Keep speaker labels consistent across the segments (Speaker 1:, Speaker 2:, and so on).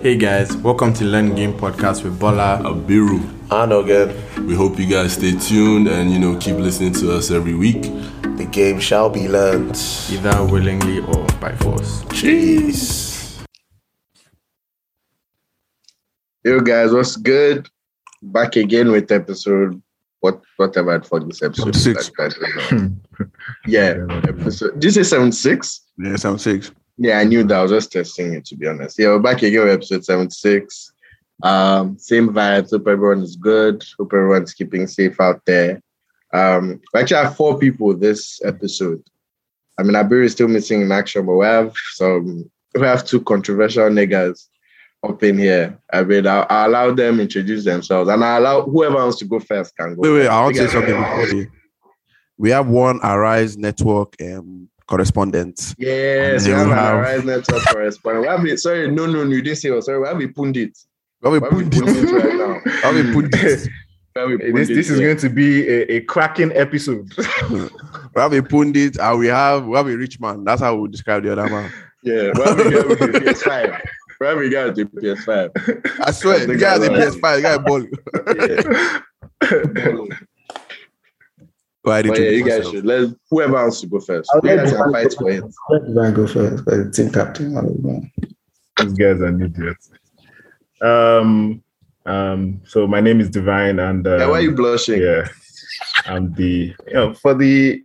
Speaker 1: Hey guys, welcome to Learn Game Podcast with Bola.
Speaker 2: Abiru.
Speaker 3: I know, good.
Speaker 2: We hope you guys stay tuned and you know keep listening to us every week.
Speaker 3: The game shall be learned.
Speaker 1: Either willingly or by force.
Speaker 3: Jeez.
Speaker 4: Yo guys, what's good? Back again with episode what whatever I'd for this episode.
Speaker 5: Six.
Speaker 4: I don't know. yeah, episode. Did you say seven six?
Speaker 5: Yeah, sound six.
Speaker 4: Yeah, I knew that. I was just testing you to be honest. Yeah, we're back again with episode seven six. Um, same vibes. Hope everyone is good. Hope everyone's keeping safe out there. Um, we actually have four people this episode. I mean, Abiru is still missing in action, but we have some. We have two controversial niggas up in here. I mean, I'll, I'll allow them introduce themselves, and I allow whoever wants to go first can go.
Speaker 5: Wait, wait, I want to
Speaker 4: Yeah.
Speaker 5: say something before you. We have one Arise Network um, correspondent.
Speaker 4: Yes,
Speaker 5: And
Speaker 4: we have
Speaker 5: then we
Speaker 4: an
Speaker 5: have-
Speaker 4: Arise Network correspondent. We have a, sorry, no, no, no, you didn't say it. Sorry, we have a pundit.
Speaker 5: We have
Speaker 4: We have
Speaker 5: a
Speaker 4: a
Speaker 5: pundit.
Speaker 4: pundit right now.
Speaker 5: We have a pundit.
Speaker 4: We have a
Speaker 6: Hey, this,
Speaker 4: pundit
Speaker 6: this is
Speaker 4: here.
Speaker 6: going to be a, a cracking episode.
Speaker 5: We have a pundit, and we have we have a rich man. That's how we describe the other man.
Speaker 4: Yeah, we have a guy with the PS5. We have a guy with the PS5.
Speaker 5: I swear, the guy has a PS5, the guy ball. Go ahead,
Speaker 4: But yeah,
Speaker 5: introduce
Speaker 4: you guys
Speaker 5: yourself.
Speaker 4: should let whoever wants to go first.
Speaker 7: I'll
Speaker 4: You
Speaker 7: let
Speaker 4: guys
Speaker 7: Ivan
Speaker 4: can fight
Speaker 7: go
Speaker 4: for it.
Speaker 7: Let Ivan go first, because he's team captain. I don't know.
Speaker 6: These guys are idiots. Um, um, so my name is Divine, and uh,
Speaker 4: Yeah, why are you blushing?
Speaker 6: yeah, I'm the you know, for the,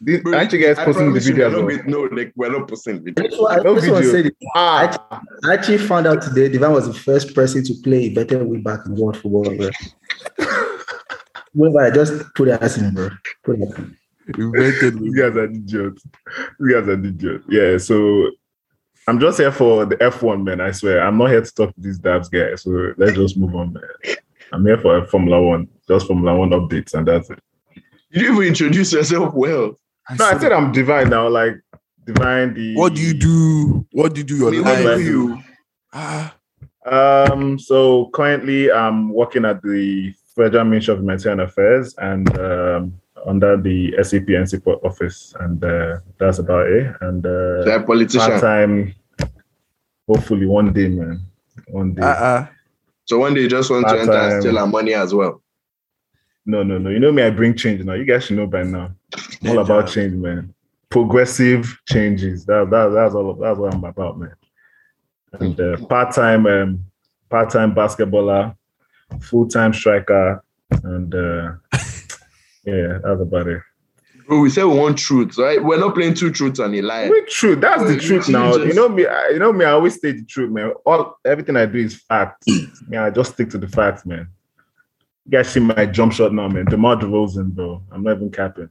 Speaker 6: the
Speaker 4: Bro,
Speaker 6: aren't you guys
Speaker 4: I
Speaker 6: posting the
Speaker 4: promise you
Speaker 6: video?
Speaker 4: we're
Speaker 6: as
Speaker 4: not
Speaker 6: well?
Speaker 4: with- No, like, we're not posting video.
Speaker 7: This one-
Speaker 6: No
Speaker 7: this one
Speaker 6: video.
Speaker 7: said it.
Speaker 6: Ah,
Speaker 7: I actually found out today Divan was the first person to play a better way back in world football. Bro. Whoever I just put it as in, bro. Put it as in.
Speaker 5: Invented me.
Speaker 6: these guys are idiots. These guys are idiots. Yeah, so I'm just here for the F1 man. I swear, I'm not here to talk to these dabs guys. So let's just move on, man. I'm here for Formula One, just Formula One updates, and that's it.
Speaker 4: You didn't even introduce yourself well.
Speaker 6: No, I said I'm divine now, like divine. The
Speaker 5: What do you do? What do you do
Speaker 4: I
Speaker 5: your
Speaker 4: mean, what
Speaker 5: life?
Speaker 4: do you?
Speaker 5: Ah,
Speaker 6: Um, so currently I'm working at the Federal Ministry of Humanitarian Affairs and um, under the SAP and support office, and uh, that's about it. And uh,
Speaker 4: You're a politician.
Speaker 6: part time, hopefully one day, man, one day.
Speaker 5: ah, ah.
Speaker 4: So one day you just want to enter and
Speaker 6: Part-time.
Speaker 4: steal our money as well.
Speaker 6: No, no, no. You know me, I bring change now. You guys should know by now. I'm all
Speaker 5: Yeah,
Speaker 6: about
Speaker 5: yeah.
Speaker 6: change, man. Progressive changes. That, that that's all that's what I'm about, man. And uh, part-time um part-time basketballer, full-time striker, and uh yeah, that's about it.
Speaker 4: Bro, we said we want truth, right? We're not playing two truths and a lie.
Speaker 6: Wait, true. That's the
Speaker 4: Wait,
Speaker 6: truth
Speaker 4: you
Speaker 6: now.
Speaker 4: just-
Speaker 6: You know me, I, you know me, I always state the truth, man. All everything I do is fact. yeah, I just stick to the facts, man. You guys see my jump shot now, man. DeMar DeRozan, bro. I'm not even capping.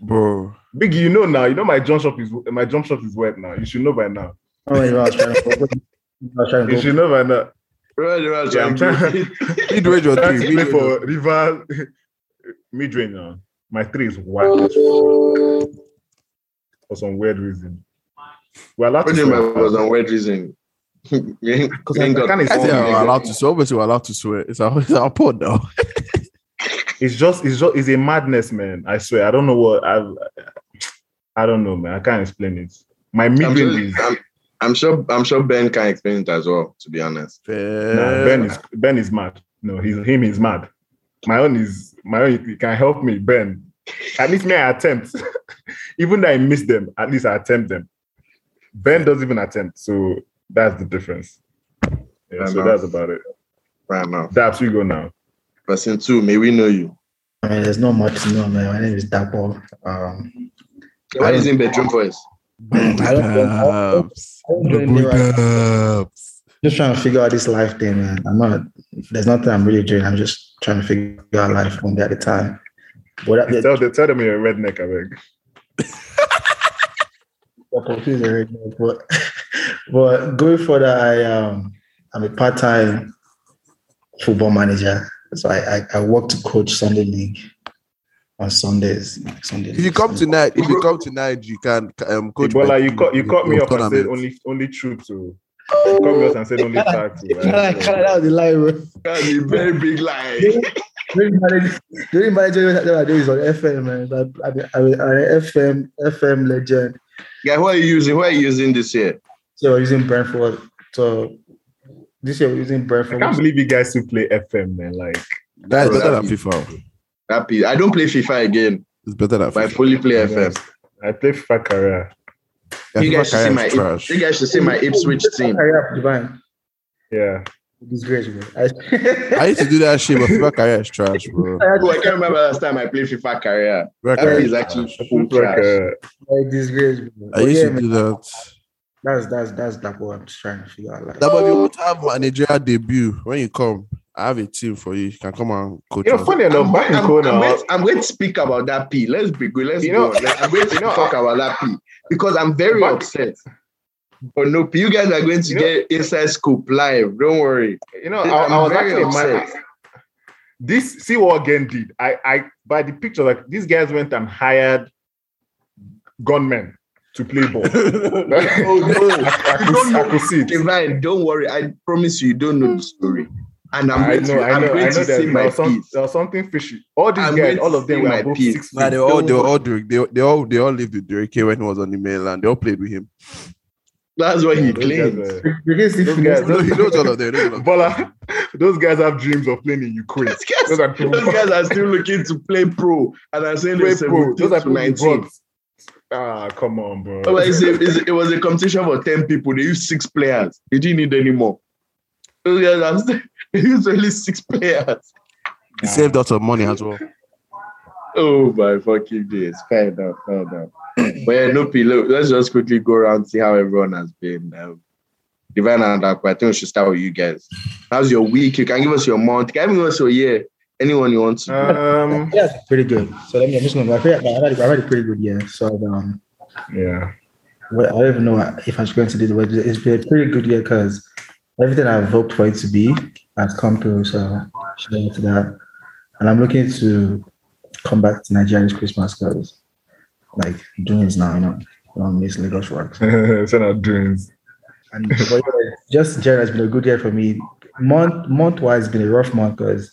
Speaker 5: bro.
Speaker 6: Big, you know now. You know my jump shop is my jump shop is wet now. You should know by now.
Speaker 7: Oh, Divan was trying to go. Divan was trying to
Speaker 6: You
Speaker 7: go.
Speaker 6: should know by now.
Speaker 4: Bro, they were
Speaker 6: Yeah, I'm
Speaker 4: trying-
Speaker 5: Midrange or
Speaker 6: Trying
Speaker 5: three?
Speaker 6: to play
Speaker 5: Midrange or-
Speaker 6: for River mid range now. My three is wide for some weird reason. We're allowed to.
Speaker 4: Pretty
Speaker 6: Swear.
Speaker 4: much was on weird reason. You ain't- you ain't
Speaker 6: I
Speaker 4: got-
Speaker 6: can't
Speaker 5: I
Speaker 6: explain
Speaker 5: said
Speaker 6: it.
Speaker 5: I'm allowed to swear. Obviously, we're allowed to swear. It's our, it's our pod now.
Speaker 6: It's just it's just it's a madness, man. I swear. I don't know what I. I don't know, man. I can't explain it. My mid
Speaker 4: I'm
Speaker 6: range
Speaker 4: sure,
Speaker 6: is.
Speaker 4: I'm, I'm sure I'm sure Ben can explain it as well, to be honest.
Speaker 5: Fair.
Speaker 4: Uh,
Speaker 6: Nah, ben is Ben is mad. No, he's him is mad. My own is my own. You can help me, Ben. At least me, I attempt. even though I miss them, at least I attempt them. Ben doesn't even attempt, so that's the difference. Yeah,
Speaker 4: Fair
Speaker 6: so
Speaker 4: enough.
Speaker 6: that's about it.
Speaker 4: Right now.
Speaker 6: That's we go now.
Speaker 4: Person two, may we know you.
Speaker 7: I mean, there's not much to know, man. My name is Dapper. Um,
Speaker 4: Why is in bedroom voice?
Speaker 7: I don't know.
Speaker 5: Dubs.
Speaker 7: I don't really know.
Speaker 5: Dubs.
Speaker 7: just trying to figure out this life thing, man. I'm not. There's nothing I'm really doing. I'm just trying to figure out life one day at a time. But that,
Speaker 6: Tell, them- tell them you're a redneck, I beg.
Speaker 7: I'm confused right now, but but going further, I um I'm a part-time football manager, so I I, I work to coach Sunday league on Sundays. Sunday
Speaker 5: If you come
Speaker 7: Sunday.
Speaker 5: tonight, if you come tonight, you can um, coach.
Speaker 6: Ebola,
Speaker 5: my
Speaker 6: you
Speaker 5: team
Speaker 6: caught you
Speaker 5: in
Speaker 6: caught me
Speaker 5: the
Speaker 6: up and said
Speaker 5: tournament.
Speaker 6: only only true to. You caught me up and said only fact to.
Speaker 7: Canada, Canada was the lie, bro.
Speaker 4: That's a very big lie.
Speaker 7: During marriage, during marriage, that I do is on FM, man. But I'm, I'm, I'm an FM FM legend.
Speaker 4: Yeah, who are you using? Who are you using this year?
Speaker 7: So we're using Brentford. So This year we're using
Speaker 6: I
Speaker 7: Brentford.
Speaker 6: can't believe you guys still play FM, man. Like,
Speaker 5: That's
Speaker 4: Bro,
Speaker 5: better
Speaker 4: that
Speaker 5: than FIFA.
Speaker 4: Happy. I don't play FIFA again,
Speaker 5: It's better than
Speaker 4: but I
Speaker 5: FIFA.
Speaker 4: fully play FM.
Speaker 6: I play FIFA career.
Speaker 5: Yeah,
Speaker 4: you
Speaker 5: FIFA
Speaker 4: guys should
Speaker 5: career
Speaker 4: see
Speaker 5: is
Speaker 4: my
Speaker 5: trash.
Speaker 4: you guys should see my Ipswich team.
Speaker 7: Career, Divine.
Speaker 6: Yeah.
Speaker 7: Disgrace, bro. I,
Speaker 5: I used to do that shit, but FIFA career is trash, bro.
Speaker 4: Oh, I can't remember last time I played FIFA career.
Speaker 5: FIFA
Speaker 4: That
Speaker 5: career
Speaker 4: is
Speaker 5: is
Speaker 4: actually
Speaker 5: trash.
Speaker 4: full
Speaker 6: Like,
Speaker 4: trash.
Speaker 6: uh,
Speaker 7: I disgrace, bro.
Speaker 5: I
Speaker 7: But
Speaker 5: used
Speaker 7: yeah,
Speaker 5: to
Speaker 7: man,
Speaker 5: do that.
Speaker 7: that's that's that's like what I'm trying to figure out. Like, Oh,
Speaker 5: That but you want to have managerial debut when you come. I have a team for you. You can come and coach.
Speaker 6: you know,
Speaker 5: us.
Speaker 6: funny enough,
Speaker 4: I'm,
Speaker 6: back in
Speaker 4: I'm-
Speaker 6: Kona,
Speaker 4: I'm going to, I'm going to speak about that P. Let's be good. Let's
Speaker 6: You
Speaker 4: go.
Speaker 6: know-
Speaker 4: on. Like, I'm going to
Speaker 6: you know,
Speaker 4: talk about that P because I'm very
Speaker 6: Back-
Speaker 4: upset. But no, P, you guys are going to
Speaker 6: You know-
Speaker 4: get inside scoop live. Don't worry.
Speaker 6: you know,
Speaker 4: I'm
Speaker 6: I, I was
Speaker 4: very
Speaker 6: actually mad.
Speaker 4: upset.
Speaker 6: This see what Gen did. I, I by the picture, like these guys went and hired gunmen to play ball.
Speaker 4: Oh,
Speaker 6: I, I, could, I could see it.
Speaker 4: Divine, don't worry. I promise you, you don't know the story. And I'm
Speaker 6: I
Speaker 4: going
Speaker 6: know,
Speaker 4: to,
Speaker 6: I
Speaker 4: I'm
Speaker 6: know, I
Speaker 4: going
Speaker 6: know
Speaker 4: to
Speaker 6: there,
Speaker 4: say
Speaker 6: there
Speaker 4: my
Speaker 6: was some,
Speaker 4: piece.
Speaker 6: there was something fishy. All these
Speaker 4: I'm going
Speaker 6: guys,
Speaker 4: to
Speaker 6: all of them
Speaker 4: say my
Speaker 6: were both
Speaker 4: piece.
Speaker 6: six
Speaker 5: Nah,
Speaker 6: feet.
Speaker 5: they all they were all doing they, they all they all lived with Durike when he was on the mainland. They all played with him.
Speaker 4: That's what he
Speaker 6: Those guys
Speaker 4: claims.
Speaker 6: were-
Speaker 7: you can see
Speaker 6: those
Speaker 7: finesse.
Speaker 6: guys-
Speaker 5: No, he knows all of them. he knows all of them.
Speaker 6: Bola, those guys have dreams of playing in Ukraine.
Speaker 4: Those guys-
Speaker 6: Those are people-
Speaker 4: Those guys are still looking to play pro and I'm saying
Speaker 6: play
Speaker 4: they're 17
Speaker 6: pro. Those are
Speaker 4: to
Speaker 6: people you
Speaker 4: 19.
Speaker 6: brought. Ah, come on, bro.
Speaker 4: Oh, it's a- it's a- it was a competition for 10 people. They used six players. They didn't need any more. Those guys are still- They used only six players.
Speaker 5: He saved us some money as well.
Speaker 4: Oh my fucking days. Fair enough. Fair enough. but yeah, no pillow. Let's just quickly go around see how everyone has been. Um, Divine and Aqua, I think we should start with you guys. How's your week? You can give us your month. You can give us your year. Anyone you want to.
Speaker 6: Um,
Speaker 7: Yeah, it's pretty good. So let me I'm just gonna. I feel like I had, I had a pretty good year. So um,
Speaker 6: yeah.
Speaker 7: well, I don't even know if I'm going to do the web. It's been a pretty good year because everything I've hoped for it to be has come through. So shout out to that. And I'm looking to come back to Nigeria this Christmas because like doing is now, you know, um, miss Lagos works.
Speaker 6: Send out dreams.
Speaker 7: And but yeah, just general has been a good year for me. Month month wise, been a rough month because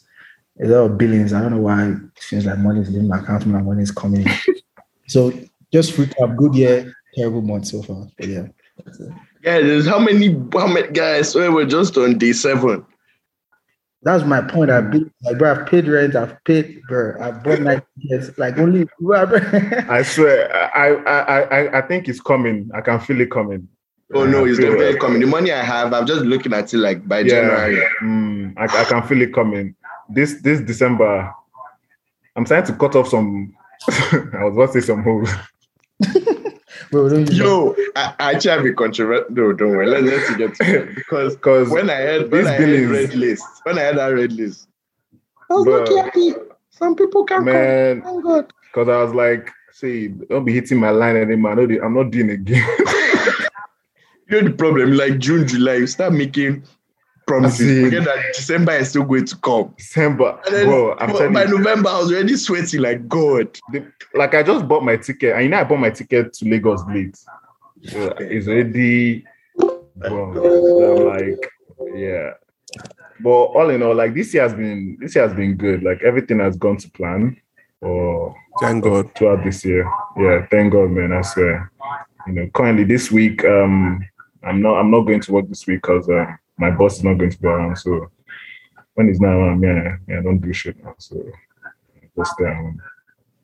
Speaker 7: a lot of billings. I don't know why it seems like money is leaving my account, my money is coming. in. so just recap, good year, terrible month so far. But yeah,
Speaker 4: Yeah, there's how many, how many guys? We were just on day seven.
Speaker 7: that's my point. I've been like, bro, I've paid rent, I've paid, bro, I've bought like yes, like only. Bro, bro.
Speaker 6: I swear, I, I, I- I, I think it's coming. I can feel it coming.
Speaker 4: Oh no, it's
Speaker 6: Yeah.
Speaker 4: definitely coming. The money I have, I'm just looking at it like by January.
Speaker 6: Yeah, mm, I, I can feel it coming. This, this December, I'm starting to cut off some. I was about to say some holes.
Speaker 7: bro, don't use that.
Speaker 4: Yo, I, I actually have a controversial. No, don't worry. Let's, let's get to it. Because
Speaker 6: Because
Speaker 4: when I heard when
Speaker 6: These
Speaker 4: I heard
Speaker 6: billings.
Speaker 4: red list, when I heard that red list, I
Speaker 6: was Bruh. not
Speaker 4: happy. Some people can't
Speaker 6: man,
Speaker 4: Thank God.
Speaker 6: because I was like, see, don't be hitting my line anymore. I know the- I'm not doing again.
Speaker 4: You know the problem. Like June, July, you start making
Speaker 6: I
Speaker 4: promises.
Speaker 6: see.
Speaker 4: Forget that December is still going to come.
Speaker 6: December,
Speaker 4: And then
Speaker 6: bro. I'm telling
Speaker 4: by
Speaker 6: you,
Speaker 4: November, I was already sweating like God.
Speaker 6: the- like I just bought my ticket. And you know, I bought my ticket to Lagos late. So it's already, bro. So I'm like, yeah. But all in all, like this year has been, this year has been good. Like everything has gone to plan. Or
Speaker 5: Thank God.
Speaker 6: throughout this year. Yeah, thank God, man. I swear. You know, currently this week, um, I'm not I'm not going to work this week because uh, my boss is not going to be around. So when he's not around, yeah, yeah, I don't do shit now. So just um,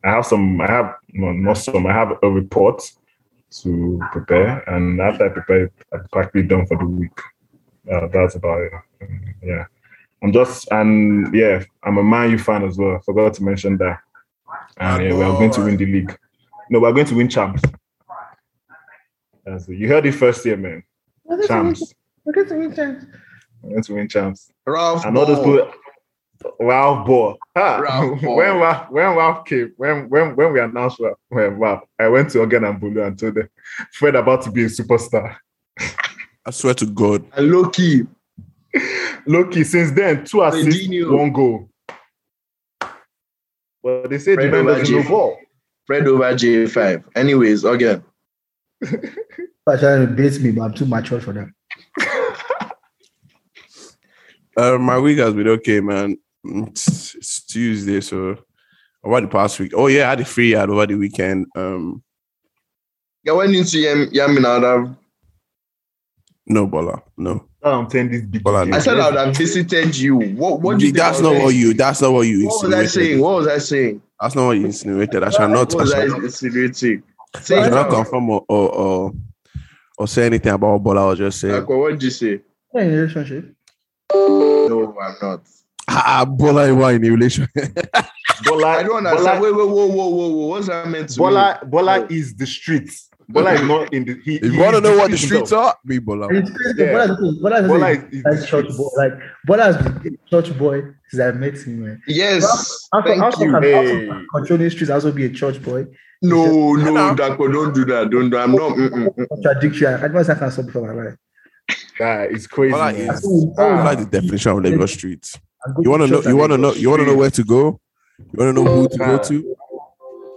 Speaker 6: I have some. I have no, not some. I have a report to prepare, and after I prepare, it, I'm practically done for the week. Uh, that's about it. Um, Yeah, I'm just and yeah, I'm a Man U fan as well. Forgot to mention that. And yeah, we are going to win the league. No, we are going to win champs. That's it. You heard it first here, man. Champs. We're going to win champs.
Speaker 4: Ralph,
Speaker 6: And all those
Speaker 4: Ball.
Speaker 6: people. Ralph Ball. Ha!
Speaker 4: Ralph Ball.
Speaker 6: when Ralph, when Ralph came, when when when we announced Ralph, when Ralph, I went to Ogan and Bulu and told them Fred about to be a superstar.
Speaker 5: I swear to God.
Speaker 4: and Loki.
Speaker 6: Loki, since then, two assists,
Speaker 4: Fredinho.
Speaker 6: one goal. But they say
Speaker 4: Fred
Speaker 6: Divine doesn't know
Speaker 4: Obaji.
Speaker 6: ball.
Speaker 4: Fred over J5. Anyways, again,
Speaker 7: People are trying to bait me, but I'm too mature for that.
Speaker 5: Uh, my week has been okay, man. It's, it's Tuesday, so over the past week. Oh yeah, I had a free ad over the weekend. Um,
Speaker 4: you went into Yam Yamin out of
Speaker 5: no baller, no.
Speaker 6: why I'm saying this big.
Speaker 5: Well, I
Speaker 6: game.
Speaker 5: know.
Speaker 4: I said I would have visited you. What? What? do you think
Speaker 5: that's
Speaker 4: I
Speaker 5: not
Speaker 4: was
Speaker 5: what
Speaker 4: saying?
Speaker 5: you. That's not what you
Speaker 4: What was I saying?
Speaker 5: insinuated.
Speaker 4: What was I saying?
Speaker 5: That's not what you insinuated. I shall
Speaker 4: What
Speaker 5: not. I
Speaker 4: was I
Speaker 5: shall not,
Speaker 4: insinuating?
Speaker 5: I
Speaker 4: Say
Speaker 5: shall not
Speaker 4: now.
Speaker 5: confirm or or, or or say anything about what Bola was just saying.
Speaker 4: Akwa, what did you say?
Speaker 8: Yeah, in a relationship.
Speaker 4: No, I'm not.
Speaker 5: Ah, Bola, you are in a relationship.
Speaker 6: Bola,
Speaker 4: I don't understand.
Speaker 6: Bola,
Speaker 4: Wait, wait, whoa, whoa, whoa, whoa. What's that meant to mean?
Speaker 6: Bola, Bola
Speaker 4: No.
Speaker 6: is the streets. Bola is not in the. He,
Speaker 5: If
Speaker 6: he
Speaker 5: you want to
Speaker 6: is
Speaker 5: know what the
Speaker 6: himself.
Speaker 5: streets are, be Bola.
Speaker 8: It's crazy.
Speaker 6: Yeah.
Speaker 8: Bola is
Speaker 6: Bola
Speaker 8: Bola is
Speaker 6: is, is
Speaker 8: a
Speaker 6: the
Speaker 8: church
Speaker 6: streets.
Speaker 8: boy. Like Bola has been a church boy since I met him. Man.
Speaker 4: Yes.
Speaker 8: Also,
Speaker 4: Thank
Speaker 8: also
Speaker 4: you.
Speaker 8: can, also
Speaker 6: Hey.
Speaker 8: can controlling streets also be a church boy.
Speaker 4: No, no, Dako, don't do that. Don't do I'm not. Mm-mm, mm-mm.
Speaker 8: Contradiction. I don't can stop from my life.
Speaker 6: Nah, it's crazy.
Speaker 5: Bola
Speaker 6: man.
Speaker 5: is-
Speaker 4: Oh,
Speaker 6: Ah.
Speaker 5: Bola is the definition of Lagos streets.
Speaker 8: I go
Speaker 5: You want to know?
Speaker 8: church
Speaker 5: You
Speaker 8: and
Speaker 5: want to know? You want to know where to go? You want to know who to go
Speaker 6: Ah.
Speaker 5: to?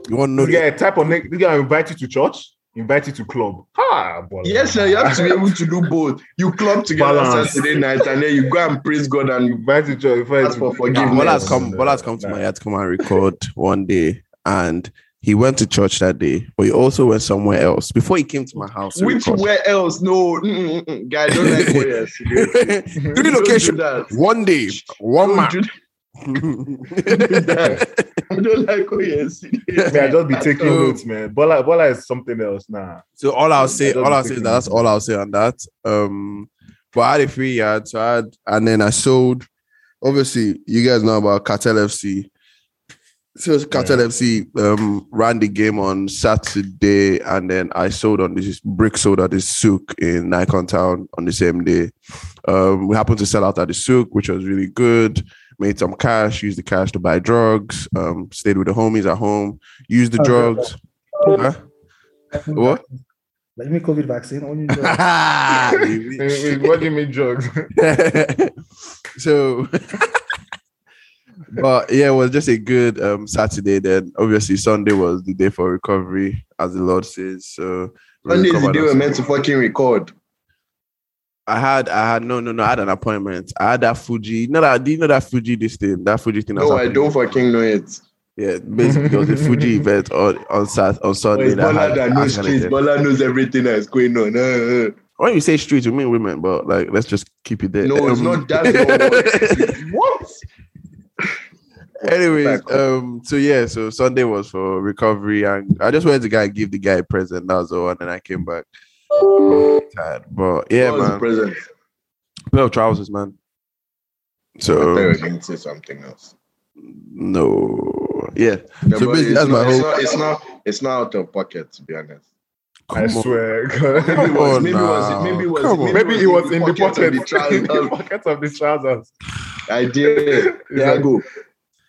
Speaker 5: You want to know?
Speaker 6: This
Speaker 5: The,
Speaker 6: guy type of nigga- this guy invite you to church, invite you to club. Ah, Bola.
Speaker 4: Yes, sir. You have to be able to do both. You club together
Speaker 6: Balance.
Speaker 4: Saturday night and then you go and praise God and
Speaker 6: invite you to church. invite
Speaker 4: Ask
Speaker 6: you
Speaker 4: for
Speaker 6: to-
Speaker 4: forgiveness.
Speaker 5: Ah, Bola has
Speaker 4: Yes.
Speaker 5: come. Bola has come to my yard to come and record one day, and he went to church that day, but he also went somewhere else before he came to my house. to
Speaker 4: Which
Speaker 5: record.
Speaker 4: where else? No, mm, mm, mm. guy, don't like where else.
Speaker 5: Three
Speaker 4: location.
Speaker 5: location. One day, one
Speaker 4: Don't
Speaker 5: man.
Speaker 4: do that. I don't like OES.
Speaker 6: Man, I just be taking
Speaker 5: Oh.
Speaker 6: notes, man. Bola, Bola is something else. Nah,
Speaker 5: so all I'll say,
Speaker 6: That doesn't
Speaker 5: all I'll say is that
Speaker 6: take long.
Speaker 5: that's all I'll say on that. Um, but I had a free yard, so I had, and then I sold. Obviously, you guys know about Cartel FC. So Cartel FC um, ran the game on Saturday, and then I sold on this brick sold at this souk in Nikon Town on the same day. Um, we happened to sell out at the souk, which was really good. Made some cash, used the cash to buy drugs. Um, stayed with the homies at home, used the
Speaker 6: Oh,
Speaker 8: Okay.
Speaker 5: drugs. Huh? What?
Speaker 8: Like me COVID vaccine. Only
Speaker 6: Wait, wait, what do you mean drugs?
Speaker 5: so but yeah it was just a good um saturday then obviously sunday was the day for recovery as the lord says so we
Speaker 4: Sunday is the
Speaker 5: recovered
Speaker 4: day
Speaker 5: on
Speaker 4: we're
Speaker 5: Sunday.
Speaker 4: meant to fucking record.
Speaker 5: i had i had no no no i had an appointment i had that fuji no that do you know that fuji this thing that fuji thing that's
Speaker 4: No, I
Speaker 5: happening?
Speaker 4: don't fucking know it.
Speaker 5: yeah basically there was a fuji event on on, Sat- on
Speaker 4: But
Speaker 5: sunday
Speaker 4: it's
Speaker 5: that
Speaker 4: Bola
Speaker 5: had
Speaker 4: that knows
Speaker 5: action
Speaker 4: streets.
Speaker 5: event.
Speaker 4: Bola knows everything that's going on. Uh, uh.
Speaker 5: when you say streets you mean women but like let's just keep it there
Speaker 4: No, it's
Speaker 5: Um,
Speaker 4: not that. What?
Speaker 5: Anyways,
Speaker 4: Back up.
Speaker 5: um, so yeah, so Sunday was for recovery, and I just wanted to guy give the guy a present. That was all, and then I came back tired. But yeah,
Speaker 4: what was the
Speaker 5: man,
Speaker 4: present?
Speaker 5: pair of trousers, man.
Speaker 4: I thought you
Speaker 5: So
Speaker 4: were going to say something else.
Speaker 5: no,
Speaker 4: Yeah,
Speaker 5: yeah, So
Speaker 4: but
Speaker 5: basically,
Speaker 4: it's
Speaker 5: that's
Speaker 4: not,
Speaker 5: my
Speaker 4: it's
Speaker 5: whole-
Speaker 4: Not, it's not. It's not out of pocket, to be honest.
Speaker 6: I
Speaker 5: come on.
Speaker 6: swear.
Speaker 4: Maybe it
Speaker 5: Come
Speaker 4: was.
Speaker 5: on
Speaker 4: Maybe it
Speaker 5: now.
Speaker 4: was. Maybe it was.
Speaker 5: Come on.
Speaker 6: Maybe it was in the pocket,
Speaker 4: of the
Speaker 6: in the
Speaker 4: trousers.
Speaker 6: pocket of the trousers.
Speaker 4: I did. Yeah,
Speaker 6: It's like,
Speaker 4: go.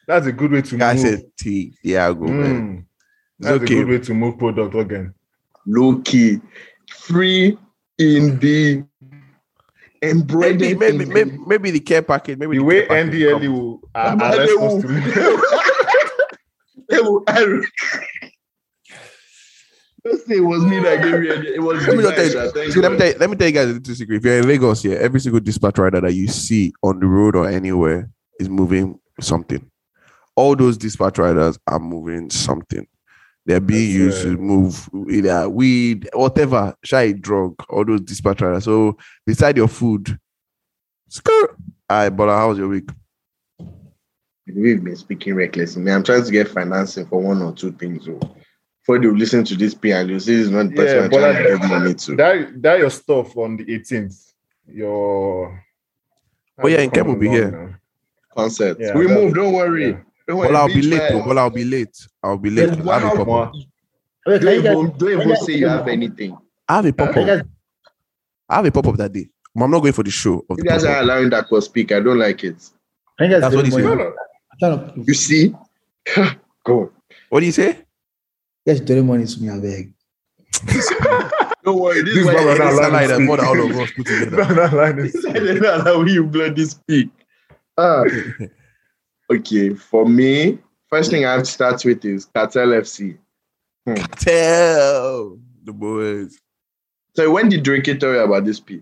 Speaker 6: that's a good way to
Speaker 5: Guy
Speaker 6: move.
Speaker 5: said T Diago, man.
Speaker 6: Mm,
Speaker 5: It's
Speaker 6: that's a
Speaker 5: okay.
Speaker 6: good way to move product again.
Speaker 4: Low key, free in the embroidered.
Speaker 5: Maybe, maybe, maybe, maybe the care package. Maybe
Speaker 6: The
Speaker 5: the
Speaker 6: way
Speaker 5: care package
Speaker 6: NDLE
Speaker 5: comes.
Speaker 6: will uh,
Speaker 4: But they
Speaker 6: arrest
Speaker 4: will-
Speaker 6: us to
Speaker 4: They will arr- Don't say it was me that gave you. any- It was
Speaker 5: Let me,
Speaker 4: the
Speaker 5: just
Speaker 4: guys,
Speaker 5: tell
Speaker 4: I
Speaker 5: you,
Speaker 4: thank
Speaker 5: see, let, me
Speaker 4: God.
Speaker 5: tell you, let me tell you guys a little secret. If you're in Lagos, yeah, every single dispatch rider that you see on the road or anywhere is moving something. All those dispatch riders are moving something. They're being used
Speaker 6: That's
Speaker 5: to
Speaker 6: right.
Speaker 5: move either weed, whatever, shy drug, all those dispatch riders. So beside your food, skirt. All right, but how's your week?
Speaker 4: We've been speaking recklessly. Man, I'm trying to get financing for one or two things. So. Before they listen to this P and you say it's not the person
Speaker 6: Yeah,
Speaker 4: I'm
Speaker 6: but
Speaker 4: trying
Speaker 6: I-
Speaker 4: to give money to.
Speaker 6: that that your stuff on the 18th. Your
Speaker 5: Oh, yeah, and
Speaker 6: Come
Speaker 5: Kem will be
Speaker 6: along
Speaker 5: here.
Speaker 6: now.
Speaker 4: concert.
Speaker 6: Yeah,
Speaker 4: we
Speaker 6: that-
Speaker 4: move. Don't worry.
Speaker 6: yeah.
Speaker 4: Don't worry.
Speaker 5: Well, I'll be
Speaker 4: Beach
Speaker 5: late.
Speaker 4: vibe.
Speaker 5: Well, I'll be late. I'll be late. I have a pop up.
Speaker 6: Moi,
Speaker 8: Wait,
Speaker 4: Don't
Speaker 8: can you guys-
Speaker 4: even, don't even say you have anything.
Speaker 5: I have a pop
Speaker 8: can you
Speaker 5: up.
Speaker 8: guys-
Speaker 5: I have a pop up that day. But I'm not going for the show. Of
Speaker 4: You
Speaker 5: the
Speaker 4: guys
Speaker 5: pop-up.
Speaker 4: are allowing that to speak. I don't like it.
Speaker 8: can you guys
Speaker 5: That's
Speaker 8: donate
Speaker 5: what he's
Speaker 6: No,
Speaker 8: money?
Speaker 6: no.
Speaker 8: I'm trying
Speaker 4: You
Speaker 8: to
Speaker 4: see? Go.
Speaker 5: What do you say?
Speaker 8: yes, donate money to me, I beg.
Speaker 4: Don't worry. This,
Speaker 6: This
Speaker 4: is
Speaker 6: one
Speaker 4: why
Speaker 6: was not
Speaker 5: It's not
Speaker 6: allowed
Speaker 5: like that
Speaker 6: to
Speaker 5: more than all
Speaker 6: speak.
Speaker 5: of us put
Speaker 6: No,
Speaker 5: together.
Speaker 6: no, like this.
Speaker 4: this is why they don't allow you bloody speak. Ah. okay. For me, first thing I have to start with is Cartel FC.
Speaker 5: Tell the boys.
Speaker 4: So when did Drake tell you about this P?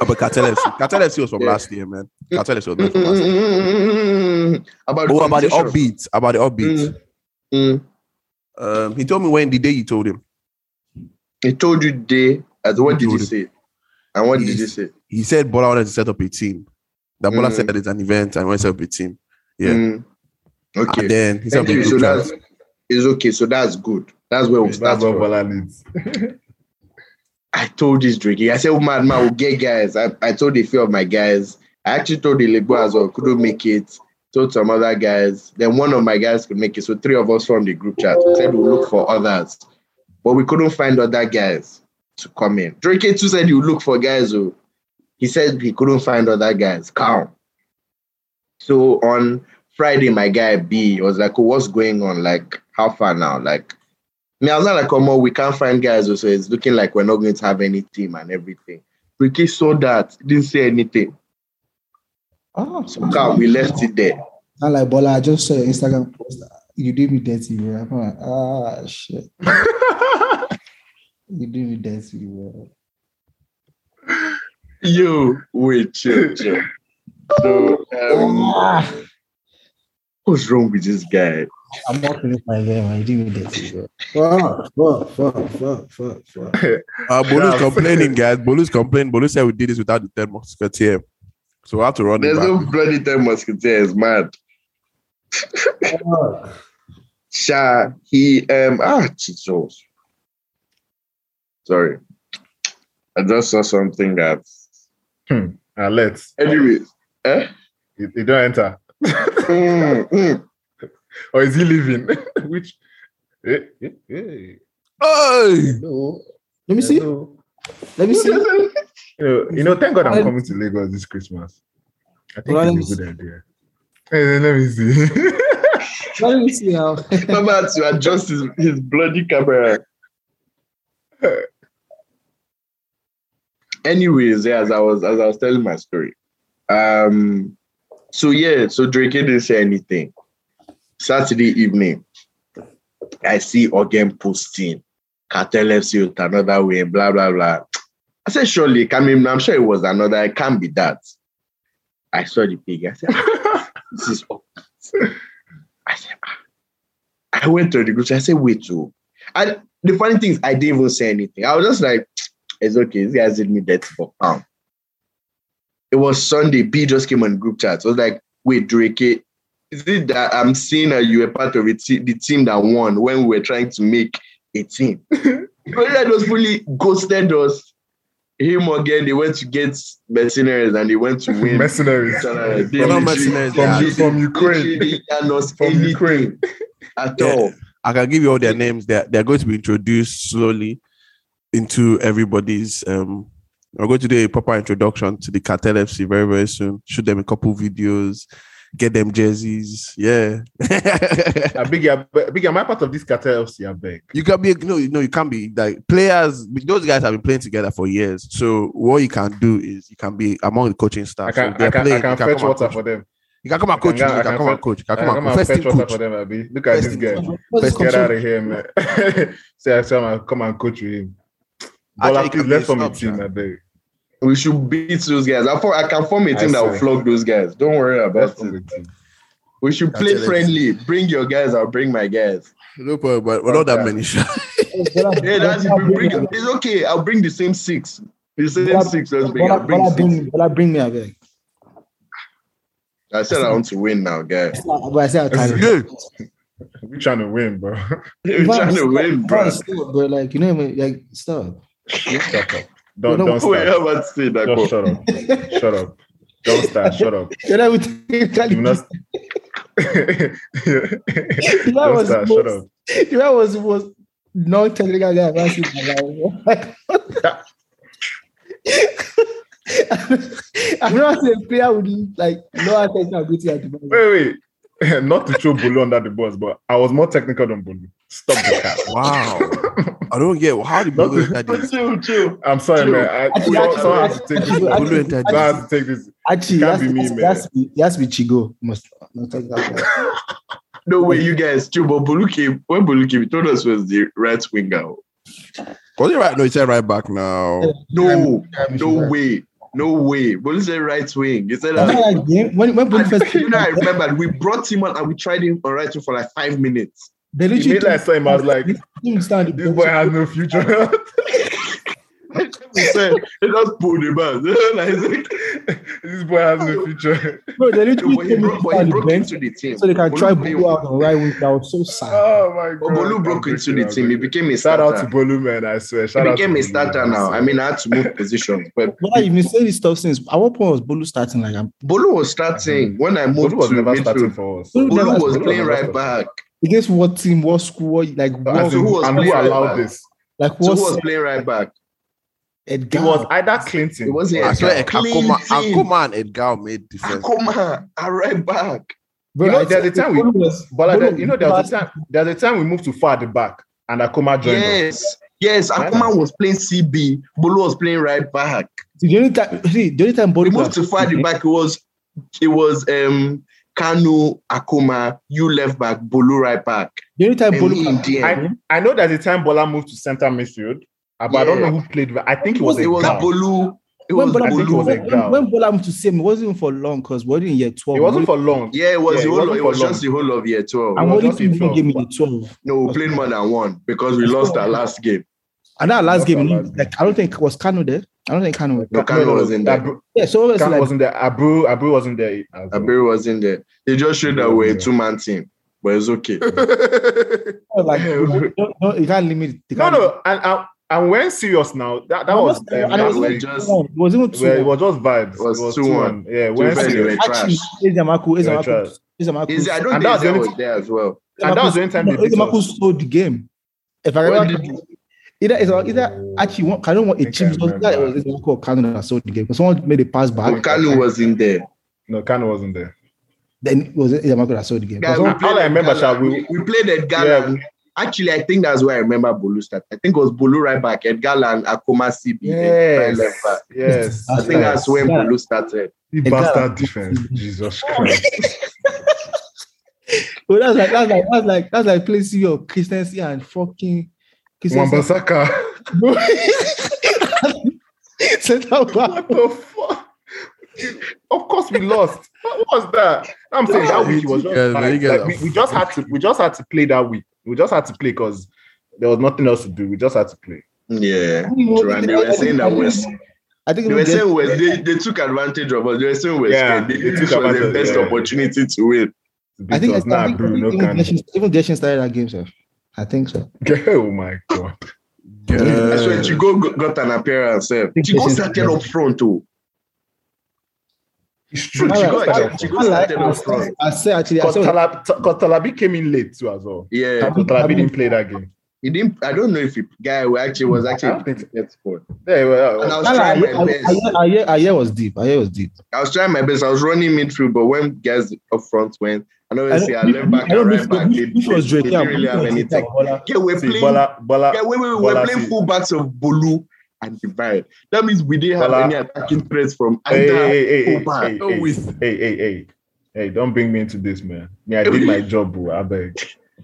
Speaker 5: Oh, but Cartel FC. Cartel FC was from
Speaker 4: Yeah.
Speaker 5: last year, man. Cartel FC was
Speaker 4: Mm,
Speaker 5: not from
Speaker 4: mm,
Speaker 5: last year.
Speaker 4: mm, mm, mm, mm. About
Speaker 5: Oh, about the
Speaker 4: competition.
Speaker 5: upbeat. About the upbeat.
Speaker 4: Mm, mm.
Speaker 5: Um, he told me when the day you told him.
Speaker 4: He told you day. As what
Speaker 5: He
Speaker 4: did he
Speaker 5: told
Speaker 4: say? And what did
Speaker 5: Yes.
Speaker 4: you say?
Speaker 5: He said Bola wanted to set up a team. That Bola
Speaker 4: Mm.
Speaker 5: said it's an event and wanted to set up a team. Yeah.
Speaker 4: Mm. Okay.
Speaker 5: And then he said,
Speaker 4: Thank you.
Speaker 5: okay,
Speaker 4: So
Speaker 5: group
Speaker 4: that's
Speaker 5: chat.
Speaker 4: it's okay. So that's good. That's where we start.
Speaker 6: That's what
Speaker 4: from.
Speaker 6: Bola needs.
Speaker 4: I told this Drake. I said, oh, man, man, we'll get guys. I, I told a few of my guys. I actually told the Lebo as well, couldn't make it. Told some other guys. Then one of my guys could make it. So three of us formed the group chat. We said we'll look for others. But we couldn't find other guys to come in. Drake too said you look for guys. oh. He said he couldn't find other guys. Calm. So on Friday, my guy B was like, oh, what's going on? Like, how far now? Like, me, I was not like, come on, we can't find guys. oh, So it's looking like we're not going to have any team and everything. Ricky saw that, didn't say anything.
Speaker 7: Oh, so
Speaker 4: Calm, we left it there.
Speaker 7: I like Bola. I just saw your Instagram post. You did me dirty, bro. I'm like, ah, shit. you did me dirty, bro.
Speaker 4: You wait, chill, chill. So, um, what's wrong with this guy?
Speaker 7: I'm not finished my game, man. You did me dirty, bro. Fuck, fuck, fuck, fuck, fuck, fuck.
Speaker 5: Uh, Bolu's complaining, guys. Bolu's complaining. Bolu said we did this without the third musketeer. So we have to run it
Speaker 4: There's
Speaker 5: back.
Speaker 4: no bloody time musketeer is mad.
Speaker 7: Fuck.
Speaker 4: Sha, he um ah Jesus. Sorry. I just saw something that
Speaker 6: Alert.
Speaker 4: anyways. Eh?
Speaker 6: Ah, He, he don't enter.
Speaker 4: Mm, mm.
Speaker 6: Or is he leaving? Which eh, eh, eh.
Speaker 5: Hey!
Speaker 6: No.
Speaker 7: Let me see.
Speaker 6: Hello.
Speaker 7: Let me see.
Speaker 6: You know, you know, thank God
Speaker 7: I-
Speaker 6: I'm coming to Lagos this Christmas. I think
Speaker 7: Well,
Speaker 6: it's a good idea. Hey, let me see.
Speaker 7: Let me see how.
Speaker 4: Remember to adjust his, his bloody camera. Anyways, yeah, as I was as I was telling my story. Um so yeah, so Drake didn't say anything. Saturday evening, I see Ogen posting Cartel FC with another way, blah blah blah. I said, surely, I mean, I'm sure it was another, it can't be that. I saw the pig. I said, "Ah, this is up. I said, "Ah." I went to the group. I said, wait, too. And the funny thing is, I didn't even say anything. I was just like, it's okay. This guys did me dirty for pound. It was Sunday. B just came on group chat. I was like, wait, Drake, is it that I'm seeing that you were part of it, the team that won when we were trying to make a team? but that was fully ghosted us. Him again, they went to get mercenaries and they went to win.
Speaker 6: mercenaries.
Speaker 4: They
Speaker 5: not
Speaker 6: From-
Speaker 4: literally-
Speaker 5: mercenaries,
Speaker 6: From,
Speaker 5: yeah.
Speaker 4: they
Speaker 6: from Ukraine.
Speaker 4: literally done us
Speaker 6: From
Speaker 4: anything
Speaker 6: Ukraine.
Speaker 4: at
Speaker 5: Yeah.
Speaker 4: all.
Speaker 5: I can give you all their names. They're, they're going to be introduced slowly into everybody's. Um, we're going to do a proper introduction to the Cartel FC very, very soon. Shoot them a couple videos, get them jerseys. Yeah.
Speaker 6: I beg you, I beg- beg you, am I part of this cartel FC? I beg.
Speaker 5: you can be, no, no, you can't be like players. Those guys have been playing together for years. So, what you can do is you can be among the coaching staff.
Speaker 6: I can,
Speaker 5: So they're
Speaker 6: I can, I
Speaker 5: playing,
Speaker 6: can
Speaker 5: you
Speaker 6: fetch
Speaker 5: come and
Speaker 6: water
Speaker 5: coach.
Speaker 6: for them.
Speaker 5: You can come and
Speaker 6: I can
Speaker 5: coach. You
Speaker 6: go- I
Speaker 5: can
Speaker 6: can
Speaker 5: come and
Speaker 6: fetch-
Speaker 5: coach. You
Speaker 6: I
Speaker 5: can come
Speaker 6: come
Speaker 5: and
Speaker 6: and
Speaker 5: coach. First
Speaker 6: fetch
Speaker 5: team
Speaker 6: water for
Speaker 5: coach.
Speaker 6: them, Abi. Look at this
Speaker 5: First
Speaker 6: guy.
Speaker 7: What's
Speaker 5: Best
Speaker 7: this
Speaker 6: Get
Speaker 7: concern?
Speaker 6: out of here, man. Say, I said, I'll come and coach with him.
Speaker 5: Actually,
Speaker 6: Bola,
Speaker 5: it
Speaker 6: please,
Speaker 5: can be
Speaker 6: let's
Speaker 5: a
Speaker 6: form a
Speaker 5: stop,
Speaker 6: team,
Speaker 5: sir.
Speaker 6: I beg.
Speaker 4: We should beat those guys. I, for, I can form a
Speaker 6: I
Speaker 4: team that will
Speaker 6: see.
Speaker 4: flog those guys. Don't worry
Speaker 6: Let's
Speaker 4: about
Speaker 6: form
Speaker 4: it.
Speaker 6: a team.
Speaker 4: We should
Speaker 5: That's
Speaker 4: play
Speaker 5: it.
Speaker 4: friendly. Bring your guys. I'll bring my guys.
Speaker 5: No problem, but we're not that many.
Speaker 4: Hey, that's bring, it's okay. I'll bring the same six. The same
Speaker 7: Bola-
Speaker 4: six. Let's bring. I'll
Speaker 7: Bola,
Speaker 4: bring
Speaker 7: Bola,
Speaker 4: six.
Speaker 7: bring, Bola, bring me, I beg.
Speaker 4: I said I want to win now, guys.
Speaker 7: But I said I can't.
Speaker 5: Good.
Speaker 6: We're trying to win, bro.
Speaker 4: We're trying to win, bro.
Speaker 7: Stop, bro. Like, you know, what I mean? like, stop.
Speaker 6: Shut up. Don't,
Speaker 7: No,
Speaker 6: don't
Speaker 4: Wait,
Speaker 6: start.
Speaker 4: I'm about to say that.
Speaker 6: Just
Speaker 4: Go.
Speaker 6: shut up. Shut up. Don't start. Shut up.
Speaker 7: You know, with-
Speaker 6: Do not.
Speaker 7: That
Speaker 6: Don't
Speaker 7: was
Speaker 6: start.
Speaker 7: most-
Speaker 6: Shut up.
Speaker 7: that was was non-technical guy I've ever seen in my life. I've never seen a player with like no attention ability at the moment.
Speaker 6: Wait, wait. Not to throw Bolu under the bus, but I was more technical than Bolu. Stop the cat.
Speaker 5: Wow. I don't get how did
Speaker 6: Not
Speaker 5: Bolo
Speaker 6: to-
Speaker 5: enter this?
Speaker 4: Chill, chill.
Speaker 6: I'm sorry, man. I,
Speaker 7: Actually,
Speaker 6: someone-
Speaker 7: actually,
Speaker 6: someone has to take this.
Speaker 5: Bolo entered this.
Speaker 7: actually, actually- Actually,
Speaker 6: Bolu. Someone has to take this. Can't
Speaker 7: that's
Speaker 6: be me,
Speaker 7: that's,
Speaker 6: man.
Speaker 7: that's, be- that's be Chigo. Most not technical player.
Speaker 4: No way, you guys. Chill. But Bulu came. When Bulu came, he told us was the right winger.
Speaker 5: Was it right? No, it's right back now.
Speaker 4: No,
Speaker 7: I'm
Speaker 4: no
Speaker 7: sure.
Speaker 4: way. No way. Bulu said right wing. He said.
Speaker 7: Remember
Speaker 4: uh,
Speaker 7: that game? When when Bolu first
Speaker 4: And, you know, I remember we brought him on and we tried him on right wing for like five minutes.
Speaker 7: Belucci
Speaker 6: Immediately I saw him, I was like,
Speaker 7: didn't stand the
Speaker 6: This boy has no future.
Speaker 4: Remember he said. He just pulled him out. like,
Speaker 6: this boy has no future.
Speaker 7: Bro, they literally
Speaker 4: but he
Speaker 7: came in
Speaker 4: broke, but he
Speaker 7: inside the
Speaker 4: broke
Speaker 7: bench
Speaker 4: into the team.
Speaker 7: so they can try
Speaker 4: Bolu-
Speaker 7: Bulu out on right wing. That was so sad.
Speaker 6: Oh my god.
Speaker 4: Obolu broke
Speaker 6: I'm
Speaker 4: into
Speaker 6: breaking
Speaker 4: the
Speaker 6: out,
Speaker 4: team. He
Speaker 6: bro.
Speaker 4: became a
Speaker 6: Shout out to
Speaker 4: starter.
Speaker 6: Bolu, man. I swear.
Speaker 4: He
Speaker 6: Shout out
Speaker 4: became
Speaker 6: to
Speaker 4: a
Speaker 6: Bolu,
Speaker 4: starter
Speaker 6: man, I
Speaker 4: now. I
Speaker 6: swear.
Speaker 4: mean, I had to move positions. But
Speaker 7: Why you've been saying this stuff since? At what point was Bolu starting? Like, I'm,
Speaker 4: Bolu was starting when I moved
Speaker 6: Mm. Bolu was
Speaker 4: to
Speaker 6: never starting
Speaker 4: midfield.
Speaker 6: for us.
Speaker 7: Bolu never
Speaker 4: Bolu was
Speaker 7: started.
Speaker 4: playing right back.
Speaker 7: against what team? What school? What, like, what,
Speaker 6: As in,
Speaker 4: who was
Speaker 6: and who
Speaker 4: playing
Speaker 6: allowed
Speaker 4: right back?
Speaker 6: this?
Speaker 7: like
Speaker 4: So
Speaker 7: what?
Speaker 4: who was
Speaker 7: set?
Speaker 4: playing right back?
Speaker 7: Edgar.
Speaker 6: It was either Clinton.
Speaker 4: It wasn't
Speaker 5: I
Speaker 6: or
Speaker 5: swear, Akoma,
Speaker 4: Clean team.
Speaker 5: Akoma and Edgar made difference.
Speaker 4: Akoma at right back.
Speaker 7: Bro,
Speaker 6: You know,
Speaker 7: I
Speaker 6: there's a
Speaker 7: think
Speaker 6: time we-
Speaker 7: Bolu was-
Speaker 6: But like
Speaker 7: Bolu
Speaker 6: that, you know,
Speaker 7: was
Speaker 6: there was
Speaker 7: last-
Speaker 6: a time. There's a time we moved too far at the back, and Akoma joined us.
Speaker 4: Yes, yes. Akuma was playing CB. Bolo was playing right back.
Speaker 7: The only time, see, the only time
Speaker 4: We
Speaker 7: Bolu
Speaker 4: moved
Speaker 7: was
Speaker 4: to far
Speaker 6: Mm-hmm.
Speaker 4: the back. It was, it was um Kanu Akuma. You left back. Bolo right back.
Speaker 7: the only time
Speaker 4: And
Speaker 7: Bolu
Speaker 4: me in
Speaker 7: can
Speaker 4: the end.
Speaker 6: I, I know there's a time Bola moved to center midfield, uh, but I don't
Speaker 4: Yeah.
Speaker 6: know who played. I think
Speaker 4: It
Speaker 6: it was,
Speaker 4: was, it
Speaker 6: a
Speaker 4: was
Speaker 6: Gao.
Speaker 4: Bolo. It
Speaker 7: when
Speaker 4: was
Speaker 7: Bola,
Speaker 6: I think it was
Speaker 4: Bolo.
Speaker 6: a
Speaker 7: when,
Speaker 6: Gao.
Speaker 7: when Bola moved to Sim, it wasn't even for long because we were in year 12.
Speaker 6: It wasn't
Speaker 7: We were-
Speaker 6: for long.
Speaker 4: Yeah, it was
Speaker 6: Yeah,
Speaker 4: the
Speaker 6: it
Speaker 4: whole.
Speaker 6: wasn't
Speaker 4: It
Speaker 6: for
Speaker 4: was
Speaker 6: long.
Speaker 4: just the whole of year twelve.
Speaker 7: and
Speaker 6: it
Speaker 7: we
Speaker 6: was
Speaker 7: only
Speaker 6: just in
Speaker 7: played one
Speaker 6: 12.
Speaker 7: game in the 12.
Speaker 4: No, we played more than one because we lost our last game.
Speaker 7: And that last
Speaker 6: That's
Speaker 7: game,
Speaker 6: our last
Speaker 7: like, I don't think was Kano there. I don't think Kano was there.
Speaker 4: No, Kanu was in there.
Speaker 6: Abu,
Speaker 7: Yeah, so obviously,
Speaker 6: Kanu
Speaker 7: like,
Speaker 6: wasn't there. Abu, Abu wasn't there. as well.
Speaker 4: Abiru was in there. They just showed that we're a two-man team, but it's okay.
Speaker 7: like you don't- don't- you can't limit. you
Speaker 6: No,
Speaker 7: can't limit.
Speaker 6: no, and and, and we're serious now. That that
Speaker 7: No,
Speaker 6: was
Speaker 7: and
Speaker 6: um,
Speaker 7: it
Speaker 6: last
Speaker 7: wasn't
Speaker 4: we're
Speaker 6: week.
Speaker 4: just
Speaker 7: two-one. It was even two.
Speaker 6: Well, it was just vibes. It
Speaker 4: was
Speaker 6: was,
Speaker 4: 2-1.
Speaker 6: 2-1
Speaker 4: We're
Speaker 6: Yeah, we're
Speaker 4: very,
Speaker 6: serious.
Speaker 4: very
Speaker 7: Actually,
Speaker 4: trash.
Speaker 7: Ezamaku,
Speaker 6: We're
Speaker 7: Ezamaku,
Speaker 6: trash.
Speaker 7: Ezamaku.
Speaker 4: Is I don't think
Speaker 6: And that's the
Speaker 4: Ezra
Speaker 6: only-
Speaker 4: was there as well.
Speaker 6: And that was the only time they beat
Speaker 7: Ezamaku
Speaker 6: us.
Speaker 7: sold the game. If I
Speaker 4: When
Speaker 7: remember, either Ezra- either actually one, Kano won
Speaker 6: Oh. I
Speaker 7: a
Speaker 6: think
Speaker 7: cheap.
Speaker 6: I
Speaker 7: It was either
Speaker 6: remember.
Speaker 7: Ezamaku or Kano that sold the game. Because someone made a pass
Speaker 4: But
Speaker 7: back,
Speaker 4: Kanu was in there.
Speaker 6: No, Kanu wasn't there.
Speaker 7: then it was Ezamaku that sold the game.
Speaker 4: Guy,
Speaker 7: Because
Speaker 4: we
Speaker 7: someone-
Speaker 4: played
Speaker 6: all I
Speaker 4: at
Speaker 6: remember,
Speaker 4: Ghana.
Speaker 6: sha, we-
Speaker 4: we played at
Speaker 6: Yeah.
Speaker 4: Ghana. Actually, I think that's where I remember Bolu started. I think it was Bolu right back, Edgar and Akoma CB.
Speaker 6: Yes,
Speaker 4: right left back.
Speaker 6: yes.
Speaker 4: I think
Speaker 6: yes.
Speaker 4: that's when
Speaker 7: Yeah.
Speaker 4: Bolu started.
Speaker 6: the bastard defense. Jesus Christ.
Speaker 7: Well, that's like that's like that's like that's like playing your Christensen and fucking Christensen.
Speaker 6: Wambasaka.
Speaker 7: Bro. so that was,
Speaker 6: What the fuck? Of course we lost. What was that? I'm saying that week was just
Speaker 5: Yeah, man,
Speaker 6: like-
Speaker 5: you guys
Speaker 6: like,
Speaker 5: are
Speaker 6: we, we just had to we just had to play that week. We just had to play because there was nothing else to do. We just had to play.
Speaker 4: Mm, Yeah.
Speaker 7: I don't
Speaker 4: True.
Speaker 7: know.
Speaker 4: And they were saying that we're,
Speaker 7: I
Speaker 4: they
Speaker 7: think we
Speaker 4: were
Speaker 7: get-
Speaker 4: saying we're, they, they took advantage of us. They were saying we're
Speaker 6: Yeah,
Speaker 4: scared. They,
Speaker 6: they
Speaker 4: this
Speaker 6: took
Speaker 4: was the
Speaker 6: advantage,
Speaker 4: best
Speaker 6: yeah.
Speaker 4: opportunity to win.
Speaker 7: I think
Speaker 6: Because
Speaker 7: I
Speaker 6: now
Speaker 7: think-
Speaker 6: Bruno
Speaker 7: even
Speaker 6: can.
Speaker 7: Geshin- even Geshin started that game, sir. I think so.
Speaker 6: Oh my god.
Speaker 4: That's when
Speaker 5: Yeah.
Speaker 4: Chigo go- got an appearance. eh.
Speaker 7: think
Speaker 4: Chigo
Speaker 7: this is-
Speaker 4: started up front oh. too.
Speaker 6: It's
Speaker 4: true,
Speaker 7: I
Speaker 4: Chigo-
Speaker 7: like-
Speaker 4: Chigo
Speaker 7: I like-
Speaker 4: started up front.
Speaker 7: I say actually, I
Speaker 6: Because
Speaker 7: say
Speaker 6: Talabi came in late too as well.
Speaker 4: Yeah.
Speaker 6: Because Talabi didn't play that game.
Speaker 4: He didn't. I don't know if he guy who actually was
Speaker 6: I don't
Speaker 4: actually
Speaker 6: think so.
Speaker 4: that's good.
Speaker 6: Yeah, well,
Speaker 4: And I was
Speaker 7: Salah,
Speaker 4: trying my
Speaker 7: Aye-
Speaker 4: best.
Speaker 7: Aye- Aye- Aye was deep. Aye was deep.
Speaker 4: I was trying my best. I was running midfield, but when guys up front went, I know
Speaker 7: I
Speaker 4: they
Speaker 7: don't-
Speaker 4: say I left back
Speaker 7: I don't
Speaker 4: and
Speaker 7: know
Speaker 4: right back. They,
Speaker 7: if- Which was
Speaker 4: they
Speaker 7: Drake?
Speaker 4: didn't really have anything. Yeah, we're
Speaker 6: see,
Speaker 4: playing.
Speaker 6: Bola, Bola,
Speaker 4: yeah, wait, wait, wait,
Speaker 6: Bola
Speaker 4: we're playing
Speaker 6: see-
Speaker 4: full backs of Bolu and Divide. That means we didn't have
Speaker 6: Bola-
Speaker 4: any attacking threats from
Speaker 6: hey,
Speaker 4: either
Speaker 6: hey, hey, hey,
Speaker 4: full back.
Speaker 6: hey,
Speaker 5: No
Speaker 6: hey,
Speaker 5: with.
Speaker 6: hey, hey, hey, hey, don't bring me into this, man. Me, I did my job, bro. I beg.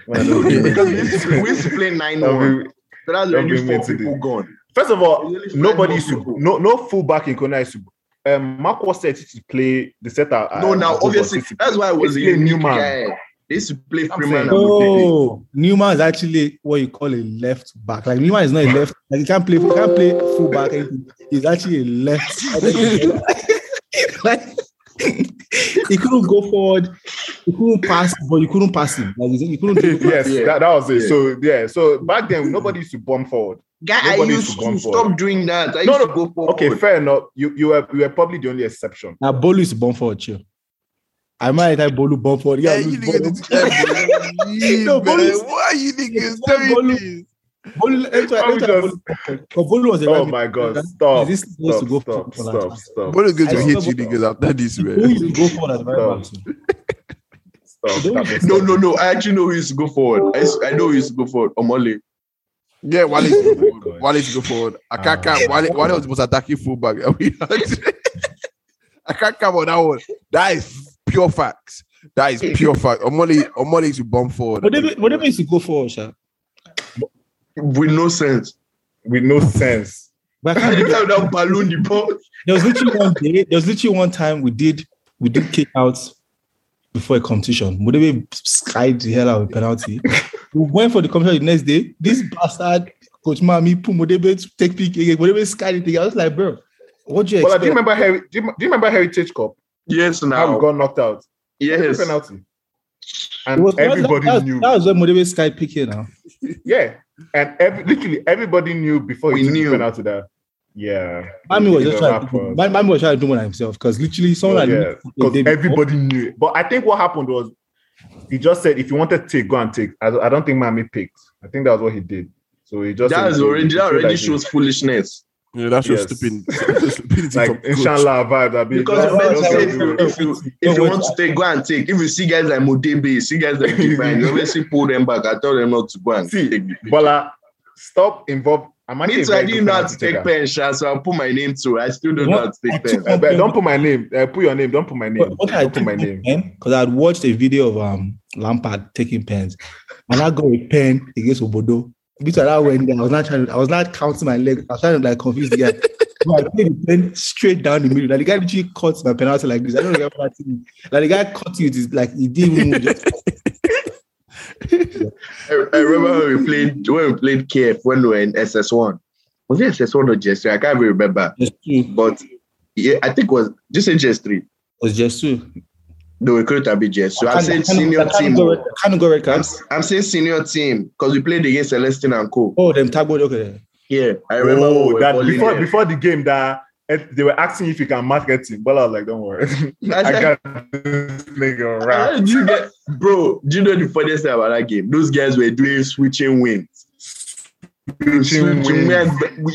Speaker 6: Man, don't bring me into
Speaker 4: Because we used
Speaker 6: this.
Speaker 4: to- we used to play nine
Speaker 6: Don't
Speaker 4: one.
Speaker 6: bring-
Speaker 4: So that's
Speaker 6: don't
Speaker 4: already
Speaker 6: bring me
Speaker 4: four
Speaker 6: into
Speaker 4: people
Speaker 6: this.
Speaker 4: gone.
Speaker 6: First of all,
Speaker 4: Really find
Speaker 6: nobody
Speaker 4: more
Speaker 6: used to,
Speaker 4: people.
Speaker 6: no, no fullback in Kona used to. Um, Mark was set to play the uh, setter.
Speaker 4: No, now obviously that's why I was a
Speaker 6: Let's play
Speaker 4: unique
Speaker 6: Newman.
Speaker 4: guy. They used to play
Speaker 6: I'm
Speaker 4: Freeman and
Speaker 6: saying-
Speaker 4: Mudidi.
Speaker 7: Oh, Newman is actually what you call a left back. Like Newman is not a left. Like he can't play. He can't play full back. He's actually a left. like he couldn't go forward. He couldn't pass, but you couldn't pass him. Like he couldn't. Do
Speaker 6: yes,
Speaker 4: Yeah.
Speaker 6: that, that was it.
Speaker 4: Yeah.
Speaker 6: So yeah, so back then nobody used to bomb forward.
Speaker 4: Guy, I
Speaker 6: Nobody
Speaker 4: used
Speaker 6: should come
Speaker 4: to
Speaker 6: forward.
Speaker 4: stop doing that. I
Speaker 6: No,
Speaker 4: used
Speaker 6: no.
Speaker 4: to go forward.
Speaker 6: Okay, fair enough. You you were you were probably the only exception.
Speaker 7: Now Bolu is born for a chill. I might have Bolu born for
Speaker 5: Yeah,
Speaker 7: yeah.
Speaker 5: you
Speaker 7: lose Bolu.
Speaker 5: niggas yeah,
Speaker 7: No,
Speaker 5: no,
Speaker 7: but it's-
Speaker 5: Why you niggas
Speaker 7: it's not
Speaker 5: doing
Speaker 7: Bolu.
Speaker 5: this?
Speaker 7: Bolu, every time- every time
Speaker 6: I'm
Speaker 7: Bolu- but Bolu was a
Speaker 6: Oh
Speaker 7: right-
Speaker 6: my god,
Speaker 7: Is
Speaker 6: stop.
Speaker 7: this supposed
Speaker 6: Stop,
Speaker 7: to go
Speaker 6: stop,
Speaker 7: for- for
Speaker 6: stop,
Speaker 7: that?
Speaker 6: stop,
Speaker 5: What is going to
Speaker 7: I
Speaker 5: hit
Speaker 7: saw
Speaker 5: you
Speaker 7: Bolu.
Speaker 5: niggas after this,
Speaker 7: Who
Speaker 5: man?
Speaker 7: you go for as right back? too?
Speaker 6: stop.
Speaker 7: Don't-
Speaker 6: Stop.
Speaker 4: No, no, no. I actually know who used to go forward. I, used- I know who used to go forward. Omole.
Speaker 5: Yeah, Wale is
Speaker 6: Oh
Speaker 5: go
Speaker 6: my
Speaker 5: forward.
Speaker 6: God.
Speaker 5: Wale is go forward. Akaka,
Speaker 6: Ah.
Speaker 5: Wale, Wale was the most attacking fullback. I can't come on that one. That is pure facts. That is pure fact. Omoli, Omoli is to bomb forward.
Speaker 7: Whatever, whatever is to go for, sha.
Speaker 4: With no sense.
Speaker 6: With no sense.
Speaker 7: But I can't
Speaker 4: Every time that balloon the ball.
Speaker 7: there was literally one day, there was literally one time we did we did kickouts before a competition. Mudebe skied the hell out of a penalty. we went for the competition the next day. This bastard Coach Mami, Pumodebe take PK, Modebe Sky the thing. I was like, bro, what do you
Speaker 6: But do you
Speaker 7: expect?
Speaker 6: remember Heri- do, you, do you remember Heritage Cup?
Speaker 4: Yes,
Speaker 6: How
Speaker 4: now.
Speaker 6: we got knocked out.
Speaker 4: yes.
Speaker 6: Penalty.
Speaker 7: It
Speaker 6: And
Speaker 7: was- that was-
Speaker 6: everybody
Speaker 7: that was,
Speaker 6: knew.
Speaker 7: That was when Modebe Sky PK now.
Speaker 6: yeah. And every, literally everybody knew before
Speaker 4: We
Speaker 6: he took
Speaker 4: knew.
Speaker 6: the penalty that. Yeah.
Speaker 7: Mami was
Speaker 6: It
Speaker 7: just
Speaker 6: was
Speaker 7: trying. To,
Speaker 6: awkward.
Speaker 7: Mami Mami was trying to do one himself because literally someone had
Speaker 6: yeah,
Speaker 7: the
Speaker 6: because
Speaker 7: day before.
Speaker 6: everybody knew. But I think what happened was he just said if you wanted to take, go and take. I, I don't think Miami picked. I think that's what he did. So he just
Speaker 4: That
Speaker 6: said,
Speaker 4: is
Speaker 6: "Okay,
Speaker 4: already
Speaker 6: we
Speaker 4: that
Speaker 6: should
Speaker 4: already
Speaker 6: like
Speaker 4: shows foolishness.
Speaker 2: Yeah, that's your
Speaker 6: Yes.
Speaker 2: stupid stupidity.
Speaker 6: like
Speaker 2: from coach.
Speaker 6: inshallah vibe that
Speaker 4: Because
Speaker 8: That's
Speaker 4: your
Speaker 8: what
Speaker 4: man
Speaker 8: I
Speaker 4: said
Speaker 8: was
Speaker 4: if you,
Speaker 8: saying.
Speaker 4: if you, if you want to take, go and take. If you see guys like Modebe, see guys like Gibran, you always see pull them back. I tell them not to go and
Speaker 6: See,
Speaker 4: take the pick.
Speaker 6: Bola, stop involve. I'm
Speaker 4: Me too, I didn't know how to take pen, Sha, so I put my name through. I still don't know how to take pen.
Speaker 7: What-
Speaker 6: Eh, But don't put my name. Uh, put your name. Don't put my name.
Speaker 7: But what I
Speaker 6: Don't put
Speaker 7: did
Speaker 6: my name.
Speaker 7: because I'd watched a video of um Lampard taking pens, and I got a pen against Obodo. Because I went there, I was not trying. To, I was not counting my leg. I was trying to like confuse the guy. so I played the pen straight down the middle. Like the guy literally cuts my penalty like this. I don't remember that thing. Like the guy cut you. Just, like he didn't even move. Just,
Speaker 4: I, I remember when we played when we played KF when we were in SS1. Was it SS1 or GS3? I can't even remember.
Speaker 7: just two.
Speaker 4: But yeah, I think it was just say GS3.
Speaker 7: It was just two.
Speaker 4: The recruiter be GS3. I'm saying senior team.
Speaker 7: Can't go red
Speaker 4: I'm,
Speaker 7: cards.
Speaker 4: I'm saying senior team because we played against Celestine and Co.
Speaker 7: Oh, them tagboard. Okay.
Speaker 4: Yeah, I remember. we
Speaker 6: Oh,
Speaker 4: were
Speaker 6: that
Speaker 4: falling
Speaker 6: before
Speaker 4: there.
Speaker 6: before the game that. eh, They were asking if you can market him, but I was like, "Don't worry,
Speaker 4: I
Speaker 6: I
Speaker 4: said-
Speaker 6: got this nigga
Speaker 4: Ah,
Speaker 6: around."
Speaker 4: do you get, bro, do you know the funniest thing about that game? Those guys were doing switching wings.
Speaker 6: Switching wings.
Speaker 4: wings. We,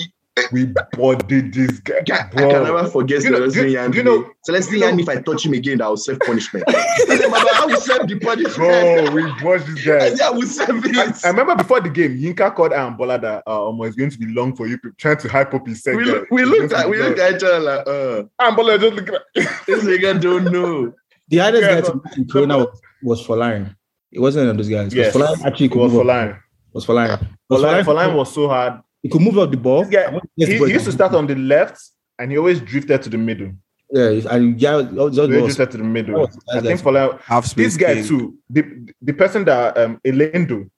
Speaker 6: We bodied this guy.
Speaker 4: I
Speaker 6: bro.
Speaker 4: can never forget
Speaker 6: You know-
Speaker 4: Celestine
Speaker 6: you-
Speaker 4: Yanni.
Speaker 6: you know-
Speaker 4: Celestine
Speaker 6: you know-
Speaker 4: Yanni, if I touch him again, I will serve punishment. I said, Baba, I will serve the punishment.
Speaker 6: Bro, we watched this
Speaker 4: I
Speaker 6: guy.
Speaker 4: said, I will serve it.
Speaker 6: I, I remember before the game, Yinka called Aaron Bola that uh, Omo is going to be long for you, people trying to hype up his set.
Speaker 4: we,
Speaker 6: there.
Speaker 4: look- we
Speaker 6: It's
Speaker 4: looked
Speaker 6: going to
Speaker 4: at
Speaker 6: be
Speaker 4: we looked
Speaker 6: long.
Speaker 4: at each other like, uh,
Speaker 6: Aaron Bola just looking at
Speaker 4: this nigga don't know.
Speaker 7: The hardest guy
Speaker 6: Yeah,
Speaker 7: to beat in Corona was, was Folarin. It wasn't on those guys.
Speaker 6: Yes.
Speaker 7: Yes. Folarin actually
Speaker 6: It
Speaker 7: could
Speaker 6: was
Speaker 7: move up-
Speaker 6: Folarin.
Speaker 7: was Folarin. Was
Speaker 6: Folarin.
Speaker 7: Folarin-
Speaker 6: Folarin was so hard.
Speaker 7: He could move up the ball.
Speaker 6: This guy-
Speaker 7: And when he
Speaker 6: He,
Speaker 7: gets the ball,
Speaker 6: he used to start on the left, and he always drifted to the middle.
Speaker 7: Yeah, and yeah, that was- that
Speaker 6: He always
Speaker 7: was-
Speaker 6: drifted to the middle.
Speaker 7: Yes,
Speaker 6: I think
Speaker 7: yes.
Speaker 6: Folarin.
Speaker 5: Half
Speaker 6: This
Speaker 5: space
Speaker 6: guy
Speaker 5: king.
Speaker 6: too. The the person that um Elendo,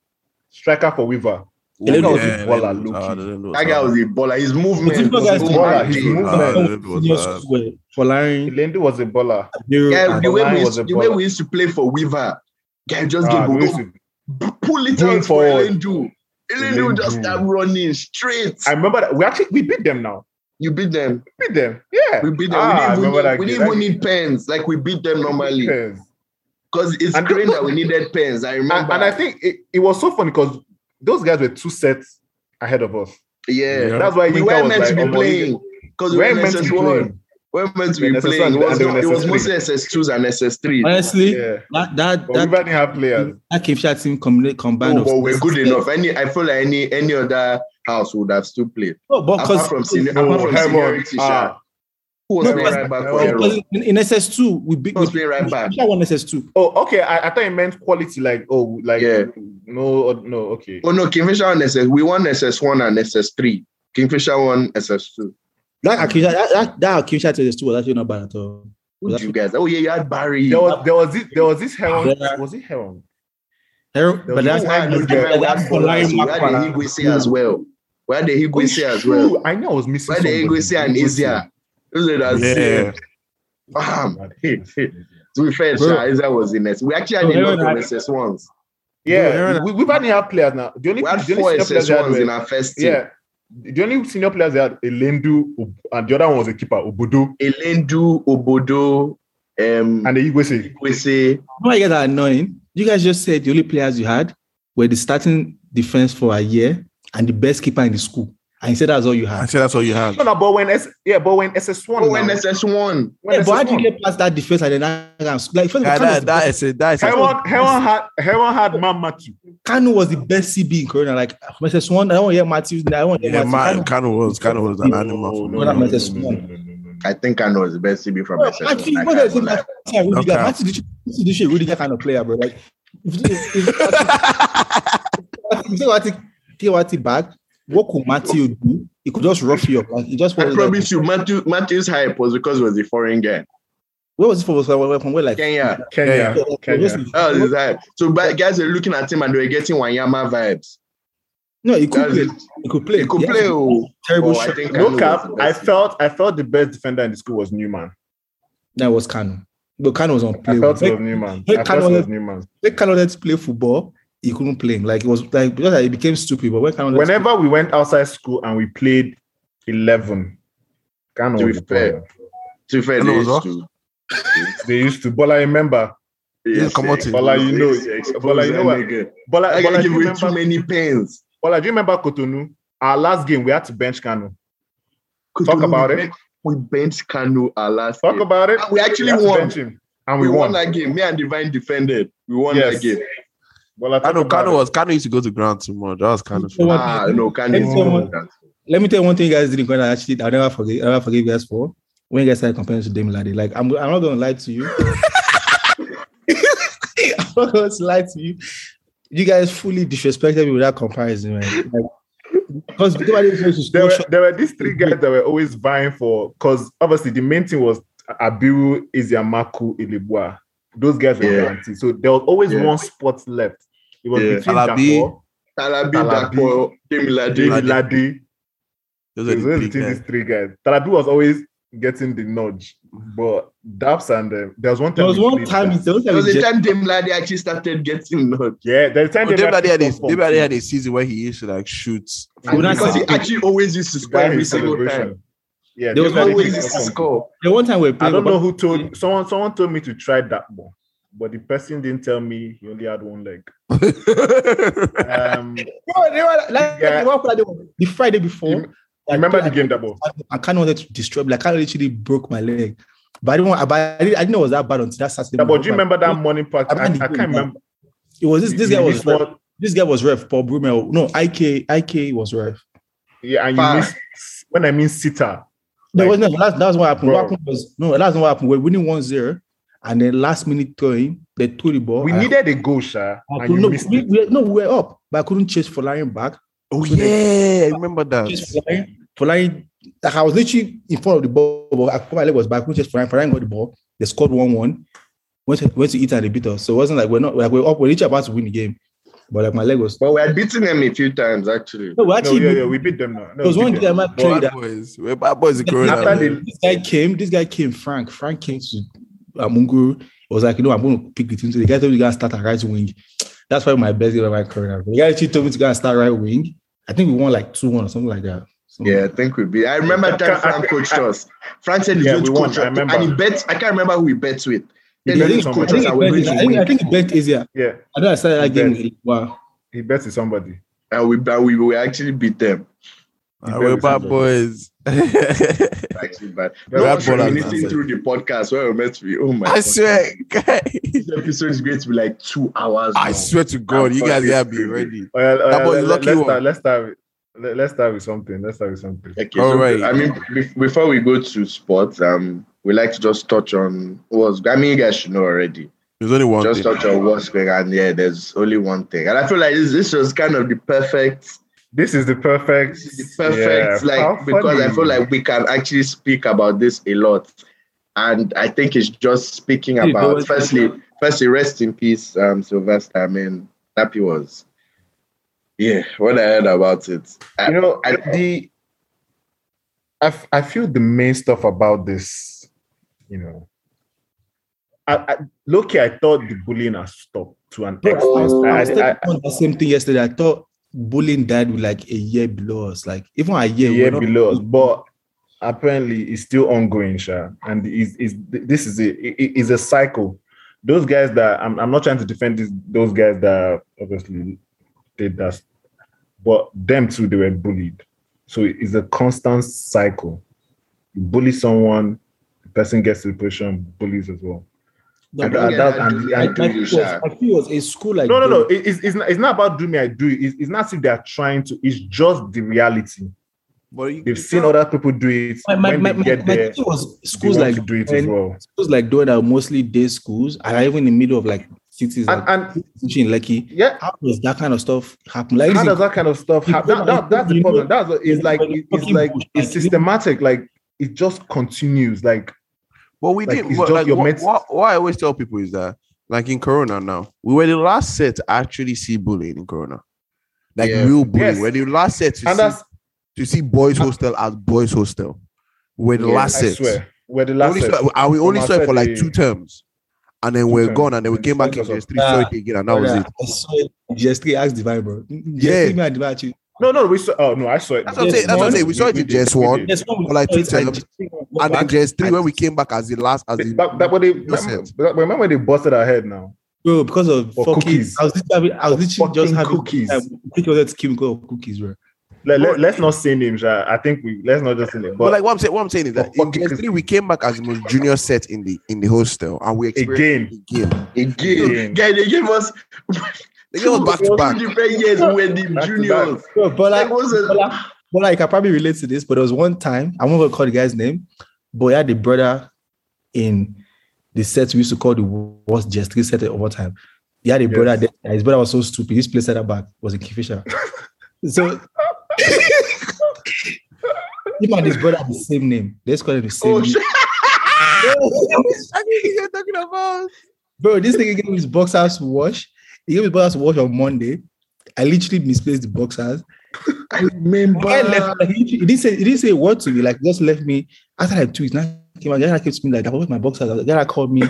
Speaker 6: striker for Weaver.
Speaker 5: Yeah,
Speaker 6: Elendo was
Speaker 5: yeah,
Speaker 6: a baller,
Speaker 5: Elendo-
Speaker 6: low-key.
Speaker 5: ah, Elendo was
Speaker 4: That guy
Speaker 5: hard.
Speaker 4: was a baller. His movement.
Speaker 7: But you know
Speaker 4: was
Speaker 7: guys-
Speaker 4: so
Speaker 6: Baller, his
Speaker 4: bad.
Speaker 6: movement.
Speaker 5: Ah,
Speaker 7: that was
Speaker 5: Elendo was
Speaker 7: senior
Speaker 5: hard.
Speaker 7: schools were Folarin,
Speaker 6: Elendo was a baller.
Speaker 7: Adebayo,
Speaker 4: Guy,
Speaker 7: and-
Speaker 4: the way we
Speaker 6: Adebayo was
Speaker 4: used,
Speaker 6: a
Speaker 4: the way
Speaker 6: baller.
Speaker 4: we used to play for Weaver, guy just
Speaker 6: Ah,
Speaker 4: get
Speaker 6: we
Speaker 4: ball,
Speaker 6: used to-
Speaker 4: pull it
Speaker 6: Going
Speaker 4: out for
Speaker 6: forward.
Speaker 4: Elendu. Elendu just
Speaker 6: Elendu.
Speaker 4: start running straight.
Speaker 6: I remember that we actually we beat them now.
Speaker 4: you beat them.
Speaker 6: We beat them. Yeah.
Speaker 4: We beat them.
Speaker 6: Ah, I
Speaker 4: we didn't,
Speaker 6: remember
Speaker 4: even
Speaker 6: that
Speaker 4: need, we
Speaker 6: game.
Speaker 4: didn't even
Speaker 6: That-
Speaker 4: need pens. Like we beat them normally.
Speaker 6: Yes.
Speaker 4: Because it's
Speaker 6: And-
Speaker 4: crazy that we needed pens. I
Speaker 6: And,
Speaker 4: remember.
Speaker 6: and I think it, it was so funny because those guys were two sets ahead of us.
Speaker 4: yeah.
Speaker 2: Yeah.
Speaker 6: That's why
Speaker 4: We
Speaker 6: Yinka
Speaker 4: were
Speaker 6: was
Speaker 4: meant
Speaker 6: like,
Speaker 4: to be
Speaker 6: "Omo,
Speaker 4: playing. Because we
Speaker 6: We
Speaker 4: were
Speaker 6: were
Speaker 4: in
Speaker 6: meant to be
Speaker 4: SS1.
Speaker 6: playing.
Speaker 4: We were meant to
Speaker 6: We
Speaker 4: be
Speaker 6: were SS1
Speaker 4: playing. It was,
Speaker 6: and they were
Speaker 4: not, it was
Speaker 6: SS3.
Speaker 4: mostly SS2s and SS3.
Speaker 7: honestly,
Speaker 6: Yeah.
Speaker 7: that that
Speaker 6: But
Speaker 7: that,
Speaker 6: Weaver didn't have players.
Speaker 7: that Kipsha team combined combined
Speaker 4: Oh,
Speaker 7: of
Speaker 4: but we're good enough. Any, I feel like any any other house would have still played.
Speaker 7: No, but
Speaker 4: Apart
Speaker 7: because
Speaker 4: from senior,
Speaker 6: No,
Speaker 4: apart from
Speaker 6: Hemon,
Speaker 4: seniority, Sha.
Speaker 6: ah.
Speaker 4: who was
Speaker 7: No,
Speaker 4: playing
Speaker 7: because-
Speaker 4: right back for
Speaker 6: Hemon.
Speaker 4: Euro?
Speaker 7: because in, in SS2 we beat
Speaker 4: Who was playing right back?
Speaker 7: Kipsha won SS2.
Speaker 6: Oh, okay. I, I thought it meant quality, like oh, like
Speaker 4: Yeah.
Speaker 6: no, no, okay.
Speaker 4: Oh no, Kingfisher and SS. We won SS1 and SS3. Kingfisher won SS2.
Speaker 7: That Akimsha that that, that Akimsha to SS2 was actually not bad at all.
Speaker 4: Who do you guys? Oh yeah, you had Barry.
Speaker 6: There was there was this there was this Heron.
Speaker 7: Yeah.
Speaker 6: Was it Heron?
Speaker 7: Hero-
Speaker 6: There
Speaker 7: But
Speaker 6: was
Speaker 7: that's
Speaker 6: no one
Speaker 4: We
Speaker 6: who
Speaker 4: had
Speaker 7: that's
Speaker 6: did
Speaker 4: the
Speaker 6: that.
Speaker 7: Folarin Makwala.
Speaker 4: Higuese as well. We had the Higuese
Speaker 6: Oh,
Speaker 4: as well.
Speaker 6: shoot, I know I was
Speaker 4: We
Speaker 6: missing.
Speaker 4: had the
Speaker 6: somebody.
Speaker 4: Higuese and Izia. Those are the
Speaker 5: Yeah.
Speaker 4: Bam. To be fair,
Speaker 7: Bro.
Speaker 4: Sha, Izia was in it. We actually had
Speaker 7: Bro,
Speaker 4: a lot
Speaker 7: Aaron
Speaker 4: of SS1s.
Speaker 6: Yeah, we, we've had new players now. The only,
Speaker 4: We had
Speaker 6: the
Speaker 4: four
Speaker 6: only senior players they had
Speaker 4: SS1s in
Speaker 6: were-
Speaker 4: our first team.
Speaker 6: yeah, the only senior players they had Elendu, Ob- and the other one was a keeper, Obodo,
Speaker 4: Elendu, Obodo, um,
Speaker 6: and the Igwese.
Speaker 4: Higuese.
Speaker 7: You know why you guys are annoying? You guys just said the only players you had were the starting defense for a year and the best keeper in the school. And you said that's all you
Speaker 5: I
Speaker 7: had.
Speaker 5: said that's all you had.
Speaker 6: No, no, but when S, yeah, but when SS one,
Speaker 4: Oh, when SS1.
Speaker 7: Yeah, but how do you get past that defense and then that that- like first of all,
Speaker 5: Yeah,
Speaker 7: Kanu, was
Speaker 5: that, that
Speaker 7: the best,
Speaker 5: is it. That is it.
Speaker 6: Heron, Heron had Heron had Mamatu.
Speaker 7: Kanu was the best CB in Corona. Like Mrs. Swan, I don't hear Matthews, I don't hear
Speaker 5: Yeah, man,
Speaker 7: Matthews.
Speaker 5: Kano was Kano was an
Speaker 6: Oh,
Speaker 5: animal. for me.
Speaker 7: no, no, no.
Speaker 4: I think I know it's best CB from
Speaker 7: Bro,
Speaker 4: SS1.
Speaker 7: Matthews,
Speaker 4: I
Speaker 7: what
Speaker 4: can't
Speaker 7: is it?
Speaker 4: lie.
Speaker 7: Matthews, Rudiger.
Speaker 5: Okay.
Speaker 7: Matthews, literally- Matthews, literally Rudiger kind of player, bro. Like, if, if, if, if you take Wati- take Wati back, what could Matthew do? He could just rough you up. Like, he just
Speaker 4: I
Speaker 7: was like-
Speaker 4: promise you, Matthew, Matthew's hype was because he was a foreign guy.
Speaker 7: Where was it from? Was from where? From where like
Speaker 4: Kenya. Oh,
Speaker 6: Kenya,
Speaker 7: Yeah, yeah,
Speaker 6: Kenya.
Speaker 7: obviously.
Speaker 4: That was his hype. So but guys were looking at him and they were getting Wanyama vibes.
Speaker 7: No, he could
Speaker 4: That's
Speaker 7: play.
Speaker 4: it.
Speaker 7: He could play.
Speaker 4: He could
Speaker 7: He has
Speaker 4: play,
Speaker 7: a
Speaker 4: oh.
Speaker 7: Terrible
Speaker 4: But I
Speaker 7: shot.
Speaker 4: think
Speaker 6: No
Speaker 4: Kanu
Speaker 6: cap.
Speaker 4: was the
Speaker 6: I
Speaker 4: best.
Speaker 6: felt I felt the best defender in the school was Newman.
Speaker 7: That was Kano. But Kano was on play.
Speaker 6: I felt it was
Speaker 7: When
Speaker 6: Newman.
Speaker 7: Hey,
Speaker 6: I
Speaker 7: Kanu
Speaker 6: felt it was
Speaker 7: was-
Speaker 6: Newman.
Speaker 7: when Kano let play football, he couldn't play. Like it was like because he became stupid. But when Kano let play-
Speaker 6: Whenever we went outside school and we played eleven, Kano
Speaker 4: To be
Speaker 6: was
Speaker 4: fair. To be fair,
Speaker 5: Kanu
Speaker 4: they
Speaker 5: was
Speaker 4: used
Speaker 5: what?
Speaker 4: to.
Speaker 6: They used to. Bola, remember?
Speaker 4: Yes, eh.
Speaker 5: come
Speaker 4: they
Speaker 5: out to-
Speaker 6: Bola, you know- eh,
Speaker 4: exposed- they exposed
Speaker 6: Bola, you know
Speaker 4: that
Speaker 6: what?
Speaker 4: nigga.
Speaker 6: Bola,
Speaker 4: That guy
Speaker 6: Bola, do
Speaker 4: give
Speaker 6: you
Speaker 4: away
Speaker 6: remember?
Speaker 4: too many pens.
Speaker 6: Bola, do you remember Kotonu? Our last game, we had to bench Kano.
Speaker 4: Could you
Speaker 6: about
Speaker 4: know we
Speaker 6: it.
Speaker 4: ben- We benched Kanu our last
Speaker 6: Talk
Speaker 4: game.
Speaker 6: about it.
Speaker 4: And Ah, we actually
Speaker 6: had to
Speaker 4: won.
Speaker 6: bench him. and
Speaker 4: we
Speaker 6: we,
Speaker 4: won.
Speaker 6: won.
Speaker 4: that game. Me and Divine defended. We won
Speaker 6: Yes.
Speaker 4: that game.
Speaker 6: Bola, talk
Speaker 5: Kano,
Speaker 6: about
Speaker 5: Kano
Speaker 6: it.
Speaker 5: was Kano used to go to ground too much. That was Kano.
Speaker 7: You know what?
Speaker 4: Ah, no, Kanu.
Speaker 7: Let me
Speaker 4: is
Speaker 7: tell you
Speaker 4: good.
Speaker 7: one-
Speaker 4: That's-
Speaker 7: let me tell you one thing you guys didn't quite actually I'll never forget. I'll never forgive you guys for when you guys started comparing to Dame Laddie. Like I'm I'm not gonna lie to you. I'm not gonna lie to you. You guys fully disrespected me with that comparison, man. Like, because Dame Laddie was just
Speaker 6: There
Speaker 7: no
Speaker 6: were,
Speaker 7: shot.
Speaker 6: there were these three guys that were always vying for because obviously the main thing was Abiru, Iziamaku, Ilibwa. Those guys were
Speaker 4: Yeah.
Speaker 6: guaranteed. So there was always
Speaker 4: Yeah.
Speaker 6: one spot left. It was
Speaker 4: Yeah.
Speaker 6: between
Speaker 5: Alabi.
Speaker 6: Dapo,
Speaker 4: Talabi,
Speaker 6: Talabi.
Speaker 4: Dapo, Demilade.
Speaker 6: David Ladi.
Speaker 5: Those
Speaker 6: It
Speaker 5: are
Speaker 6: was
Speaker 5: the
Speaker 6: always
Speaker 5: big
Speaker 6: between
Speaker 5: guys.
Speaker 6: these three guys. Talabi was always getting the nudge, but Daps and uh, there was one time.
Speaker 7: There was
Speaker 6: we
Speaker 7: one
Speaker 6: played
Speaker 7: time
Speaker 6: Daps.
Speaker 7: there was
Speaker 4: There was
Speaker 7: a
Speaker 4: a
Speaker 7: time
Speaker 4: time Demilade actually started getting nut.
Speaker 6: Yeah, there's a time
Speaker 5: But
Speaker 6: they
Speaker 5: Dave
Speaker 6: got
Speaker 5: Daddy Oh, had a
Speaker 6: kicked off
Speaker 5: Dave
Speaker 6: from
Speaker 5: Daddy had a season where he used to like shoot.
Speaker 7: would not
Speaker 4: Because
Speaker 7: say-
Speaker 4: he actually always used to
Speaker 6: the
Speaker 4: score
Speaker 6: guy
Speaker 4: every
Speaker 6: in
Speaker 4: single
Speaker 6: celebration.
Speaker 4: time.
Speaker 6: Yeah,
Speaker 7: There
Speaker 6: they
Speaker 7: was
Speaker 6: got
Speaker 4: Always
Speaker 6: kicked
Speaker 4: used
Speaker 6: off
Speaker 4: to
Speaker 6: from-
Speaker 4: score.
Speaker 7: there was one time we were
Speaker 6: I
Speaker 7: playing
Speaker 6: don't know
Speaker 7: Oba-
Speaker 6: who told someone. Someone told me to try that ball, but the person didn't tell me he only had one leg. Um,
Speaker 7: No, they were like,
Speaker 6: Yeah.
Speaker 7: the, one Friday, the Friday before.
Speaker 6: You- remember the game that ball?
Speaker 7: I kind of wanted to disturb. Like I literally broke my leg, but I didn't want. But I didn't, I didn't know it was that bad until that Saturday.
Speaker 6: That ball. Do you
Speaker 7: My-
Speaker 6: remember that morning part?
Speaker 7: I
Speaker 6: I, I
Speaker 7: remember the
Speaker 6: can't
Speaker 7: game, yeah.
Speaker 6: remember.
Speaker 7: It was this. This guy
Speaker 6: You
Speaker 7: was
Speaker 6: missed
Speaker 7: ref.
Speaker 6: one-
Speaker 7: This guy was ref. Paul Brumel. No, IK. IK was ref.
Speaker 6: Yeah, and you
Speaker 4: Far.
Speaker 6: missed when I mean sitter.
Speaker 7: No,
Speaker 6: Like,
Speaker 7: no. That's that's what happened. What
Speaker 6: bro.
Speaker 7: happened was no. That's not what happened. We're winning 1-0, and then last minute throwing, they threw the ball.
Speaker 6: We
Speaker 7: I-
Speaker 6: needed a goal, Sha,
Speaker 7: I
Speaker 6: and
Speaker 7: couldn't-
Speaker 6: you
Speaker 7: no,
Speaker 6: missed
Speaker 7: we,
Speaker 6: it.
Speaker 7: we- no, we were up, but I couldn't chase for lying back.
Speaker 5: oh yeah, I remember
Speaker 7: Chase
Speaker 5: that.
Speaker 7: for lying, for lying. Like I was literally in front of the ball, but I, my leg was back. I couldn't chase for lying. For lying got the ball. They scored one one. Went to, went to eat and they beat us. So it wasn't like we're not like we're up. We're literally about to win the game, but like my leg was.
Speaker 4: But we had beaten them a few times, actually.
Speaker 7: No, we
Speaker 6: No,
Speaker 7: actually.
Speaker 6: yeah,
Speaker 7: beat-
Speaker 6: yeah, we beat them now. No,
Speaker 7: There was
Speaker 6: we
Speaker 7: one
Speaker 6: beat
Speaker 7: day I
Speaker 6: them.
Speaker 7: might play
Speaker 5: Bad
Speaker 7: that.
Speaker 5: boys, we're bad boys in
Speaker 7: After
Speaker 5: Corona.
Speaker 6: the-
Speaker 5: man.
Speaker 7: this guy came, this guy came, Frank. Frank came to Amungu. It was like, you know, I'm going to pick the team. So the guy told me to go and start at right wing. That's probably my best game of my career. The guy actually told me to go and start right wing. I think we won like 2 1 or something like that. So-
Speaker 4: Yeah, I think we beat. I remember that time Frank coached us. Frank said he's
Speaker 6: Yeah,
Speaker 4: going to
Speaker 6: we won,
Speaker 4: coach
Speaker 6: I
Speaker 4: us.
Speaker 6: remember.
Speaker 4: And he bet, I can't remember who he bets with. Then
Speaker 6: bet
Speaker 4: he's
Speaker 6: someone.
Speaker 4: going to coach us and
Speaker 7: I think, I
Speaker 4: we're going
Speaker 7: think, I
Speaker 4: to
Speaker 7: think, I
Speaker 4: win.
Speaker 7: think he bet easier.
Speaker 6: Yeah,
Speaker 7: I know I started that
Speaker 6: He
Speaker 7: game. with- Wow.
Speaker 6: he bet somebody.
Speaker 4: And we, but we, we actually beat them.
Speaker 5: Ah, We're bad boys.
Speaker 4: Actually, but
Speaker 6: That
Speaker 4: no one's
Speaker 5: ball has
Speaker 4: reminiscing
Speaker 5: answered.
Speaker 4: through the podcast where we're meant to be. Oh my
Speaker 5: I
Speaker 4: God.
Speaker 5: swear, guy.
Speaker 4: This episode is going to be like two hours.
Speaker 5: I
Speaker 4: long.
Speaker 5: swear to God, you guys gotta be ready.
Speaker 6: Well, uh,
Speaker 5: That boy
Speaker 6: let-
Speaker 5: is
Speaker 6: let-
Speaker 5: lucky
Speaker 6: let's,
Speaker 5: one.
Speaker 6: start, let's start. with- let- Let's start with something. Let's start with something.
Speaker 4: Okay,
Speaker 5: All
Speaker 4: so,
Speaker 5: right.
Speaker 4: I mean, be- before we go to sports, um, we like to just touch on what's. I mean, you guys should know already.
Speaker 5: There's only one
Speaker 4: just
Speaker 5: thing.
Speaker 4: touch on what's going on. Yeah, there's only one thing, and I feel like this, this was kind of the perfect,
Speaker 6: This is the perfect.
Speaker 4: the perfect,
Speaker 6: yeah, how
Speaker 4: like because I
Speaker 6: funny.
Speaker 4: feel like we can actually speak about this a lot, and I think it's just speaking
Speaker 7: Hey, there
Speaker 4: about.
Speaker 7: was-
Speaker 4: Firstly, firstly, rest in peace, um, Sylvester. I mean, happy was. Yeah, when I heard about it, I,
Speaker 6: you know
Speaker 4: I-
Speaker 6: the I, f- I feel the main stuff about this you know I, I Loki I thought the bullying has stopped to an
Speaker 7: Bro,
Speaker 6: extent
Speaker 7: I was, I was
Speaker 6: I- I-
Speaker 7: telling someone the same thing yesterday. I thought bullying died with like a year below us. Like, even a year,
Speaker 6: yeah,
Speaker 7: we're not-
Speaker 6: below us, but apparently it's still ongoing, Sha. And is is this is it? It- It's a cycle. Those guys that I'm, I'm not trying to defend these those guys that obviously did that, but them too they were bullied. So it's a constant cycle. You bully someone, the person gets to the position, bullies as well.
Speaker 7: No,
Speaker 6: And
Speaker 7: but
Speaker 6: that-
Speaker 4: Yeah,
Speaker 6: that-
Speaker 4: I
Speaker 6: and-
Speaker 4: do- I
Speaker 7: uh, I, I,
Speaker 6: and-
Speaker 4: do
Speaker 7: think it
Speaker 4: you,
Speaker 7: was,
Speaker 4: Sha.
Speaker 7: I think it was a school like
Speaker 6: no, no, no. It- it's, it's, not, it's not about do me, I do it. It's, it's not as if they are trying to. It's just the reality.
Speaker 5: But you-
Speaker 6: They've seen other people do it.
Speaker 7: my my,
Speaker 6: when
Speaker 7: my,
Speaker 6: they
Speaker 7: my,
Speaker 6: get
Speaker 7: my
Speaker 6: there,
Speaker 7: teacher was
Speaker 6: they
Speaker 7: schools
Speaker 6: want
Speaker 7: like
Speaker 6: to do it as
Speaker 7: Duren-
Speaker 6: well.
Speaker 7: schools like Duren are mostly day schools and are even in the middle of like cities
Speaker 6: And,
Speaker 7: like
Speaker 6: and
Speaker 7: teaching Lekki.
Speaker 6: yeah,
Speaker 7: How does that kind of stuff happen? Like
Speaker 6: how
Speaker 7: it's
Speaker 6: does that kind of stuff
Speaker 7: you
Speaker 6: happen? That,
Speaker 7: know,
Speaker 6: that, that's the
Speaker 7: you know,
Speaker 6: problem. That's it's like it- it's
Speaker 7: fucking
Speaker 6: like
Speaker 7: bush,
Speaker 6: it's
Speaker 7: like, you-
Speaker 6: systematic. Like it just continues. Like
Speaker 5: But we
Speaker 6: Like,
Speaker 5: didn't.
Speaker 6: it's
Speaker 5: But
Speaker 6: just
Speaker 5: like,
Speaker 6: your
Speaker 5: what,
Speaker 6: meds-
Speaker 5: what, what I always tell people is that, like in Corona now, we were the last set to actually see bullying in Corona. Like
Speaker 4: Yeah.
Speaker 5: real bullying.
Speaker 6: Yes.
Speaker 5: When the last set to
Speaker 6: And
Speaker 5: see,
Speaker 6: that's
Speaker 5: to see boys hostel as boys hostel. When the
Speaker 4: Yeah,
Speaker 5: last
Speaker 6: I
Speaker 5: set.
Speaker 6: swear. We're the
Speaker 5: We
Speaker 6: last
Speaker 5: only
Speaker 6: set.
Speaker 5: saw, and we only
Speaker 6: Last
Speaker 5: saw it
Speaker 6: set
Speaker 5: for like
Speaker 6: they-
Speaker 5: two terms. And then
Speaker 6: Two
Speaker 5: we're
Speaker 6: terms.
Speaker 5: gone. And then we
Speaker 6: And
Speaker 5: came back in
Speaker 6: disposed of.
Speaker 5: just three, saw it again, and that was it.
Speaker 7: I saw it. Just three asked the Bible.
Speaker 5: Yeah.
Speaker 7: Just three and Divine.
Speaker 6: No, no, we saw. Oh no, I saw it.
Speaker 5: That's what I'm saying. That's what I'm saying. We saw it in
Speaker 6: did,
Speaker 5: GS
Speaker 6: we
Speaker 5: one.
Speaker 6: did.
Speaker 7: Yes,
Speaker 5: For like two times. And then there's three when we came back as the last, as the
Speaker 6: That, that when they
Speaker 5: That's it.
Speaker 6: remember, remember when they busted our head now.
Speaker 7: Bro, because of
Speaker 6: Or
Speaker 7: fucking,
Speaker 6: cookies.
Speaker 7: I was literally, I was literally just
Speaker 6: fucking
Speaker 7: having um,
Speaker 6: cookies.
Speaker 7: I think I was at Kim because of cookies, bro.
Speaker 6: Let, let, us not say names. I, I think we let's not just say names.
Speaker 5: But,
Speaker 6: But,
Speaker 5: like what I'm saying, what I'm saying is that in
Speaker 6: Fucking
Speaker 5: Gen three we came back as the most junior set in the in the hostel, and we experienced again. again.
Speaker 4: Again, guys, they gave us
Speaker 5: They gave us back to back.
Speaker 4: different years when we were the
Speaker 6: Back to
Speaker 4: juniors.
Speaker 7: Bro, but
Speaker 4: Like,
Speaker 7: like,
Speaker 4: what was it?
Speaker 7: but like, but like, I can probably relate to this. But there was one time I'm not gonna call the guy's name, but I had a brother in the set we used to call the worst just three set of all time. He had a brother there. and His brother was so stupid. His place at the back was a kingfisher. so him and his brother had the same name. Let's call it the same.
Speaker 4: Oh,
Speaker 7: name.
Speaker 4: shit.
Speaker 7: Bro, this nigga gave his boxers wash. He gave his boxers wash on Monday. I literally misplaced the boxers.
Speaker 4: I remember.
Speaker 7: The guy left, like, he, literally- he didn't say he didn't say a word to me. Like just left me after like two weeks. Now he came out. The guy came to me like, "I was my boxers." The guy called me.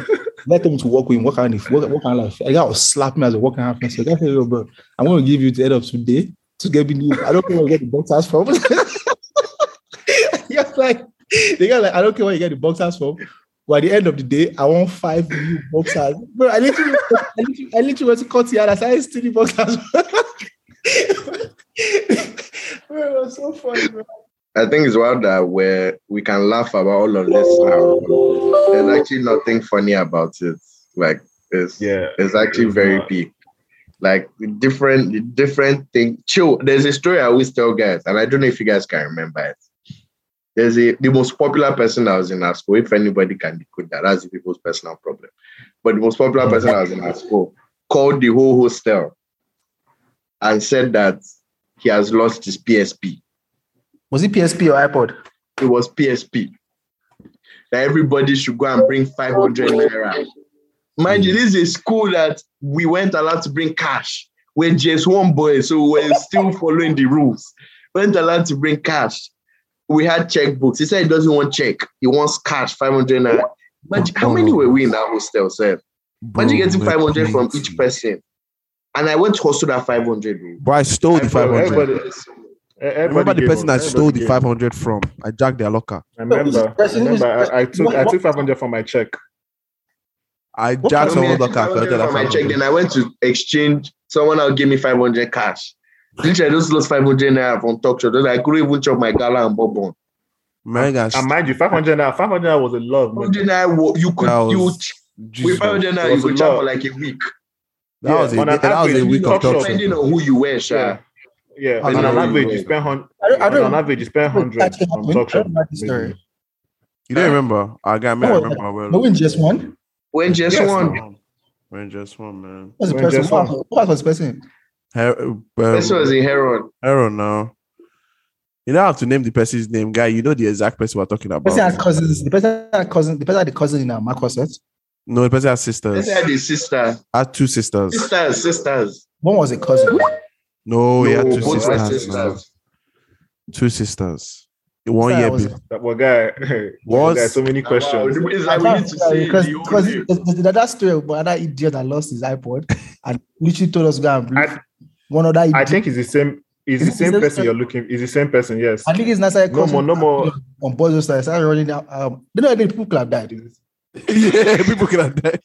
Speaker 7: Let them to walk with him. Walk out. in the- Walk, walk out. Like, the guy was slapping me as a walking half. So the guy said, "Yo, bro, I'm gonna give you the head up today to get me new. I don't care where you get the boxers from." he was like, the guy like, "I don't care where you get the boxers from." But at the end of the day, I want five new boxers. Bro, I literally, I literally, I literally went to cut yard. I started stealing boxers. bro, it was so funny, bro.
Speaker 4: I think it's wild that where we can laugh about all of this now. but There's actually nothing funny about it. Like it's
Speaker 6: yeah,
Speaker 4: it's actually very big. Like different different thing. Chill. There's a story I always tell guys, and I don't know if you guys can remember it. There's a the most popular person I was in our school. If anybody can decode that, that's the people's personal problem. But the most popular person I was in our school called the whole hostel and said that he has lost his PSP.
Speaker 8: Was it PSP or iPod?
Speaker 4: it was PSP. That everybody should go and bring 500 naira. Mind you, this is a school that we weren't allowed to bring cash. We're just one boy, so we're still following the rules. Weren't allowed to bring cash. We had checkbooks. He said he doesn't want check. He wants cash, 500 naira. Imagine, how many were we in that hostel, sir? Imagine getting 500 from each person. And I went to hostel at 500. bro.
Speaker 5: Bro, I stole the five
Speaker 6: Everybody-
Speaker 5: hundred.
Speaker 6: everybody-
Speaker 5: Remember
Speaker 6: everybody
Speaker 5: the
Speaker 6: gave
Speaker 5: person I
Speaker 6: up.
Speaker 5: stole the
Speaker 6: Everybody
Speaker 5: five hundred from? I jacked their locker.
Speaker 6: gave up. I
Speaker 8: Person who's-
Speaker 6: remember. remember I, I took I took five hundred for my check.
Speaker 5: I
Speaker 4: I
Speaker 5: jacked someone's locker. I collected that
Speaker 4: from my
Speaker 5: 500.
Speaker 4: check, then I went to exchange. Someone else gave me 500 cash. Literally, I just lost 500 naira from talk show. Then I couldn't even chop my gala and bourbon.
Speaker 5: Man, guys,
Speaker 6: And mind you, five hundred now. Five hundred was a lot. of money.
Speaker 4: 500 naira, wa- you could,
Speaker 5: That was-
Speaker 4: you, ch-
Speaker 5: Jesus.
Speaker 4: with 500
Speaker 5: that
Speaker 6: It
Speaker 4: naira, you
Speaker 6: was
Speaker 4: could
Speaker 6: a
Speaker 4: chop
Speaker 6: lot.
Speaker 4: for like a week.
Speaker 6: Yeah,
Speaker 5: was a
Speaker 6: on an
Speaker 5: that was a
Speaker 6: average,
Speaker 5: week of
Speaker 6: talk shop.
Speaker 5: talk show.
Speaker 4: Depending on who you were, sha.
Speaker 6: Yeah. Yeah,
Speaker 5: I
Speaker 6: and on
Speaker 5: don't
Speaker 6: an
Speaker 5: know.
Speaker 6: average, you spend hun-
Speaker 8: I don't, I
Speaker 6: on
Speaker 8: don't
Speaker 6: an average, you spend
Speaker 8: That
Speaker 6: hundred on
Speaker 8: happened.
Speaker 6: talk
Speaker 8: I
Speaker 6: shop.
Speaker 8: don't know this story.
Speaker 6: maybe.
Speaker 5: You don't remember? I got me. I
Speaker 8: No,
Speaker 5: remember well.
Speaker 8: No, in just one.
Speaker 4: When just
Speaker 6: Yes,
Speaker 4: one.
Speaker 5: Man, just one man.
Speaker 8: Who was the
Speaker 6: When
Speaker 8: person?
Speaker 6: just
Speaker 8: Who
Speaker 6: one.
Speaker 8: was- who was the person?
Speaker 5: Her, um,
Speaker 4: This was in Heron.
Speaker 5: I don't know. You don't have to name the person's name, guy. You know the exact person we're talking
Speaker 8: The person had
Speaker 5: about.
Speaker 8: cousins. The person had cousins. The person had the cousin in our Marcos set.
Speaker 5: No, the person has sisters.
Speaker 4: This had his sister.
Speaker 5: I had two sisters.
Speaker 4: Sisters, sisters.
Speaker 8: One was a cousin.
Speaker 5: No, he had
Speaker 4: No,
Speaker 5: two
Speaker 4: both were
Speaker 5: sisters. man.
Speaker 4: sisters.
Speaker 5: Two sisters. One
Speaker 8: Sister
Speaker 5: year.
Speaker 8: was-
Speaker 5: be-
Speaker 6: That one guy.
Speaker 5: Was-
Speaker 6: There's so many
Speaker 4: Oh, Wow,
Speaker 6: questions.
Speaker 4: it's like we need to see
Speaker 8: because
Speaker 4: the whole
Speaker 8: because
Speaker 4: name.
Speaker 8: there's- there's that story about that idiot that lost his iPod and literally told us to go and bring
Speaker 6: I-
Speaker 8: one other idiot.
Speaker 6: I think it's the same. It's
Speaker 8: Is
Speaker 6: the
Speaker 8: it-
Speaker 6: same
Speaker 8: is it-
Speaker 6: person you're looking. It's the same person. Yes.
Speaker 8: I think it's Nasa.
Speaker 6: No more. No more.
Speaker 8: On boys who started started running down. Um, they know that people could have died.
Speaker 5: yeah, people can die.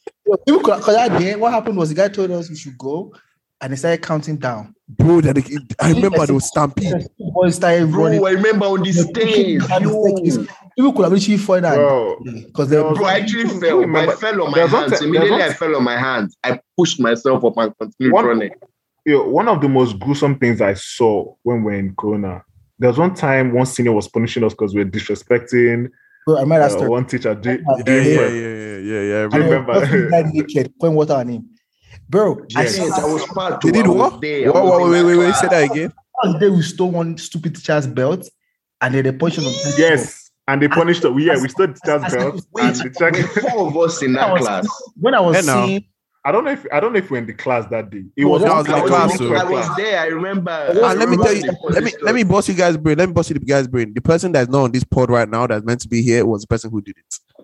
Speaker 8: People could because that day, what happened was the guy told us we should go, and they started counting down.
Speaker 5: Bro, that it- I remember there was stampede.
Speaker 8: Boys started running.
Speaker 4: Bro, I remember on the stage. Yo.
Speaker 8: People could have literally fallen down
Speaker 6: Bro,
Speaker 8: because they were
Speaker 4: Bro, I actually
Speaker 6: Who
Speaker 4: fell.
Speaker 6: remember-
Speaker 4: I fell on my
Speaker 6: There's one
Speaker 4: hands.
Speaker 6: ti-
Speaker 4: Immediately
Speaker 6: there's
Speaker 4: I
Speaker 6: one-
Speaker 4: fell on my hands. I pushed myself up and continued
Speaker 6: One-
Speaker 4: running.
Speaker 6: yo, one of the most gruesome things I saw when we are in Corona. There was one time one senior was punishing us because we were disrespecting
Speaker 8: Bro, I might
Speaker 6: uh,
Speaker 8: have started.
Speaker 6: one teacher. J-
Speaker 8: Yeah,
Speaker 5: Yeah,
Speaker 6: James
Speaker 5: yeah, yeah,
Speaker 6: Webb.
Speaker 5: yeah, yeah. yeah. I
Speaker 6: I
Speaker 5: remember.
Speaker 6: remember.
Speaker 8: That naked, pouring water on him. Bro, I
Speaker 6: Yes.
Speaker 8: saw
Speaker 4: Yes, I
Speaker 8: that
Speaker 4: was part.
Speaker 5: They did what? Whoa, whoa, wait, wait, wait. Say that again.
Speaker 8: was the day we stole one stupid teacher's belt and then the portion of the
Speaker 6: Yes, and they punished us. Yeah, we stood the
Speaker 8: I- I-
Speaker 6: belt and
Speaker 8: wait,
Speaker 6: the
Speaker 4: Wait,
Speaker 6: check.
Speaker 4: four of us in
Speaker 8: When I
Speaker 4: that
Speaker 8: was-
Speaker 4: class.
Speaker 8: When I was
Speaker 5: Hey, now.
Speaker 8: seeing
Speaker 6: I don't know if I don't know if we're in the class that day. It
Speaker 5: Well,
Speaker 6: was
Speaker 5: that was in the
Speaker 4: I was,
Speaker 5: class,
Speaker 4: I
Speaker 5: so-
Speaker 4: was there. I remember.
Speaker 5: Ah, let me tell you. Let me let me bust you guys' brain. Let me bust you guys' brain. The person that's not on this pod right now, that's meant to be here, was the person who did it.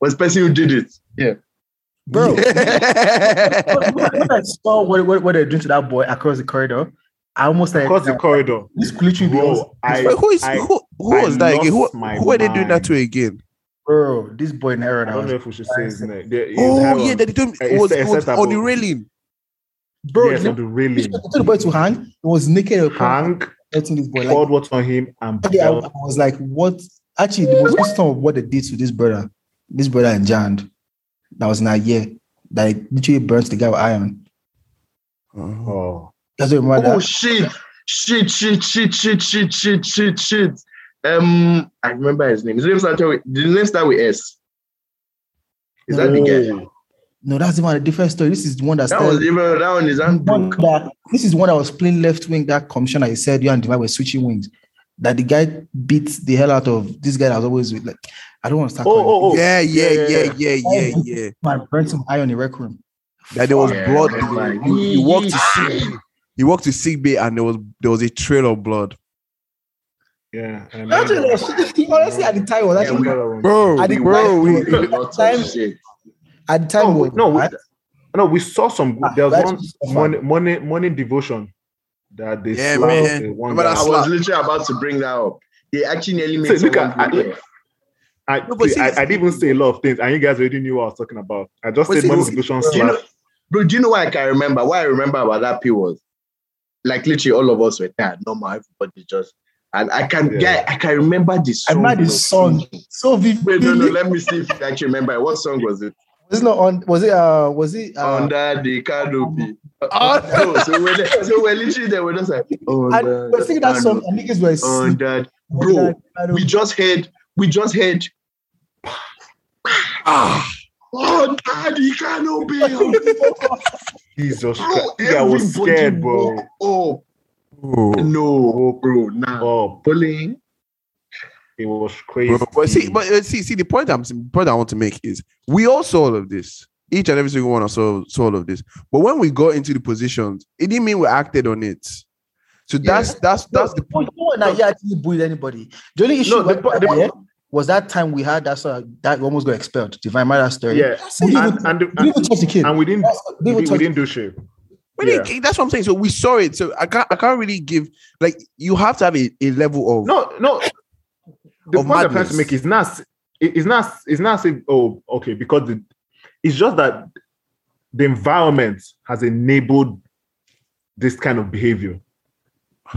Speaker 4: Was the person who did it? Yeah.
Speaker 9: Bro,
Speaker 7: When- when when I saw what, what, what they're doing to that boy across the corridor, I almost like
Speaker 6: across the corridor.
Speaker 7: this could literally be us.
Speaker 6: Bro, I,
Speaker 5: Wait, who is
Speaker 6: I,
Speaker 5: who? Who
Speaker 6: I
Speaker 5: was that again? Who,
Speaker 6: lost my
Speaker 5: who are they doing that to again?
Speaker 7: bro. This boy in error
Speaker 6: I
Speaker 7: now.
Speaker 6: don't know if we should say his name. There is
Speaker 5: Oh
Speaker 6: Harold.
Speaker 5: yeah, that they told me it
Speaker 6: It's
Speaker 5: was, it was on the
Speaker 6: acceptable.
Speaker 5: railing.
Speaker 7: Bro,
Speaker 6: yes,
Speaker 7: they-
Speaker 6: on the
Speaker 7: they
Speaker 6: railing.
Speaker 7: told the boy to hang. He was naked.
Speaker 6: Hang,
Speaker 7: Hurting this boy. Like,
Speaker 6: poured water on him, and
Speaker 7: okay, I, I
Speaker 6: belt.
Speaker 7: was like, what? Actually, the most awesome of what they did to this brother, this brother in Jan, that was in our year, that he literally burnt the guy with iron.
Speaker 6: Oh,
Speaker 7: That's what remember
Speaker 4: Oh
Speaker 7: that.
Speaker 4: shit! Shit! Shit! Shit! Shit! Shit! Shit! Shit! Shit! Um, I remember his name. His name started with. Did his name start with S? Is that the guy?
Speaker 7: No, that's even a different story. This is the one that
Speaker 4: That was
Speaker 7: started.
Speaker 4: even that one is
Speaker 7: one
Speaker 4: unbroken.
Speaker 7: that, this is one that was playing left wing. That commissioner, he said, you and Divine were switching wings. That the guy beat the hell out of this guy that was always with. Like, I don't want to
Speaker 6: oh,
Speaker 7: start. calling-
Speaker 6: oh, oh.
Speaker 5: Yeah, yeah,
Speaker 6: yeah, Oh.
Speaker 5: yeah, yeah, yeah, yeah.
Speaker 7: Man, burnt some iron in the rec room.
Speaker 5: That there was
Speaker 4: Yeah,
Speaker 5: blood.
Speaker 4: that's like-
Speaker 5: You, you walked to sick. He walked to sick bay, and there was there was a trail of blood,
Speaker 6: yeah. I remember
Speaker 7: Actually,
Speaker 6: that.
Speaker 7: honestly, at the time, it was
Speaker 6: I
Speaker 7: actually
Speaker 6: remember that one.
Speaker 5: bro.
Speaker 7: I did-
Speaker 5: Bro,
Speaker 7: we-
Speaker 5: we,
Speaker 4: A lot
Speaker 7: Time-
Speaker 4: of shit.
Speaker 7: at the time.
Speaker 6: No,
Speaker 7: it was
Speaker 6: we- no, we-
Speaker 7: bad.
Speaker 6: No, we saw some. Good,
Speaker 7: Ah,
Speaker 6: there was
Speaker 7: that's
Speaker 6: one
Speaker 7: so fun.
Speaker 6: morning, morning, morning devotion that they
Speaker 5: Yeah,
Speaker 6: slapped
Speaker 5: man.
Speaker 6: the one
Speaker 5: Remember
Speaker 6: guy.
Speaker 5: that
Speaker 4: I was
Speaker 5: slap?
Speaker 4: literally about to bring that up. They actually nearly
Speaker 6: So
Speaker 4: made
Speaker 6: look
Speaker 4: someone
Speaker 6: at-
Speaker 4: do that.
Speaker 6: I,
Speaker 5: No, but
Speaker 6: see, I,
Speaker 5: seriously-
Speaker 6: I didn't even say a lot of things, and you guys already knew what I was talking about. I just
Speaker 5: But
Speaker 6: said morning
Speaker 5: seriously-
Speaker 6: devotion
Speaker 4: Do you
Speaker 6: slap.
Speaker 4: know, bro, do you know what I can remember? What I remember about that P was like literally all of us were there, normal, everybody just and I can
Speaker 6: Yeah.
Speaker 4: yeah. I can remember the
Speaker 7: I
Speaker 4: song.
Speaker 7: remember the
Speaker 4: was-
Speaker 7: song so vividly.
Speaker 4: Wait, no, no, let me see if I can remember. it. What song was it?
Speaker 7: Was it not on? Was it? Uh, was it? Uh,
Speaker 4: Under the canopy. Oh, so, we're there, so we're literally there, we're just like, oh,
Speaker 7: I was singing that song, and niggas were
Speaker 4: On
Speaker 7: sleeping.
Speaker 4: that, bro, we just heard, we just heard,
Speaker 5: ah,
Speaker 4: under the canopy.
Speaker 6: Jesus Christ,
Speaker 4: Bro,
Speaker 6: yeah, I was
Speaker 4: everybody
Speaker 6: scared, bro.
Speaker 4: woke up.
Speaker 5: bro.
Speaker 4: No, bro, nah.
Speaker 6: Oh,
Speaker 4: Bullying.
Speaker 6: it was crazy.
Speaker 5: Bro, but see, but uh, see, see, the point I'm the point I want to make is we all saw all of this. Each and every single one of us saw, saw all of this. But when we got into the positions, it didn't mean we acted on it. So that's that's that's the
Speaker 7: point. No one that actually bullied anybody. The only issue
Speaker 6: No, the po-
Speaker 7: was,
Speaker 6: the-
Speaker 7: was that time we had that song that we almost got expelled. Divine Mother story.
Speaker 6: yeah,
Speaker 7: We
Speaker 6: and
Speaker 7: didn't,
Speaker 6: and, and,
Speaker 7: we didn't even touch the kid.
Speaker 6: and we didn't
Speaker 7: We
Speaker 6: we,
Speaker 7: didn't
Speaker 6: we
Speaker 7: touch
Speaker 6: didn't do shit.
Speaker 5: But it- that's what I'm saying. So we saw it. So I can't I can't really give like you have to have a, a level of
Speaker 6: No, no. The
Speaker 5: Of
Speaker 6: point I'm trying
Speaker 5: madness.
Speaker 6: to make is not. it- It's not. It's not. Say, oh, okay. Because the, it's just that the environment has enabled this kind of behavior.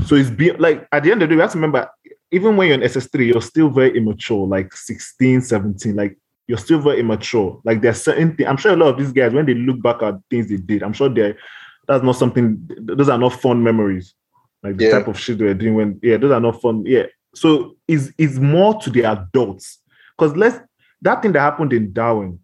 Speaker 6: So it's be like at the end of the day, we have to remember, even when you're in SS3, you're still very immature, like 16, 17. Like you're still very immature. Like there's certain things. I'm sure a lot of these guys, when they look back at things they did, I'm sure they're that's not something th- those are not fun memories. Like the
Speaker 4: Yeah.
Speaker 6: type of shit they were doing when yeah, those are not fun. Yeah. So it's it's more to the adults. Because let's that thing that happened in Darwin,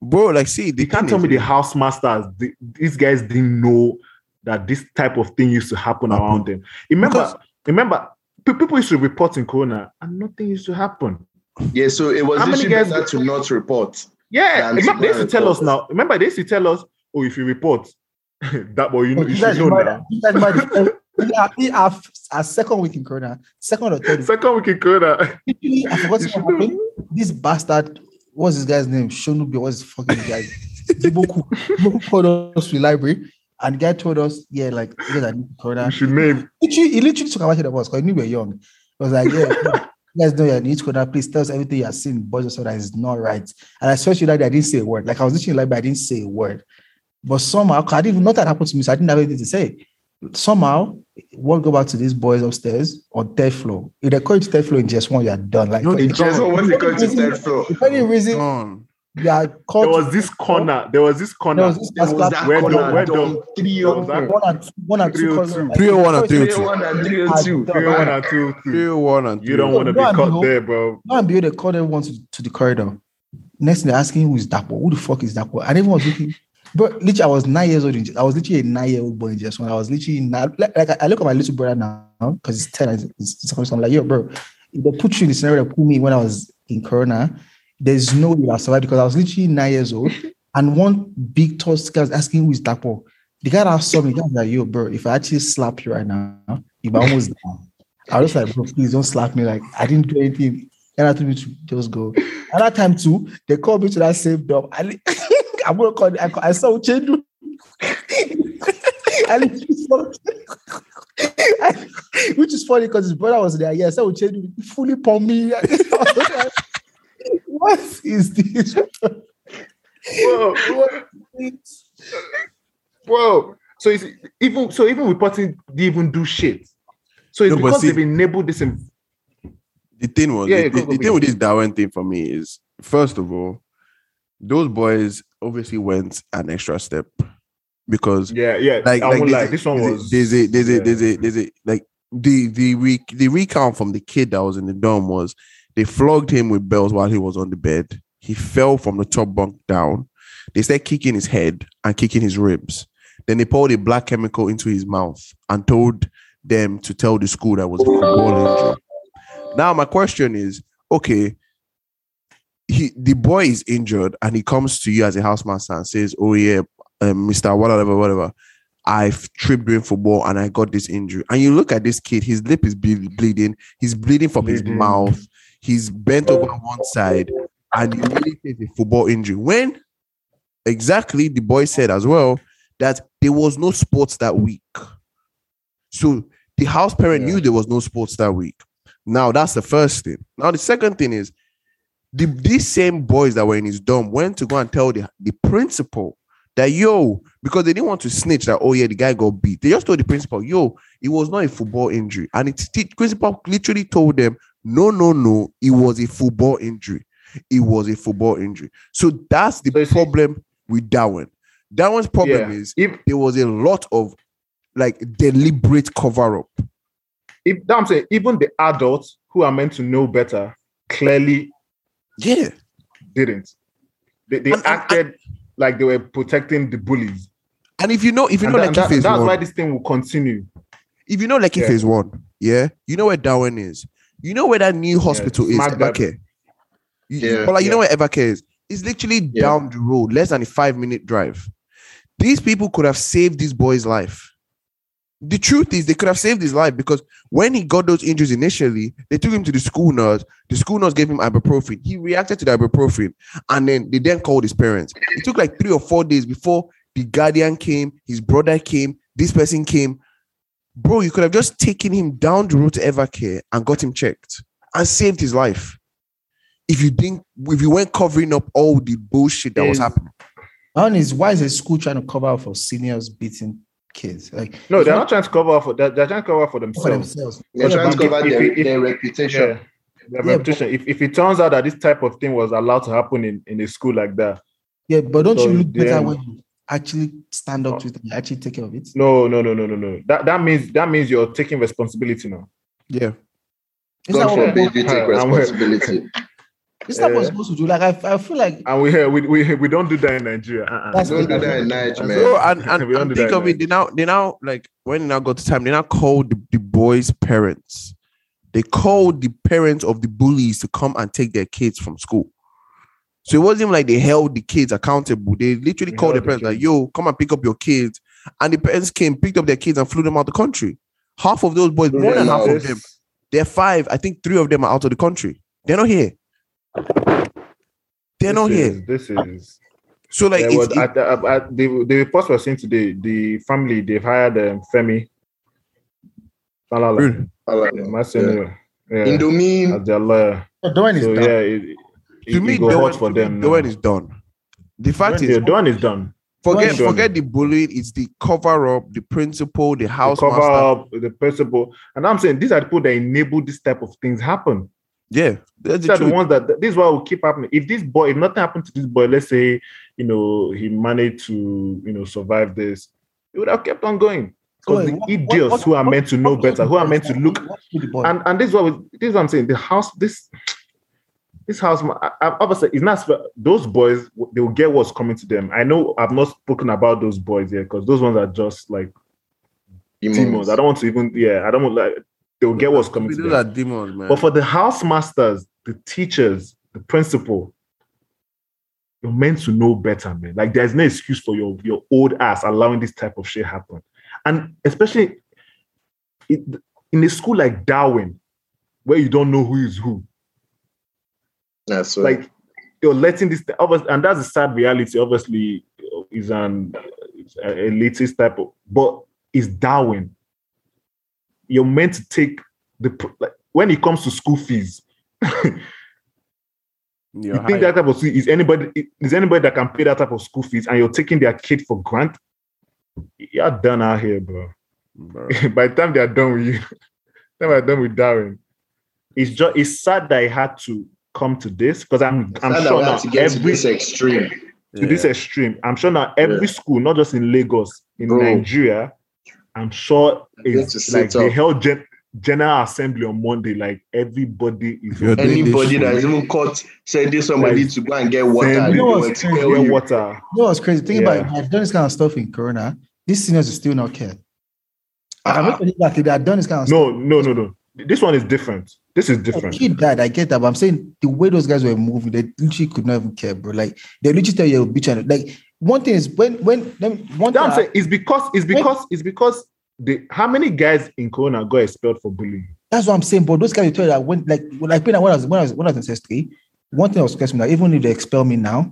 Speaker 5: bro. Like see, the
Speaker 6: you can't
Speaker 5: thing
Speaker 6: tell me
Speaker 5: is-
Speaker 6: the house masters, the, these guys didn't know that this type of thing used to happen around them. Remember,
Speaker 5: Because-
Speaker 6: remember, pe- people used to report in Corona and nothing used to happen.
Speaker 4: Yeah, so it was
Speaker 6: How many
Speaker 4: literally
Speaker 6: guys-
Speaker 4: better to not report.
Speaker 6: Yeah,
Speaker 4: Than
Speaker 6: remember, they used to
Speaker 4: to
Speaker 6: tell us
Speaker 4: report.
Speaker 6: now. Remember, they used to tell us, oh, if you report, that boy, you know, you
Speaker 7: Oh, You
Speaker 6: should
Speaker 7: guys
Speaker 6: know
Speaker 7: remember-
Speaker 6: now.
Speaker 7: you guys remember the- we are- we are our second week in Corona, second or third.
Speaker 6: Second week in Corona,
Speaker 7: Literally, I forgot
Speaker 6: You should
Speaker 7: what happened. This bastard, what's this guy's name? Shonubia, what's his fucking guy? Diboku. Diboku called us to the library and the guy told us, yeah, like, you guys are new to Corona.
Speaker 6: you should name.
Speaker 7: Literally, he literally took advantage of us because he knew we were young. I was like, yeah, you guys know you're new to Corona. Please tell us everything you have seen, boys, so that is not right. And I swear to you that I didn't say a word. Like, I was literally in the library, I didn't say a word. But somehow, 'cause I didn't, not that happened to me, so I didn't have anything to say somehow what go back to these boys upstairs on third floor. If they call it third floor in just one, you are done. Like
Speaker 5: No,
Speaker 7: for
Speaker 5: they
Speaker 7: any
Speaker 4: Just
Speaker 5: John.
Speaker 4: when they go to
Speaker 7: reason-
Speaker 4: third floor.
Speaker 7: if any reason
Speaker 5: John.
Speaker 7: you are
Speaker 6: There
Speaker 7: called
Speaker 6: was this corner. There was this
Speaker 7: there
Speaker 6: corner.
Speaker 7: was this
Speaker 4: There was
Speaker 7: particular
Speaker 4: that
Speaker 6: Where
Speaker 4: corner,
Speaker 6: done, where
Speaker 4: done,
Speaker 6: done.
Speaker 4: three
Speaker 6: There was
Speaker 4: oh
Speaker 6: that
Speaker 4: four,
Speaker 7: one and two, one and two
Speaker 6: 302.
Speaker 7: corners.
Speaker 5: 301 and
Speaker 4: oh three
Speaker 5: 302.
Speaker 4: oh one and three oh two.
Speaker 7: Ah,
Speaker 6: Three, one, and two, two.
Speaker 5: Three, one, and
Speaker 6: Hmm. You don't
Speaker 5: three.
Speaker 6: want to be
Speaker 7: Go and
Speaker 6: caught
Speaker 7: go.
Speaker 6: there, bro.
Speaker 7: Now and be they called everyone to, to the corridor. Next thing they're asking who is that boy? Who the fuck is that boy? And everyone was looking. But literally, I was nine years old. In, J- I was literally a nine-year-old boy in just one. I was literally nine, like, like I, I look at my little brother now because he's ten. And he's, he's, he's, I'm like, yo, bro, if they put you in the scenario that put me when I was in Corona, there's no way I survived because I was literally nine years old. And one big tall guy is asking who is Dapo. The guy that saw me, the guy was like, yo, bro, if I actually slap you right now, you might almost down. I was like, bro, please don't slap me. Like, I didn't do anything. And I told me to just go. Another time too, they called me to that same job. I, I'm gonna call. I, I saw Chendu. I literally saw Uchendu. Which is funny because his brother was there. Yeah, I saw Chendu fully pumped me. what is this?
Speaker 6: Whoa, whoa. Whoa. So it's even so even reporting they even do shit. So it's
Speaker 5: No, but
Speaker 6: because
Speaker 5: see-
Speaker 6: they've enabled this in
Speaker 5: the thing was
Speaker 6: Yeah,
Speaker 5: the,
Speaker 6: yeah, go,
Speaker 5: the-
Speaker 6: go,
Speaker 5: the
Speaker 6: go.
Speaker 5: thing with this Darwin thing for me is first of all, those boys obviously went an extra step because
Speaker 6: yeah, yeah.
Speaker 5: like,
Speaker 6: I
Speaker 5: like,
Speaker 6: won't
Speaker 5: there's
Speaker 6: lie.
Speaker 5: a-
Speaker 6: This one
Speaker 5: there's a-
Speaker 6: was
Speaker 5: there's a there's a
Speaker 6: yeah.
Speaker 5: there's a there's a like the the re, the recount from the kid that was in the dorm was they flogged him with bells while he was on the bed. He fell from the top bunk down. They started kicking his head and kicking his ribs. Then they poured a black chemical into his mouth and told them to tell the school that was a football injury. Now my question is, okay, he the boy is injured and he comes to you as a housemaster and says, "Oh yeah, um, Mister, whatever, whatever, I've tripped doing football and I got this injury." And you look at this kid; his lip is ble- bleeding. He's bleeding from his
Speaker 6: Bleeding.
Speaker 5: mouth. He's bent over one side, and you really think it's a football injury. When exactly the boy said as well that there was no sports that week, so the house parent knew there was no sports that week. Now that's the first thing. Now the second thing is the, these same boys that were in his dorm went to go and tell the, the principal that yo, because they didn't want to snitch that oh yeah, the guy got beat. They just told the principal, yo, it was not a football injury. And it's the principal literally told them, no, no, no, it was a football injury. It was a football injury. So that's the
Speaker 6: So you see-
Speaker 5: problem with Darwin. Darwin's problem
Speaker 6: yeah.
Speaker 5: is
Speaker 6: if
Speaker 5: there was a lot of like deliberate cover up.
Speaker 6: if that's it, even the adults who are meant to know better clearly
Speaker 5: Yeah.
Speaker 6: didn't. They, they
Speaker 5: And- and-
Speaker 6: acted like they were protecting the bullies.
Speaker 5: And if you know, if you
Speaker 6: And
Speaker 5: know,
Speaker 6: that-
Speaker 5: like
Speaker 6: and that-
Speaker 5: if it's
Speaker 6: that's
Speaker 5: one-
Speaker 6: why this thing will continue.
Speaker 5: if you know like if
Speaker 6: Yeah.
Speaker 5: phase one, yeah, you know where Darwin is, you know where that new hospital is,
Speaker 6: smack dab.
Speaker 5: Evercare. You,
Speaker 4: Yeah,
Speaker 5: but like you know where Evercare is? It's literally
Speaker 4: Yeah.
Speaker 5: down the road, less than a five minute drive. These people could have saved this boy's life. The truth is, they could have saved his life because when he got those injuries initially, they took him to the school nurse. The school nurse gave him ibuprofen. He reacted to the ibuprofen, and then they then called his parents. It took like three or four days before the guardian came, his brother came, this person came, bro, you could have just taken him down the road to Evercare and got him checked and saved his life. If you didn't, if you weren't covering up all the bullshit that was
Speaker 6: Is-
Speaker 5: happening,
Speaker 7: My one is why is a school trying to cover up for seniors beating kids? Like
Speaker 6: No,
Speaker 7: it's
Speaker 6: they're not trying to cover for they're, they're trying to cover for
Speaker 7: for
Speaker 6: themselves.
Speaker 7: themselves.
Speaker 4: They're
Speaker 7: Yeah,
Speaker 4: trying to
Speaker 7: but-
Speaker 4: cover
Speaker 6: if-
Speaker 4: their,
Speaker 6: if- if-
Speaker 4: their reputation.
Speaker 6: Yeah. Their
Speaker 7: Yeah,
Speaker 6: reputation. If, if it turns out that this type of thing was allowed to happen in, in a school like that,
Speaker 7: Yeah, but don't
Speaker 6: So
Speaker 7: you look
Speaker 6: in the
Speaker 7: better
Speaker 6: end-
Speaker 7: when you actually stand up to it and actually take care of it?
Speaker 6: no, no, no, no, no, no. That that means that means you're taking responsibility now.
Speaker 5: yeah,
Speaker 7: Is that
Speaker 4: God
Speaker 7: what,
Speaker 4: forbid you take
Speaker 6: Yeah.
Speaker 4: responsibility.
Speaker 7: is that what
Speaker 6: Yeah.
Speaker 7: we're supposed to do? Like I, I feel like
Speaker 6: And we here we, we we don't do that in Nigeria. Uh-uh.
Speaker 7: That's
Speaker 4: Don't do that in Nigeria, man.
Speaker 5: bro, and and,
Speaker 6: We don't
Speaker 5: and
Speaker 6: do
Speaker 5: think
Speaker 6: that,
Speaker 5: of it,
Speaker 6: man.
Speaker 5: they now they now like when they now got to time, they now called the, the boys' parents. They called the parents of the bullies to come and take their kids from school. So it wasn't even like they held the kids accountable. They literally
Speaker 6: They
Speaker 5: called the
Speaker 6: held the
Speaker 5: parents like,
Speaker 6: kids.
Speaker 5: "Yo, come and pick up your kids." And the parents came, picked up their kids, and flew them out the country. Half of those boys, one and a half of them, they're five. I think three of them are out of the country. They're not here. They're not
Speaker 6: this
Speaker 5: here.
Speaker 6: is- This is
Speaker 5: So like,
Speaker 6: Yeah,
Speaker 5: it's-
Speaker 6: well,
Speaker 5: it-
Speaker 6: at the, at- at the, the reports were seen today. The family they've hired um, Femi Falala,
Speaker 5: Really?
Speaker 6: yeah,
Speaker 4: Alright.
Speaker 6: Masinu, yeah,
Speaker 4: Indomie,
Speaker 6: as their lawyer.
Speaker 7: Doan is
Speaker 6: So
Speaker 7: done.
Speaker 6: yeah, it, it,
Speaker 5: to me,
Speaker 6: it go
Speaker 5: Doan,
Speaker 6: hot for them. now.
Speaker 5: Doan is done. The fact
Speaker 6: Doan-
Speaker 5: is,
Speaker 6: yeah, Doan is done.
Speaker 5: forget
Speaker 6: Doan-
Speaker 5: forget the bullying. It's the cover up, the principal, the
Speaker 6: The
Speaker 5: house
Speaker 6: cover
Speaker 5: master.
Speaker 6: up the principal, and I'm saying these are people that enable this type of things happen.
Speaker 5: Yeah, that's
Speaker 6: These
Speaker 5: the
Speaker 6: are the
Speaker 5: truth.
Speaker 6: ones that that- this is what will keep happening. If this boy, if nothing happened to this boy, let's say you know he managed to you know survive this, he would have kept on going.
Speaker 7: Wait,
Speaker 6: Because the
Speaker 7: what-
Speaker 6: idiots
Speaker 7: what-
Speaker 6: who are
Speaker 7: what-
Speaker 6: meant to know
Speaker 7: what- what-
Speaker 6: better, who are meant to look
Speaker 7: what to the boy?
Speaker 6: and and this is what we- this is what I'm saying. The house, this this house, I, I, obviously, it's not sp- those boys. They will get what's coming to them. I know I've not spoken about those boys here because those ones are just like demons.
Speaker 4: demons.
Speaker 6: I don't want to even. Yeah, I don't want like they will get what's coming to
Speaker 5: Those
Speaker 6: them.
Speaker 5: are demons, man.
Speaker 6: But for the house masters, the teachers, the principal, You're meant to know better, man. Like there's no excuse for your your old ass allowing this type of shit happen, and especially it, in a school like Darwin, where you don't know who is who.
Speaker 4: That's right.
Speaker 6: Like you're letting this, obviously, and that's a sad reality. Obviously, is an it's a elitist type of, but it's Darwin. You're meant to take the pr- like, when it comes to school fees.
Speaker 5: You're
Speaker 6: You think
Speaker 5: high.
Speaker 6: that type of school is anybody is anybody that can pay that type of school fees and you're taking their kid for grant? You're done out here, bro.
Speaker 5: Bro.
Speaker 6: By the time they are done with you, by the time I'm done with Darwin, it's just it's sad that I had to come to this because I'm I'm
Speaker 4: Sad that
Speaker 6: sure
Speaker 4: we
Speaker 6: now
Speaker 4: have to get to
Speaker 6: every
Speaker 4: this extreme.
Speaker 6: to this extreme. I'm sure now every
Speaker 4: Yeah.
Speaker 6: school, not just in Lagos, in
Speaker 4: Bro.
Speaker 6: Nigeria, I'm sure
Speaker 4: to
Speaker 6: it's
Speaker 4: sit
Speaker 6: like they
Speaker 4: up.
Speaker 6: held gen- general assembly on Monday. Like everybody is
Speaker 5: You're doing this
Speaker 4: Anybody
Speaker 5: shit.
Speaker 4: that is even caught sending somebody to go and get water,
Speaker 6: Send
Speaker 4: they
Speaker 6: you
Speaker 4: will
Speaker 6: know,
Speaker 4: expel
Speaker 6: your
Speaker 4: you.
Speaker 6: water.
Speaker 7: No, it's crazy. Think
Speaker 6: Yeah.
Speaker 7: about it. I've done this kind of stuff in Corona. These seniors will still not care. I'm
Speaker 4: Ah,
Speaker 7: not telling you that I've done this kind of stuff.
Speaker 6: No, no, no, no. This one is different. This is different.
Speaker 7: A kid died. I get that, but I'm saying the way those guys were moving, they literally could not even care, bro. Like they literally tell you, bitch, and like one thing is when when let me- one
Speaker 6: That's
Speaker 7: thing
Speaker 6: it. It's because it's because it's because the how many guys in Corona got expelled for bullying?
Speaker 7: That's what I'm saying. But those guys will tell you that when like like when I was when I was when I was in SS3, one thing I was stressing that even if they expel me now,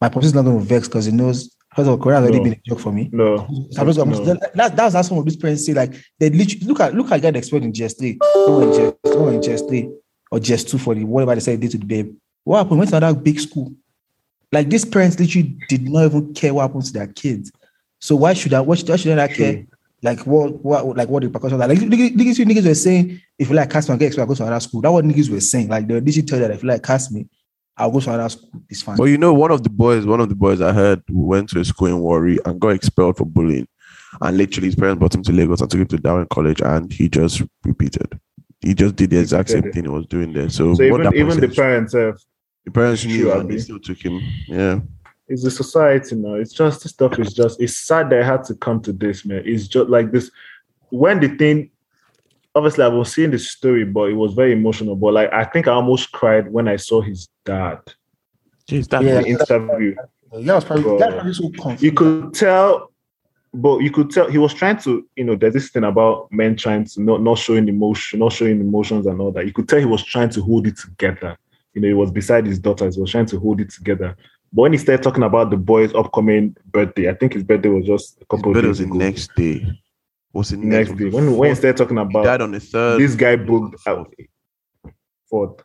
Speaker 7: my pops is not going to vex because he knows because of Korea has already
Speaker 6: No.
Speaker 7: been a joke for me.
Speaker 6: No.
Speaker 7: I'm just, I'm
Speaker 6: No.
Speaker 7: that, that's that's how some of these parents say like they literally look at look at guy that expelled in GS3, or in GS, or in GS3 or GS2 for the whatever they said they did to the babe. What happened? Went to another big school. Like these parents literally did not even care what happened to their kids. So why should I? Why should, why should I care? Like what, what, like what the repercussions are? Like niggas, niggas, you niggas were saying, if you like cast me, I get expelled, I go to another school. That what niggas were saying. Like they were literally tell you that if you like cast me, I'll go to another school. It's fine.
Speaker 5: But you know, one of the boys, one of the boys I heard went to a school in Warri and got expelled for bullying. And literally his parents brought him to Lagos and took him to Darwin College and he just repeated. He just did the exact same
Speaker 6: Repeated.
Speaker 5: thing he was doing there. So,
Speaker 6: So
Speaker 5: what
Speaker 6: even
Speaker 5: that
Speaker 6: even the
Speaker 5: process-
Speaker 6: parents have
Speaker 5: the parents knew
Speaker 6: Sure,
Speaker 5: and they
Speaker 6: Abi.
Speaker 5: still took him. Yeah.
Speaker 6: it's the society now. It's just this stuff is just it's sad that I had to come to this, man. It's just like this when the thing obviously I was seeing this story, but it was very emotional. But like I think I almost cried when I saw his dad
Speaker 5: Jeez, that
Speaker 7: Yeah.
Speaker 6: in interview.
Speaker 7: that was probably
Speaker 6: Bro.
Speaker 7: that probably so confused.
Speaker 6: you could tell but you could tell he was trying to you know there's this thing about men trying to not not showing emotion not showing emotions and all that you could tell he was trying to hold it together you know he was beside his daughters he was trying to hold it together but when he started talking about the boy's upcoming birthday i think his birthday was just a
Speaker 5: his
Speaker 6: couple of
Speaker 5: brother
Speaker 6: days
Speaker 5: was the
Speaker 6: ago.
Speaker 5: next day. Was the next,
Speaker 6: next day when, when he started talking
Speaker 5: he died
Speaker 6: about
Speaker 5: on the third.
Speaker 6: this guy booked out fourth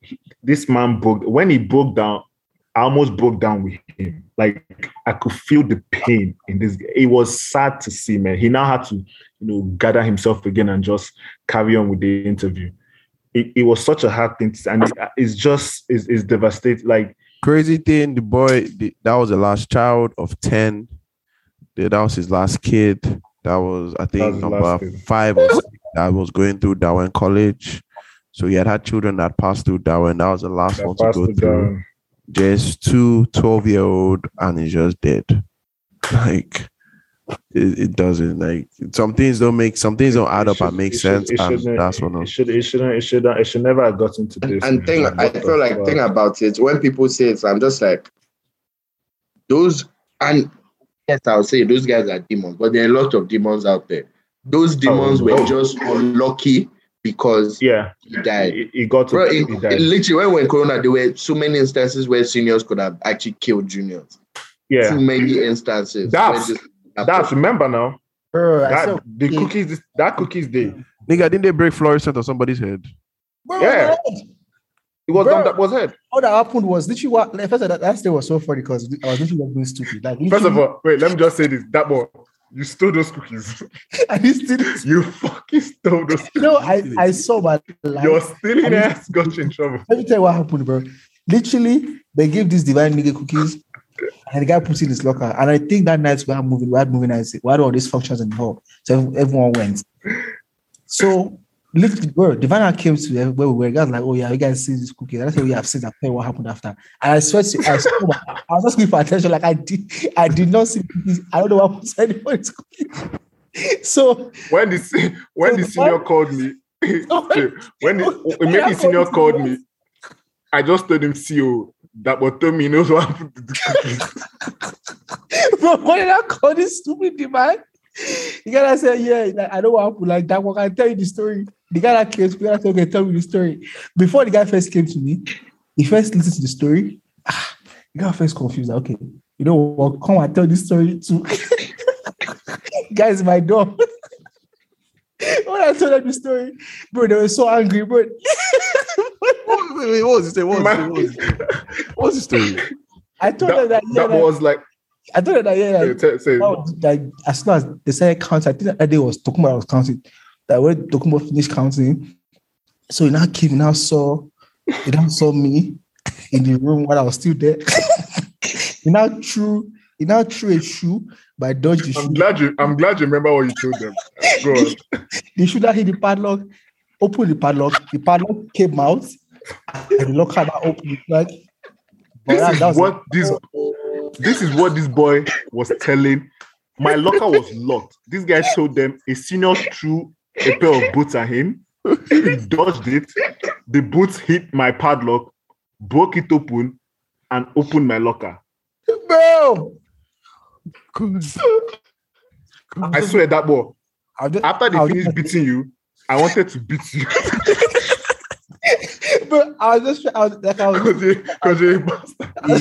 Speaker 6: He- this man broke when he broke down i almost broke down with him like i could feel the pain in this it was sad to see man he now had to you know gather himself again and just carry on with the interview it, it was such a hard thing to, and it- it's just it's, it's devastating like
Speaker 5: crazy thing the boy the, that was the last child of 10 that was his last kid that was i think
Speaker 6: was his
Speaker 5: number
Speaker 6: last kid.
Speaker 5: five or six that was going through darwin college so he had had children that passed through darwin that was the last
Speaker 6: that
Speaker 5: one to
Speaker 6: passed
Speaker 5: go
Speaker 6: it
Speaker 5: through
Speaker 6: down.
Speaker 5: just two 12 year old and he's just dead like it, it doesn't like some things don't make some things don't add
Speaker 6: It
Speaker 5: up and
Speaker 6: should-
Speaker 5: make
Speaker 6: it should-
Speaker 5: sense
Speaker 6: it
Speaker 5: and
Speaker 6: shouldn't-
Speaker 5: that's one
Speaker 6: it
Speaker 5: of
Speaker 6: should it shouldn't it should it should never have gotten to this
Speaker 4: And, and thing,
Speaker 6: man.
Speaker 4: I feel like
Speaker 6: Wow.
Speaker 4: thing about it when people say it, I'm just like those. And yes, I'll say those guys are demons, but there are a lot of demons out there. Those demons were
Speaker 6: Oh, no.
Speaker 4: just unlucky because
Speaker 6: yeah
Speaker 4: he died.
Speaker 6: it, it got to
Speaker 4: Bro, it,
Speaker 6: he died.
Speaker 4: it literally when we were Corona, there were so many instances where seniors could have actually killed juniors.
Speaker 6: yeah
Speaker 4: Too many instances.
Speaker 6: That's-
Speaker 4: where this happened.
Speaker 6: That's remember now.
Speaker 7: Bro, I saw-
Speaker 6: That, the cookies, that cookies day.
Speaker 5: nigga didn't they break fluorescent on somebody's head
Speaker 7: Bro,
Speaker 6: Yeah. It
Speaker 7: Bro.
Speaker 6: was done. That was it.
Speaker 7: all that happened was literally what like, first of all, that, that day was so funny because I was literally just being stupid. Like
Speaker 6: First of
Speaker 7: literally,
Speaker 6: all, wait. Let me just say this. That boy, you stole those cookies.
Speaker 7: I just didn't
Speaker 6: you fucking stole those.
Speaker 7: you know I, I saw my life.
Speaker 6: Your stealing ass got you in trouble.
Speaker 7: Let me tell you what happened, bro. Literally, they gave this divine nigga cookies and the guy puts it in his locker. And I think that night we had moving, we had moving nights, we had all these functions involved. So ev- everyone went. So literally, bro, Divine came to where we were. Guys like, oh yeah, you guys see this cookie. And I said, we have seen that. Tell you what happened after. And I swear to you, I, swear, I was asking for attention. Like I did, I did not see cookies. I don't know what was anybody's cookies. So
Speaker 6: When this, when the
Speaker 7: So Oh
Speaker 6: senior
Speaker 7: what-
Speaker 6: called me, when the, when the senior called me, I just told him, "CEO, that but Tommy knows what happened to
Speaker 7: Bro, what did I call this stupid man? The guy that said, yeah, like, I don't want to like that one. I tell you the story. The guy that came, the guy that said, okay, tell me the story. Before the guy first came to me, he first listened to the story. Ah, the guy first confused. Okay, you know what? Come and tell this story too. Guys, my dog. when I told them the story, bro, they were so angry, bro.
Speaker 5: Wait, wait, wait, what was the story? What was the- what was the- what was the story?
Speaker 7: I told them
Speaker 6: that,
Speaker 7: that, yeah,
Speaker 6: that
Speaker 7: like-
Speaker 6: was like
Speaker 7: I told them that, yeah, like,
Speaker 6: yeah, say- say-
Speaker 7: That was, like as soon as they started counting, I think that day was Tokumba was counting. That when Tokumba finished counting, so he now came, he now saw, he now saw me in the room while I was still there. he now threw, he now threw a shoe, but I dodged the
Speaker 6: I'm
Speaker 7: shoe.
Speaker 6: glad you I'm glad you remember what you told them. Go on.
Speaker 7: The shoe that hit the padlock, opened the padlock, the padlock came out, and the locker that opened like. but
Speaker 6: This
Speaker 7: that-
Speaker 6: is
Speaker 7: that was it.
Speaker 6: what this this is what this boy was telling. My locker was locked. This guy told them a senior threw a pair of boots at him. He dodged it. The boots hit my padlock, broke it open, and opened my locker.
Speaker 7: bro.
Speaker 6: I swear that boy.
Speaker 7: I've just-
Speaker 6: After they
Speaker 7: I'll
Speaker 6: finished beating you, I wanted to beat you
Speaker 7: bro, I was just, I was like, I was
Speaker 6: because you because you're a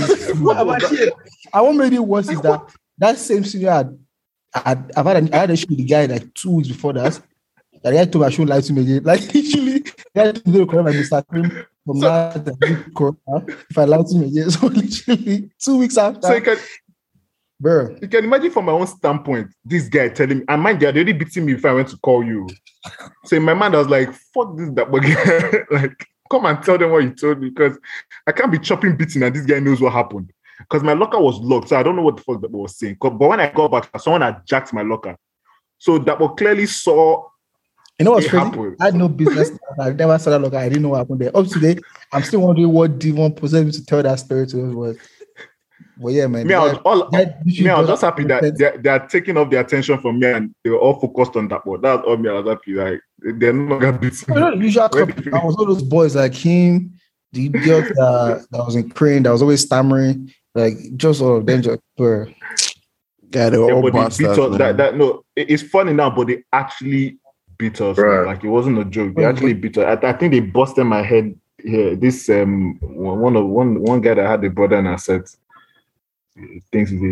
Speaker 6: bastard.
Speaker 7: what about you? I what made it worse is that that same senior had, had I've had an, I had an issue with the guy like two weeks before that. That guy told me I shouldn't lie to him again. Like literally, the guy told me to correct my mistakes from that and correct her if I lie to him again. So literally two weeks after,
Speaker 6: So you can
Speaker 7: bro,
Speaker 6: you can imagine from my own standpoint, this guy telling me, and mind you, they already beating me if I went to call you. So in my mind, I was like, fuck this that guy. like, come and tell them what you told me because I can't be chopping beating and this guy knows what happened. Because my locker was locked, so I don't know what the fuck that was saying. 'Cause- But when I got back, someone had jacked my locker. So that boy clearly saw
Speaker 7: you know what's
Speaker 6: It
Speaker 7: crazy?
Speaker 6: happened.
Speaker 7: I had no business. I never saw that locker. I didn't know what happened there. Up to today, I'm still wondering what demon possessed me to tell that story to everyone. But yeah, man.
Speaker 6: me. I
Speaker 7: that-
Speaker 6: was all
Speaker 7: that
Speaker 6: me, I was just happy
Speaker 7: that.
Speaker 6: that they are, they are taking off their attention from me and they were all focused on that boy. That's all me. I was happy. Like they're no longer beating
Speaker 7: You
Speaker 6: me.
Speaker 7: know, the usual
Speaker 6: Where
Speaker 7: couple.
Speaker 6: did
Speaker 7: I was all those boys like him, the idiot that, that was in Crane, that was always stammering, like just all of them just were.
Speaker 5: Yeah, they were
Speaker 6: Yeah,
Speaker 5: all
Speaker 6: but they beat
Speaker 5: bastards.
Speaker 6: us. That,
Speaker 5: man.
Speaker 6: that no, it- it's funny now, but they actually beat us.
Speaker 4: Bruh.
Speaker 6: Like it wasn't a joke.
Speaker 7: Oh,
Speaker 6: They actually beat us. I, I think they busted my head here. This um one of one one guy that had a brother and I said thinks he's a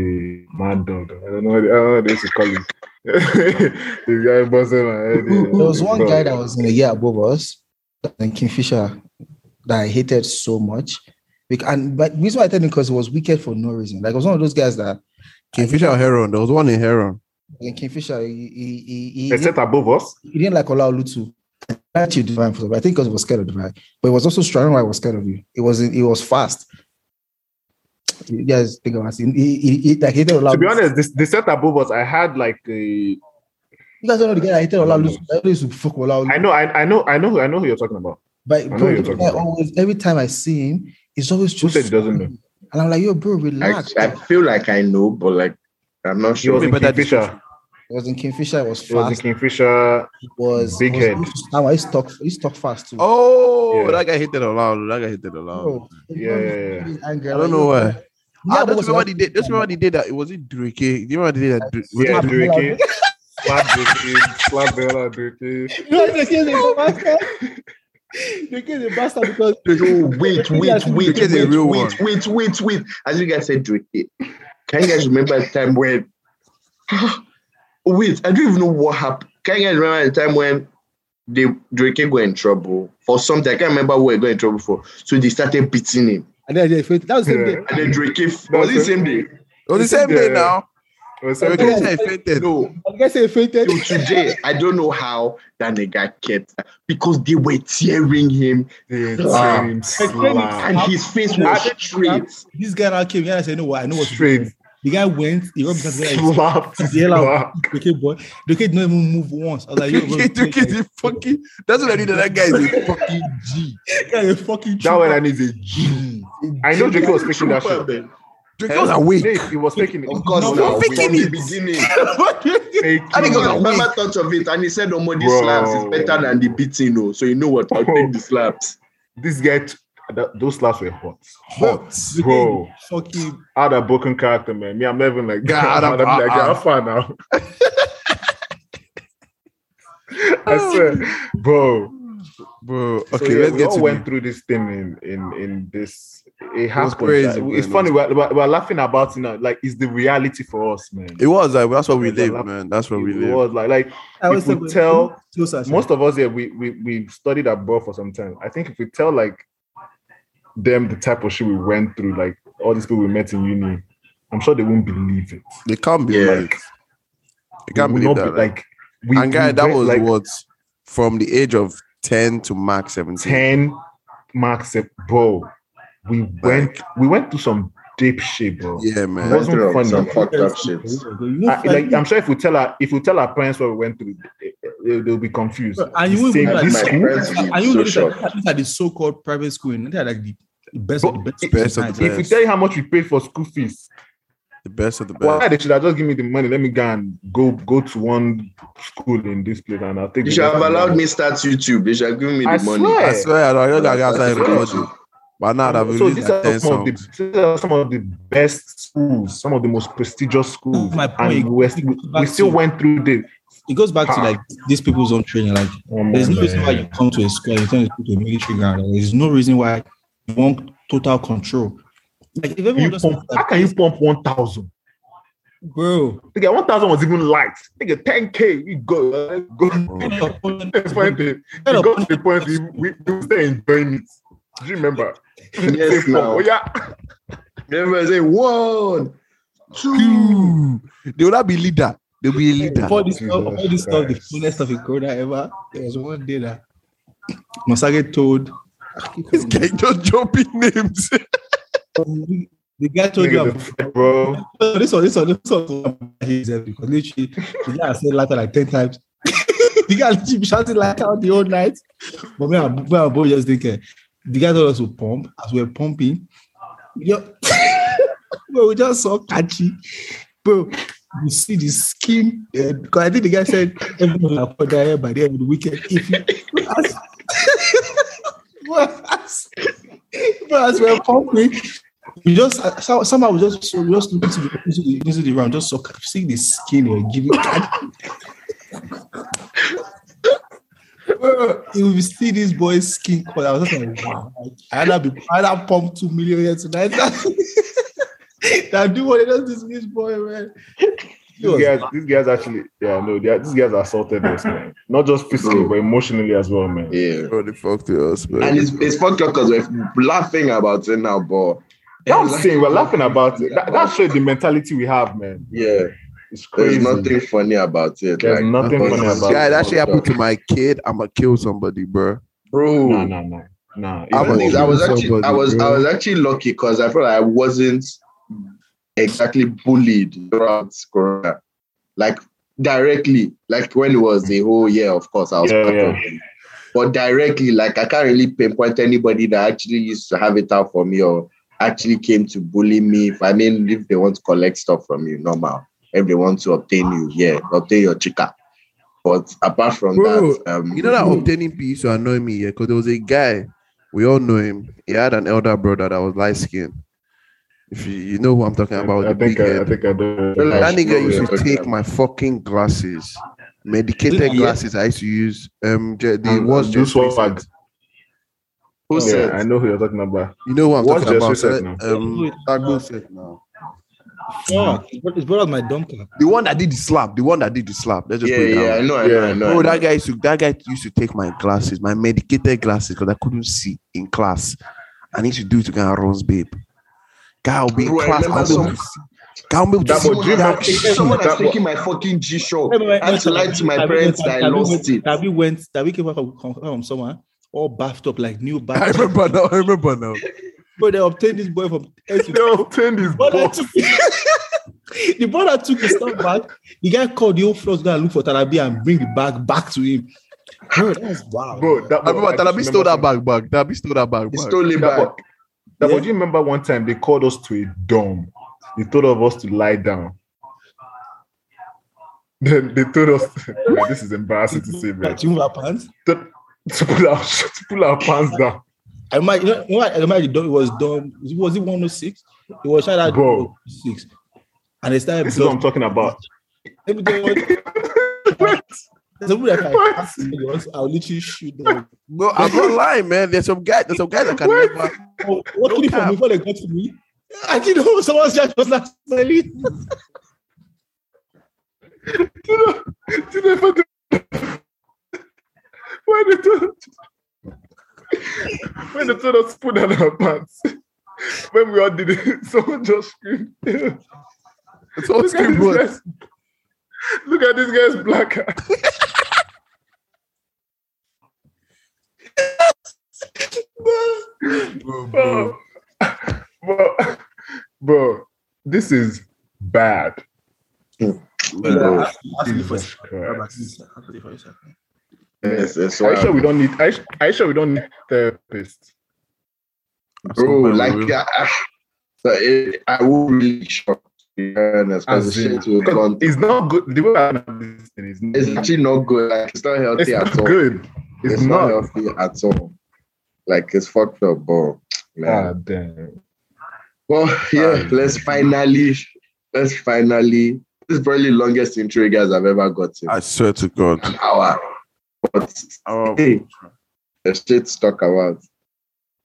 Speaker 6: mad dog. I don't know what, I don't know what they used to call him. this guy busted my head.
Speaker 7: There was one
Speaker 6: Bro.
Speaker 7: guy that was in a year above us, and Kingfisher, that I hated so much. Bec- And but the reason why I hated him because it was wicked for no reason. Like it was one of those guys that
Speaker 5: Kingfisher or Heron. There was one in Heron.
Speaker 7: like, Kingfisher he he, he, he,
Speaker 6: They set above us.
Speaker 7: he didn't like Ola Olutu. Actually, divine for I think because he was scared of divine, but it was also strong. Why I was scared of you? It was it was fast. You guys think about it. He, he, he, like, hated Ola
Speaker 6: To be
Speaker 7: Olutu.
Speaker 6: honest, this, they set above us. I had like a
Speaker 7: You guys don't know the guy that hated Ola Olutu. I used to fuck Ola
Speaker 6: I
Speaker 7: Olutu.
Speaker 6: know I, I know I know who I know who you're talking about.
Speaker 7: But
Speaker 6: know
Speaker 7: bro,
Speaker 6: you're
Speaker 7: this
Speaker 6: talking
Speaker 7: guy
Speaker 6: about.
Speaker 7: always every time I see him, he's always
Speaker 6: Who
Speaker 7: just
Speaker 6: said he doesn't know?
Speaker 7: and I'm like, yo, bro,
Speaker 4: I,
Speaker 7: relax.
Speaker 4: I feel like I know, but like I'm not
Speaker 6: He
Speaker 4: sure.
Speaker 6: was in Kingfisher.
Speaker 7: it was in Kingfisher, it was
Speaker 6: He was in
Speaker 7: fast.
Speaker 6: Kingfisher.
Speaker 7: It was
Speaker 6: Big
Speaker 7: it was
Speaker 6: head.
Speaker 7: used to stammer. He stuck he stuck fast too.
Speaker 5: Oh,
Speaker 6: Yeah.
Speaker 5: that guy hit it aloud. That guy hit it aloud.
Speaker 7: Bro,
Speaker 6: Yeah, yeah,
Speaker 7: he's angry.
Speaker 5: Oh, I don't
Speaker 7: I'm like,
Speaker 5: know
Speaker 7: yo,
Speaker 5: why.
Speaker 7: yeah,
Speaker 5: ah,
Speaker 7: but
Speaker 5: don't you
Speaker 7: was
Speaker 5: remember what he did. Don't you remember what he did that. It was it Durike. Do you remember what he did that? Du- was
Speaker 6: Yeah,
Speaker 5: it Durike?
Speaker 6: Dureke. Slap Dureke. Slap Bella Dureke.
Speaker 7: You know what the kid is a bastard? The kid is a bastard because
Speaker 4: Yo, wait, wait, wait, wait,
Speaker 5: It's a
Speaker 4: wait,
Speaker 5: real
Speaker 4: wait, wait, wait, As you guys said, Drake, can you guys remember the time when? wait, I don't even know what happened. Can you guys remember the time when they Drake got in trouble for something? I can't remember what he got in trouble for. So they started beating him,
Speaker 7: and then, yeah, if it- that was the same
Speaker 6: Yeah.
Speaker 7: day.
Speaker 4: and then Drake was it the same day?
Speaker 5: It was the same
Speaker 6: Yeah.
Speaker 5: day now.
Speaker 6: It was
Speaker 5: So we
Speaker 6: seven
Speaker 5: can
Speaker 6: days.
Speaker 5: say fainted.
Speaker 4: No,
Speaker 7: I guess he fainted.
Speaker 4: till today I don't know how that nigga kept because they were tearing him,
Speaker 6: They
Speaker 4: Ah.
Speaker 6: tear him slap.
Speaker 4: and his face was straight.
Speaker 7: This guy now came. Yeah, I said, no, I know what to do.
Speaker 6: Straight
Speaker 7: The guy went. He rubbed his hands.
Speaker 6: slap.
Speaker 7: He's yelling
Speaker 6: slap.
Speaker 7: out, the kid boy. The kid didn't even move once. I was like, yo, bro,
Speaker 5: Durike, Durike is a fucking. That's what I knew that that guy is a fucking G.
Speaker 7: that guy is a fucking
Speaker 6: That
Speaker 7: trooper.
Speaker 6: one I need a G. I know Drake was picking that shit.
Speaker 5: Durike was awake.
Speaker 6: Nate, he was picking it.
Speaker 4: Of course,
Speaker 5: No,
Speaker 4: now,
Speaker 5: we're
Speaker 4: from
Speaker 5: faking
Speaker 4: the
Speaker 5: it.
Speaker 4: beginning.
Speaker 6: Faking
Speaker 4: I think
Speaker 6: it.
Speaker 4: I never thought of it, and he said, "Omo, the
Speaker 6: Bro.
Speaker 4: slaps is better than the beating, oh. So you know what? I'll take the slaps."
Speaker 6: This guy, t- that, those slaps were hot.
Speaker 5: Hot.
Speaker 6: Bro.
Speaker 7: Fucking
Speaker 6: Out of broken character, man. Me, I'm not even like,
Speaker 5: Guy,
Speaker 6: God,
Speaker 5: Adam-
Speaker 6: I'm not like,
Speaker 5: uh-uh.
Speaker 6: yeah, how far now? I swear, bro.
Speaker 5: Bro, okay,
Speaker 6: so, yeah,
Speaker 5: let's
Speaker 6: we
Speaker 5: get
Speaker 6: all
Speaker 5: to
Speaker 6: went
Speaker 5: the-
Speaker 6: through this thing in in in this. It
Speaker 5: was
Speaker 6: happened.
Speaker 5: crazy,
Speaker 6: Like,
Speaker 5: man.
Speaker 6: it's
Speaker 5: It
Speaker 6: funny. We're, we're, we're laughing about it now. Like it's the reality for us, man.
Speaker 5: It was like that's where we
Speaker 6: Yeah,
Speaker 5: live,
Speaker 6: lap-
Speaker 5: man. That's where we
Speaker 6: It
Speaker 5: live.
Speaker 6: was like like
Speaker 7: I was
Speaker 6: If we tell
Speaker 7: most
Speaker 6: most of us here we we we studied abroad for some time. I think if we tell like them the type of shit we went through, like all these people we met in uni, I'm sure they won't believe it.
Speaker 5: They can't be
Speaker 4: Yeah.
Speaker 5: like they can't
Speaker 6: They will
Speaker 5: believe that.
Speaker 6: not be-
Speaker 5: right?
Speaker 6: like we
Speaker 5: and guy,
Speaker 6: we
Speaker 5: that
Speaker 6: went,
Speaker 5: was
Speaker 6: like
Speaker 5: what from the age of 10 to max 17.
Speaker 6: ten marks, bro. We went we went through some deep shit, bro.
Speaker 5: Yeah,
Speaker 6: It
Speaker 5: man.
Speaker 6: wasn't
Speaker 4: Went through
Speaker 6: funny.
Speaker 4: Some fucked up shit.
Speaker 6: I, like I'm sure if we tell our if we tell our parents what we went through, they, they, will be confused.
Speaker 7: and you
Speaker 6: This
Speaker 7: won't
Speaker 6: thing-
Speaker 7: be like,
Speaker 4: this
Speaker 7: my
Speaker 4: school-
Speaker 7: friends
Speaker 4: this
Speaker 7: and you won't be
Speaker 4: social.
Speaker 7: like, these are the so-called private school, and they are like the, the best of the
Speaker 6: But
Speaker 7: best.
Speaker 6: if-
Speaker 5: Best of the
Speaker 6: if we
Speaker 5: best.
Speaker 6: tell you how much we paid for school fees,
Speaker 5: The best of the best.
Speaker 6: why they should have just give me the money? Let me go and go go to one school in this place, and I'll take.
Speaker 4: You
Speaker 6: the
Speaker 4: should have
Speaker 6: rest of
Speaker 4: allowed
Speaker 6: it.
Speaker 4: me start YouTube. You should have given me the
Speaker 6: I
Speaker 4: money.
Speaker 6: swear.
Speaker 5: I swear, I don't know that guy's like recording. But now that we
Speaker 6: So
Speaker 5: released
Speaker 6: these
Speaker 5: like
Speaker 6: are,
Speaker 5: 10
Speaker 6: some of the,
Speaker 5: songs.
Speaker 6: these are some of the best schools, some of the most prestigious schools,
Speaker 7: My
Speaker 6: and
Speaker 7: point.
Speaker 6: we, were- we- we still went through this.
Speaker 7: It goes back to
Speaker 6: Ah.
Speaker 7: like these people's own training. Like
Speaker 4: Oh,
Speaker 7: there's no reason why you come to a school and turn it to a military ground. Like, there's no reason why you want total control. Like if everyone
Speaker 6: You
Speaker 7: just
Speaker 6: pump- how can you pump one thousand?
Speaker 7: bro,
Speaker 6: Nigga, one thousand was even light. Nigga, ten k. You go, uh, go.
Speaker 7: kind of opponent-
Speaker 6: That's fine, babe.
Speaker 7: kind
Speaker 6: We
Speaker 7: of
Speaker 6: got to the point we, we, we were enjoying it. Do you remember?
Speaker 4: Yes, now.
Speaker 6: Oh, yeah.
Speaker 4: Everybody say one, two.
Speaker 5: They will not be leader. They'll be a leader.
Speaker 7: Before this, stuff, all this stuff, the
Speaker 6: Christ.
Speaker 7: funnest stuff in Corona ever. There was one day that Masage told
Speaker 5: This guy just jumping names.
Speaker 7: the guy told you
Speaker 6: Nigga,
Speaker 7: I'm
Speaker 6: the fuck, bro.
Speaker 7: So this one, this one, this one, he's eh, because literally the guy has said later like ten times. the guy literally been shouting later out the whole night. But me and, me and Bo just thinking, the guy told us to pump as we are pumping. We just, bro, we just saw catchy, bro. You see the skin eh, because I think the guy said everyone will put their hair by the end of the weekend. If you as, bro, as, bro, as we're pumping, we just uh, so- somehow we just so we just look into the, into the, into the round, just so see the skin you're giving. Bro, you will see this boy's skin color. I was just like, wow, like, I either be I either pump two million here tonight. That do what it does this rich boy, man. He was-
Speaker 6: These guys, these guys actually, yeah, no, they are, these guys assaulted us, man. Not just physically,
Speaker 4: Bro.
Speaker 6: but emotionally as well, man.
Speaker 4: Yeah.
Speaker 5: Bro, they fucked with us, man.
Speaker 4: And it's, it's fucked up because we're laughing about it now, but
Speaker 6: That I'm saying, we're laughing about it. That, that shows the mentality we have, man.
Speaker 4: yeah,
Speaker 6: It's crazy.
Speaker 4: there's nothing funny about it.
Speaker 6: There's
Speaker 4: like,
Speaker 6: nothing
Speaker 4: because
Speaker 6: funny
Speaker 4: it's-
Speaker 6: about
Speaker 5: Guy,
Speaker 6: it.
Speaker 5: that shit happened to my kid. I'ma kill somebody, bro.
Speaker 4: bro.
Speaker 6: Nah, nah, nah. Nah.
Speaker 5: I'm
Speaker 4: I,
Speaker 5: a-
Speaker 6: Even
Speaker 4: think
Speaker 6: though-
Speaker 4: I was actually
Speaker 5: somebody,
Speaker 4: I was
Speaker 5: bro.
Speaker 4: I was actually lucky because I felt like I wasn't exactly bullied throughout Corona, like directly. Like when it was the whole year, of course, I was
Speaker 6: Yeah,
Speaker 4: part
Speaker 6: yeah.
Speaker 4: of it. But directly, like I can't really pinpoint anybody that actually used to have it out for me or actually came to bully me. If I mean, if they want to collect stuff from you, normal. If they want to obtain you, yeah, obtain your chica. But apart from
Speaker 5: Bro,
Speaker 4: that, um,
Speaker 5: You know that obtaining peace to annoy me, yeah, because there was a guy, we all know him. He had an elder brother that was light skinned. If you, you know who I'm talking about,
Speaker 6: I, I
Speaker 5: the big
Speaker 6: think I, I
Speaker 5: head.
Speaker 6: think I do.
Speaker 4: Well,
Speaker 5: That
Speaker 4: I know
Speaker 5: nigga used
Speaker 4: you're
Speaker 5: to
Speaker 4: talking
Speaker 5: take
Speaker 4: about.
Speaker 5: my fucking glasses, medicated
Speaker 7: Yeah.
Speaker 5: glasses. I used to use um the, the
Speaker 6: And-
Speaker 5: what's
Speaker 6: and do
Speaker 5: just
Speaker 6: swag.
Speaker 5: recent.
Speaker 4: who
Speaker 6: Yeah,
Speaker 4: said?
Speaker 6: I know who you're talking about.
Speaker 5: You know who I'm
Speaker 6: What's
Speaker 5: talking about?
Speaker 6: just
Speaker 5: so,
Speaker 6: recent
Speaker 5: um, that good set now.
Speaker 7: Yeah, it's brought out my dumper.
Speaker 5: The one that did the slap. The one that did the slap. Let's just
Speaker 4: Yeah,
Speaker 5: put it that
Speaker 4: yeah,
Speaker 5: way.
Speaker 4: I know, I
Speaker 6: Yeah.
Speaker 4: know, I know. I
Speaker 5: Oh,
Speaker 4: know.
Speaker 5: that guy used to that guy used to take my glasses, my medicated glasses, because I couldn't see in class. I need to do it to kind of runs, babe. Guy will be in
Speaker 4: Bro, I
Speaker 5: class.
Speaker 4: remember
Speaker 5: I'll be able
Speaker 4: some-
Speaker 5: to see. Guy will be able to
Speaker 6: That
Speaker 5: see
Speaker 6: was- do you
Speaker 5: that
Speaker 6: remember-
Speaker 5: shit.
Speaker 4: Someone has
Speaker 6: That wa-
Speaker 4: taken my fucking G show. I had to lie to my parents that I lost it.
Speaker 7: That we went, that we came back from, from somewhere, all bathed up like new
Speaker 5: I
Speaker 7: bath.
Speaker 5: remember now. I remember now.
Speaker 7: But they obtained this boy from
Speaker 6: They obtained his
Speaker 7: brother
Speaker 6: box.
Speaker 7: took the brother took his stuff back. The guy called the old floor to go and look for Talabi and bring the bag back to him. Bro, that's wild.
Speaker 6: Bro, that
Speaker 5: I remember
Speaker 6: just
Speaker 5: Talabi stole
Speaker 6: remember
Speaker 5: that bag back. Talabi stole that bag
Speaker 4: He
Speaker 5: back.
Speaker 4: stole it
Speaker 6: That
Speaker 4: back.
Speaker 6: was- That,
Speaker 7: Yeah.
Speaker 6: But do you remember one time they called us to a dorm? They told of us to lie down. Then they told us, Man, this is embarrassing to say, man.
Speaker 7: Like, you move our pants.
Speaker 6: To, to pull our sh- to pull our pants down.
Speaker 7: I might, you know, you know what, I remember it was done. Was it 106? It was shot at
Speaker 6: Bro.
Speaker 7: 106. And they started
Speaker 6: This is what I'm talking about.
Speaker 7: Let me tell you what. Somebody that
Speaker 6: What?
Speaker 7: can millions, I'll literally shoot them.
Speaker 5: Bro, I'm not lying, man. There's some guy, there's some guy that can never.
Speaker 7: Oh, what no
Speaker 5: cap.
Speaker 7: from before they got to me? I didn't know someone's just was not selling.
Speaker 6: Do they fucking- Why they told when they told us to put down our pants? When we all did it, someone just screamed. Look
Speaker 5: It's all
Speaker 6: at
Speaker 5: screen
Speaker 6: this
Speaker 5: bro.
Speaker 6: guy's, look at this guy's black eye. bro, bro, bro, this is bad.
Speaker 4: Bro,
Speaker 6: Jesus Christ.
Speaker 4: it's, it's
Speaker 6: Are you sure
Speaker 4: wild.
Speaker 6: we don't need? Are you, su- are you sure we don't need therapists?
Speaker 4: bro, like, yeah, so it, I would really shocked. Because the
Speaker 6: As in-
Speaker 4: shit we've gone through
Speaker 6: It's not good. The way I'm doing this thing is
Speaker 4: is actually not good. Like, it's not healthy
Speaker 6: it's
Speaker 4: at
Speaker 6: not
Speaker 4: all.
Speaker 6: good. It's, not.
Speaker 4: healthy at all. Like, it's fucked up, bro. Man.
Speaker 6: Ah, damn.
Speaker 4: Well, yeah, let's finally, let's finally. This is probably the longest intro you guys have ever gotten.
Speaker 6: Ah.
Speaker 5: I swear to God.
Speaker 4: An hour. But
Speaker 5: Oh,
Speaker 4: hey, the shit stuck about.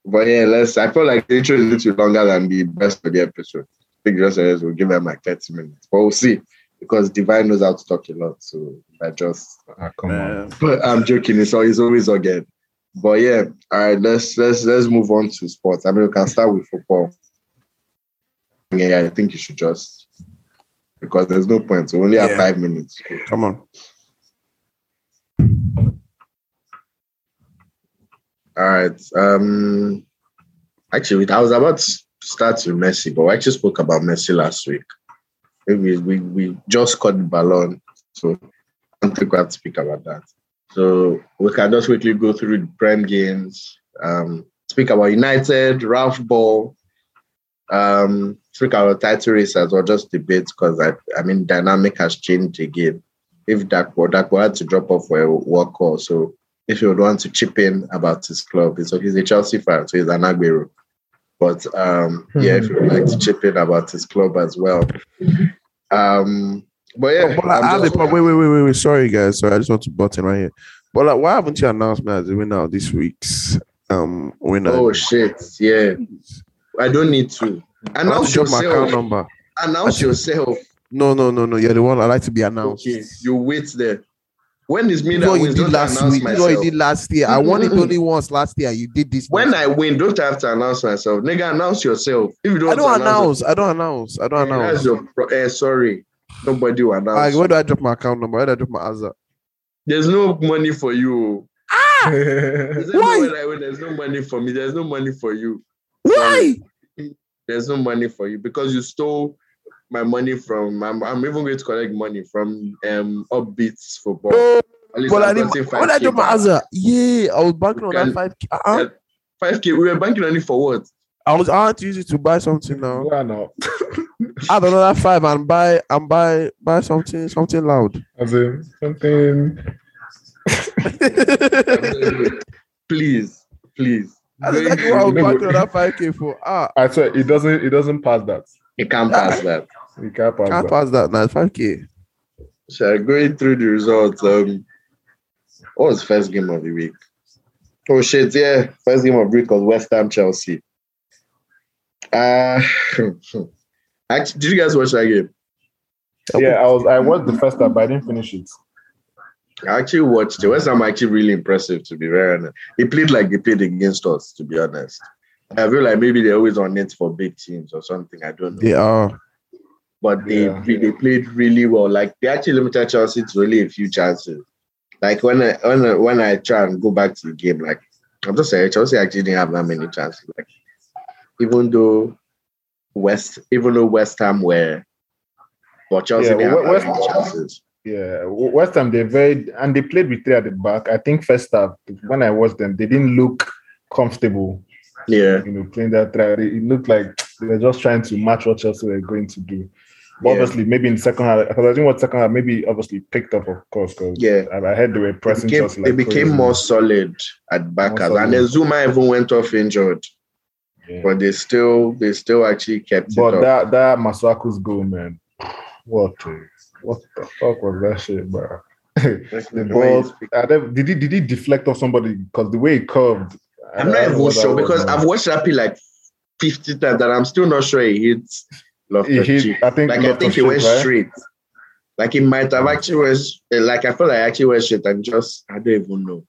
Speaker 4: But yeah, let's. I feel like the intro is a little longer than the best of the episode. I think the rest of us will give them like 30 minutes. But we'll see. Because Divine knows how to talk a lot. So I just
Speaker 6: Ah, come on.
Speaker 5: man.
Speaker 4: but I'm joking. It's always always again. But yeah, all right. Let's let's let's move on to sports. I mean, we can start with football. Yeah, I think you should just because there's no point. We only have
Speaker 5: Yeah.
Speaker 4: five minutes.
Speaker 5: Come on.
Speaker 4: All right. Um, actually, I was about to start with Messi, but we actually spoke about Messi last week. We we, we just caught the ballon, so I don't think we have to speak about that. So we can just quickly go through the prem games. Um, speak about United, Ralph Ball. Um, speak about title race as well. Just debate because I I mean dynamic has changed again. If Dakwa Dakwa had to drop off for a work call, so if you would want to chip in about his club. He's, he's a Chelsea fan, so he's an Aguero. But um, yeah, if you would like to chip in about his club as well. Um, but yeah,
Speaker 5: But like,
Speaker 4: I'm
Speaker 5: I have a
Speaker 4: just-
Speaker 5: pro- wait, wait, wait, wait, wait. Sorry, guys. Sorry, I just want to button right here. But like, why haven't you announced me as the winner of this week's um winner?
Speaker 4: oh shit, yeah. I don't need to
Speaker 5: I want
Speaker 4: announce
Speaker 5: to drop my account
Speaker 4: yourself.
Speaker 5: number.
Speaker 4: Announce yourself.
Speaker 5: No, no, no, no. You're the one I like to be announced.
Speaker 4: Okay, you wait there. When is me
Speaker 5: You
Speaker 4: that
Speaker 5: know what you
Speaker 4: wins?
Speaker 5: did
Speaker 4: Don't
Speaker 5: last
Speaker 4: announce
Speaker 5: week. You know what you
Speaker 4: myself.
Speaker 5: did last year. I won it
Speaker 4: Mm-mm-mm.
Speaker 5: only once last year. You did this.
Speaker 4: When
Speaker 5: once.
Speaker 4: I win, don't have to announce myself. Nigga, announce yourself. If you don't,
Speaker 5: I don't
Speaker 4: announce,
Speaker 5: announce. I don't announce. I don't
Speaker 4: yourself, that's
Speaker 5: announce.
Speaker 4: your pro- eh, sorry. Nobody will announce.
Speaker 5: Like, where do I drop my account number? Where do I drop my Azar?
Speaker 4: There's no money for you. There's
Speaker 5: Ah! Why?
Speaker 4: no way I will. There's no money for me. There's no money for you.
Speaker 5: Why?
Speaker 4: There's no money for you because you stole my money from. I'm, I'm even going to collect money from um Upbeats football.
Speaker 5: No,
Speaker 4: At least
Speaker 5: but I
Speaker 4: I'm
Speaker 5: didn't.
Speaker 4: getting
Speaker 5: When I
Speaker 4: 5K
Speaker 5: drop my
Speaker 4: back.
Speaker 5: Azar, yeah, I was banking on that
Speaker 4: Can-
Speaker 5: five. Uh-uh.
Speaker 4: Five k. We were banking on it for what?
Speaker 5: I was. I had to use it to buy something now.
Speaker 6: Why not?
Speaker 5: add another five and buy and buy buy something something loud.
Speaker 6: As in something.
Speaker 4: please, please.
Speaker 5: That's exactly what I was buying another five k for. Ah,
Speaker 6: I swear it doesn't. It doesn't pass that.
Speaker 4: You can't pass that.
Speaker 6: It can't pass
Speaker 5: can't
Speaker 6: that.
Speaker 5: pass that now. Five k.
Speaker 4: So going through the results. Um, what was first game of the week? Oh shit! Yeah, first game of the week was West Ham Chelsea. Uh, actually, did you guys watch that game?
Speaker 6: Yeah, I was. I watched the first half, but I didn't finish it.
Speaker 4: I actually watched it. West Ham actually really impressive, to be very honest. They played like they played against us, to be honest. I feel like maybe they're always on it for big teams or something. I don't know.
Speaker 5: They are.
Speaker 4: but they
Speaker 6: Yeah.
Speaker 4: they played really well. Like they actually limited Chelsea to only a few chances. Like when I when I, when I try and go back to the game, like I'm just saying, Chelsea actually didn't have that many chances. Like even though West, even though West Ham were, but Chelsea
Speaker 6: Yeah,
Speaker 4: didn't have
Speaker 6: West-
Speaker 4: that many chances.
Speaker 6: Yeah, W- West Ham they very and they played with three at the back. I think first half when I watched them, they didn't look comfortable.
Speaker 4: Yeah,
Speaker 6: You know, playing that three, it looked like they were just trying to match what Chelsea were going to do. But Obviously, maybe in second half, because I think what second half maybe obviously picked up, of course. Cause
Speaker 4: Yeah.
Speaker 6: I, I heard they were
Speaker 4: They
Speaker 6: pressing
Speaker 4: became,
Speaker 6: Chelsea
Speaker 4: they
Speaker 6: like
Speaker 4: became
Speaker 6: crazy.
Speaker 4: more solid at back
Speaker 6: More
Speaker 4: as
Speaker 6: solid.
Speaker 4: and Zuma even went off injured,
Speaker 6: Yeah.
Speaker 4: but they still they still actually kept it
Speaker 6: But
Speaker 4: up.
Speaker 6: that that Masuaku's goal, man. What a- what the fuck was that shit, bro? The ball. I never- Did he did he deflect off somebody? Because the way it curved.
Speaker 4: I'm
Speaker 6: I- I
Speaker 4: not
Speaker 6: don't know
Speaker 4: even
Speaker 6: what that
Speaker 4: sure
Speaker 6: was,
Speaker 4: because
Speaker 6: man.
Speaker 4: I've watched that play like 50 times and I'm still not sure he hits
Speaker 6: He
Speaker 4: Loftus
Speaker 6: hit-
Speaker 4: Cheek.
Speaker 6: I think
Speaker 4: Like I think he
Speaker 6: Loftus-Cheek,
Speaker 4: went
Speaker 6: right?
Speaker 4: straight. Like he might have actually went s- like I felt like I actually went straight and just I don't even know.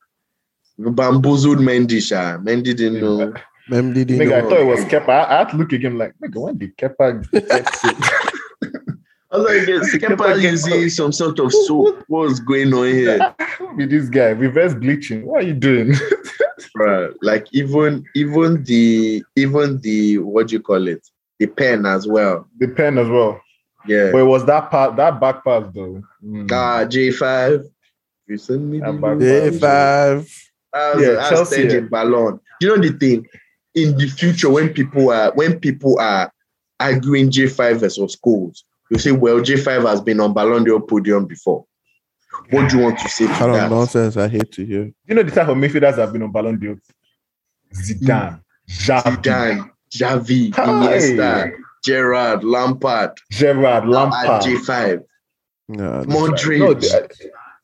Speaker 4: Bamboozled Mendy, sha. Mendy didn't know.
Speaker 5: Memdi didn't
Speaker 6: Nigga, I
Speaker 5: know.
Speaker 6: thought it was Kepa. I, I had to look again like, nigga, when did Kepa get it?
Speaker 4: I was like, yes, Kepa using some sort of soap. What's going on here?
Speaker 6: with this guy? Reverse glitching. What are you doing?
Speaker 4: Bruh, Like even even the even the what do you call it? The pen as well.
Speaker 6: the pen as well.
Speaker 4: Yeah.
Speaker 6: But it was that part, that back pass though. Mm.
Speaker 4: Ah, J5. You send me
Speaker 6: That
Speaker 4: the
Speaker 6: back
Speaker 5: Day
Speaker 6: pass.
Speaker 5: five.
Speaker 4: I was,
Speaker 6: Yeah,
Speaker 4: I
Speaker 6: Chelsea,
Speaker 4: stand
Speaker 6: yeah.
Speaker 4: in Ballon. Do you know the thing? In the future, when people are when people are arguing J5 versus schools, you say, "Well, J5 has been on Ballon d'Or podium before." What do you want to say to
Speaker 5: Kind
Speaker 4: that?
Speaker 5: of nonsense I hate to hear.
Speaker 6: You know the type of midfielders that have been on Ballon d'Or? Zidane, Xavi,
Speaker 4: Zidane, Xavi,
Speaker 6: Hi.
Speaker 4: Iniesta, Gerard, Lampard,
Speaker 6: Gerard,
Speaker 4: at
Speaker 6: Lampard.
Speaker 4: J5,
Speaker 5: Nah,
Speaker 4: Modric.
Speaker 6: No, the,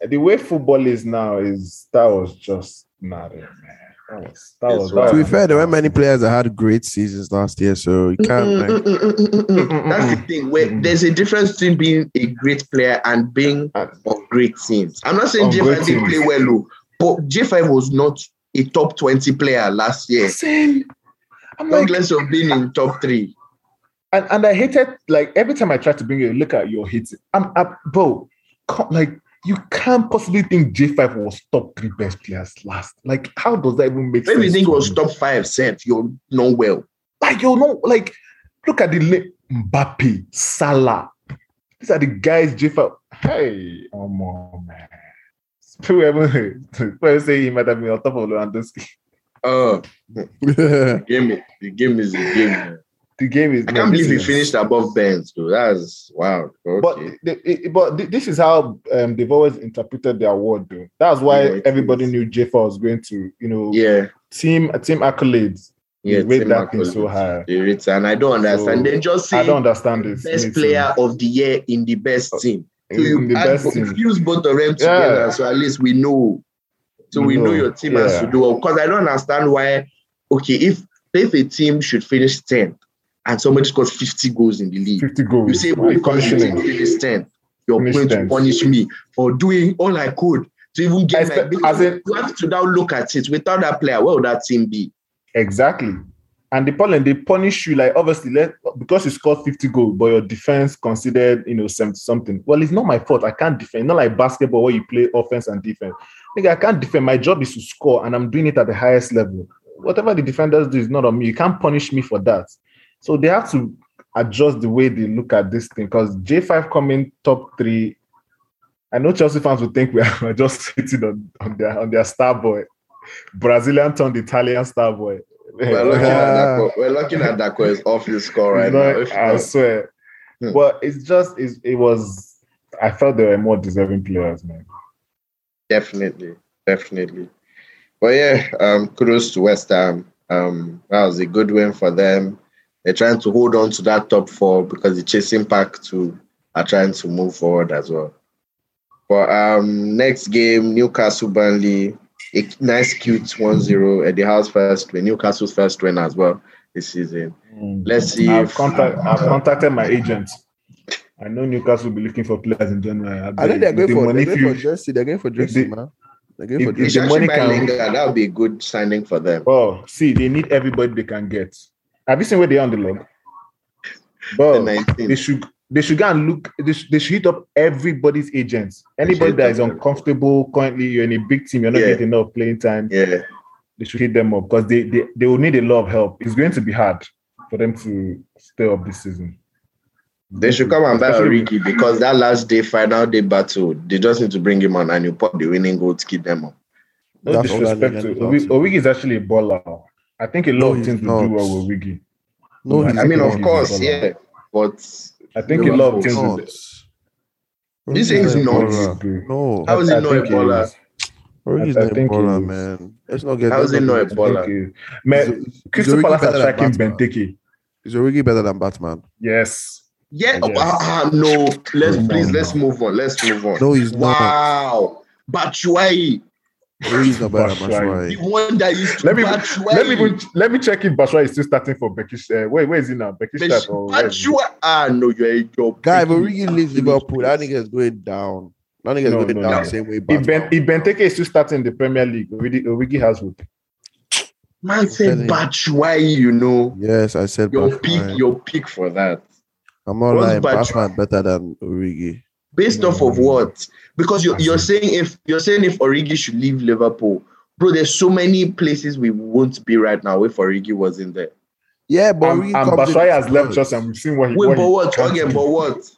Speaker 6: uh, the way football is now is that was just not it, man. That was that
Speaker 4: It's
Speaker 6: was.
Speaker 4: wild.
Speaker 6: That
Speaker 5: to be
Speaker 6: was
Speaker 5: fair, there were many players that had great seasons last year, so you can't. Like,
Speaker 4: Mm-mm-mm-mm-mm-mm-mm. That's the thing. Where
Speaker 6: Mm-mm.
Speaker 4: there's a difference between being a great player and being on great teams. I'm not saying
Speaker 6: On
Speaker 4: J5
Speaker 6: Uh, great
Speaker 4: didn't
Speaker 6: teams.
Speaker 4: play well, though, but J5 was not a top 20 player last year,
Speaker 6: Same. I'm like,
Speaker 4: regardless of being in top three.
Speaker 6: and, and I hated like every time I tried to bring it, look at your hits. I'm up, bro. co- Like you can't possibly think J5 was top three best players last. Like how does that even make
Speaker 4: Maybe you
Speaker 6: sense?
Speaker 4: think it
Speaker 6: to
Speaker 4: was
Speaker 6: you?
Speaker 4: top five, Seth. You're not well.
Speaker 6: Like you know, like look at the li- Mbappe, Salah. These are the guys J5. Hey, come on, man. Whoever whoever say he might have been on top of Lewandowski. Uh,
Speaker 4: Oh,
Speaker 5: yeah,
Speaker 4: give me the game is the game. man.
Speaker 6: The game is.
Speaker 4: I can't believe he finished above Benz, though. That's wow.
Speaker 6: But
Speaker 4: Okay.
Speaker 6: the, it, but thi- this is how um, they've always interpreted the award, though. That's why
Speaker 4: Yeah, it
Speaker 6: everybody
Speaker 4: is.
Speaker 6: knew J4 was going to, you know,
Speaker 4: yeah.
Speaker 6: team team accolades.
Speaker 4: Yeah.
Speaker 6: they rate
Speaker 4: Tim
Speaker 6: that thing
Speaker 4: Macaulay.
Speaker 6: so high.
Speaker 4: They rate- And I don't understand.
Speaker 6: So,
Speaker 4: they just say
Speaker 6: I don't understand this.
Speaker 4: best
Speaker 6: Me too.
Speaker 4: player of the year in the best team. So
Speaker 6: in
Speaker 4: you
Speaker 6: the
Speaker 4: add-
Speaker 6: best team.
Speaker 4: fuse both of them
Speaker 6: Yeah.
Speaker 4: together, so at least we know. So we,
Speaker 6: We
Speaker 4: know,
Speaker 6: know,
Speaker 4: your team has
Speaker 6: yeah.
Speaker 4: to do well. Because I don't understand why. Okay, if if a team should finish tenth and somebody scores fifty goals in the league,
Speaker 6: Fifty goals.
Speaker 4: you say
Speaker 6: Why
Speaker 4: well,
Speaker 6: are you
Speaker 4: because you
Speaker 6: conditioning?
Speaker 4: finished tenth, you're
Speaker 6: Finish
Speaker 4: going to
Speaker 6: 10th.
Speaker 4: punish me for doing all I could to even get my.
Speaker 6: Expe- as in-
Speaker 4: you have to now look at it. Without that player, where would that team be?
Speaker 6: Exactly. And the problem they punish you like obviously let because you scored 50 goals, but your defense considered you know 70 something. Well, it's not my fault. I can't defend. Not like basketball where you play offense and defense. Nigga, I can't defend. My job is to score, and I'm doing it at the highest level. Whatever the defenders do is not on me. You can't punish me for that. So they have to adjust the way they look at this thing because J5 coming top three. I know Chelsea fans would think we are just sitting on, on their on their star boy. Brazilian turned Italian star boy.
Speaker 4: We're looking at
Speaker 5: Yeah.
Speaker 4: that. We're looking at that. Is off the score right uh,
Speaker 6: It's
Speaker 4: now.
Speaker 6: not-
Speaker 4: If
Speaker 6: I
Speaker 4: not-
Speaker 6: swear.
Speaker 4: Hmm.
Speaker 6: But it's just it's, it was. I felt there were more deserving players, man.
Speaker 4: Definitely, definitely. But yeah, um, kudos to West Ham. Um, that was a good win for them. They're trying to hold on to that top four because the chasing pack too are trying to move forward as well. But um, next game, Newcastle Burnley, a nice cute 1-0 at the house first win, Newcastle's first win as well this season. Let's see
Speaker 6: I've,
Speaker 4: if
Speaker 6: contact, I've contacted my agent. I know Newcastle will be looking for players in January.
Speaker 5: I know
Speaker 6: beg,
Speaker 5: they're
Speaker 6: if
Speaker 5: going
Speaker 6: the
Speaker 5: for
Speaker 6: money
Speaker 5: they're going for
Speaker 6: few-
Speaker 5: Jesse. They're going for Jesse,
Speaker 6: they-
Speaker 5: man. They're going for
Speaker 6: if-
Speaker 4: they
Speaker 6: if
Speaker 5: Jesse.
Speaker 4: should
Speaker 6: the
Speaker 4: actually
Speaker 6: money
Speaker 4: buy
Speaker 6: can-
Speaker 4: Lingard, that would be a good signing for them.
Speaker 6: Oh, see, they need everybody they can get. Have you seen where they are on the log? Bro,
Speaker 4: The 19th.
Speaker 6: they should they should go and look. They should, they should hit up everybody's agents. Anybody
Speaker 4: hit
Speaker 6: that
Speaker 4: up
Speaker 6: is uncomfortable currently, you're in a big team, you're not
Speaker 4: Yeah.
Speaker 6: getting enough playing time.
Speaker 4: Yeah,
Speaker 6: They should hit them up because they, they they will need a lot of help. It's going to be hard for them to stay up this season.
Speaker 4: they should come and buy
Speaker 6: Especially-
Speaker 4: Origi because that last day, final day battle, they just need to bring him on and you put the winning goal to keep them up.
Speaker 6: No
Speaker 5: That's all that
Speaker 6: disrespect to
Speaker 5: Lingard
Speaker 6: Origi.
Speaker 5: is also.
Speaker 6: Origi is actually a baller. I think a lot
Speaker 5: No,
Speaker 6: of
Speaker 5: he's
Speaker 6: teams will
Speaker 5: not.
Speaker 6: do well with Origi.
Speaker 5: No,
Speaker 6: I
Speaker 5: he's
Speaker 4: I mean,
Speaker 5: not.
Speaker 4: of course, yeah, but
Speaker 6: I think a lot of things.
Speaker 5: Not.
Speaker 6: would-
Speaker 4: You say he's not.
Speaker 6: Disagree.
Speaker 5: No,
Speaker 4: How is he
Speaker 6: I
Speaker 4: not a
Speaker 6: think he
Speaker 4: baller?
Speaker 6: is.
Speaker 5: Origi's
Speaker 6: I
Speaker 5: not a
Speaker 6: think he
Speaker 5: baller,
Speaker 6: is.
Speaker 5: man. Let's not get.
Speaker 4: How is he
Speaker 5: let's
Speaker 4: not a
Speaker 5: get-
Speaker 6: I
Speaker 4: baller?
Speaker 6: think he- Man,
Speaker 5: Is- is
Speaker 6: Crystal
Speaker 5: Origi
Speaker 6: Palace are
Speaker 5: better than
Speaker 6: tracking
Speaker 5: Batman?
Speaker 6: Benteke.
Speaker 5: Is Origi better than Batman?
Speaker 6: Yes.
Speaker 4: Yeah. oh,
Speaker 6: Yes.
Speaker 4: ah, ah, no. Let's please. Let's move on. Let's move on.
Speaker 5: No, he's not.
Speaker 4: Wow. Batshuayi,
Speaker 5: Origi's not better than
Speaker 6: Batshuayi.
Speaker 4: the
Speaker 5: Batshuayi.
Speaker 4: one that used to
Speaker 6: Let me-
Speaker 4: Batshuayi.
Speaker 6: Let me even, let me check if Bashua is still starting for Bekish. Uh, wait, where is he now? Bekish or where is he?
Speaker 4: Batshuayi. Ah, no, you're a job.
Speaker 5: Guy, if Origi leaves Liverpool, that nigga's going down. That nigga's
Speaker 6: No,
Speaker 5: going
Speaker 6: no,
Speaker 5: down
Speaker 6: no.
Speaker 5: the same way.
Speaker 6: If, ben,
Speaker 5: Batman.
Speaker 6: if Benteke is still starting in the Premier League, Origi, Origi has hope.
Speaker 4: Man said Batshuayi. You know
Speaker 5: Yes, I said
Speaker 4: your pick.
Speaker 5: Batman.
Speaker 4: Your pick for that.
Speaker 5: I'm not
Speaker 4: was
Speaker 5: lying.
Speaker 4: Batshuayi.
Speaker 5: Batman better than Origi.
Speaker 4: Based off
Speaker 5: Mm.
Speaker 4: of what? Because you're, you're saying if you're saying if Origi should leave Liverpool, bro, there's so many places we won't be right now if Origi wasn't there.
Speaker 5: Yeah, but
Speaker 6: and
Speaker 5: Origi
Speaker 6: and
Speaker 5: comes in
Speaker 6: Bashua has
Speaker 5: first.
Speaker 6: left Chelsea and we've seen what he
Speaker 4: Wait, but
Speaker 6: he
Speaker 4: what?
Speaker 6: can
Speaker 4: Again,
Speaker 6: do.
Speaker 4: but what?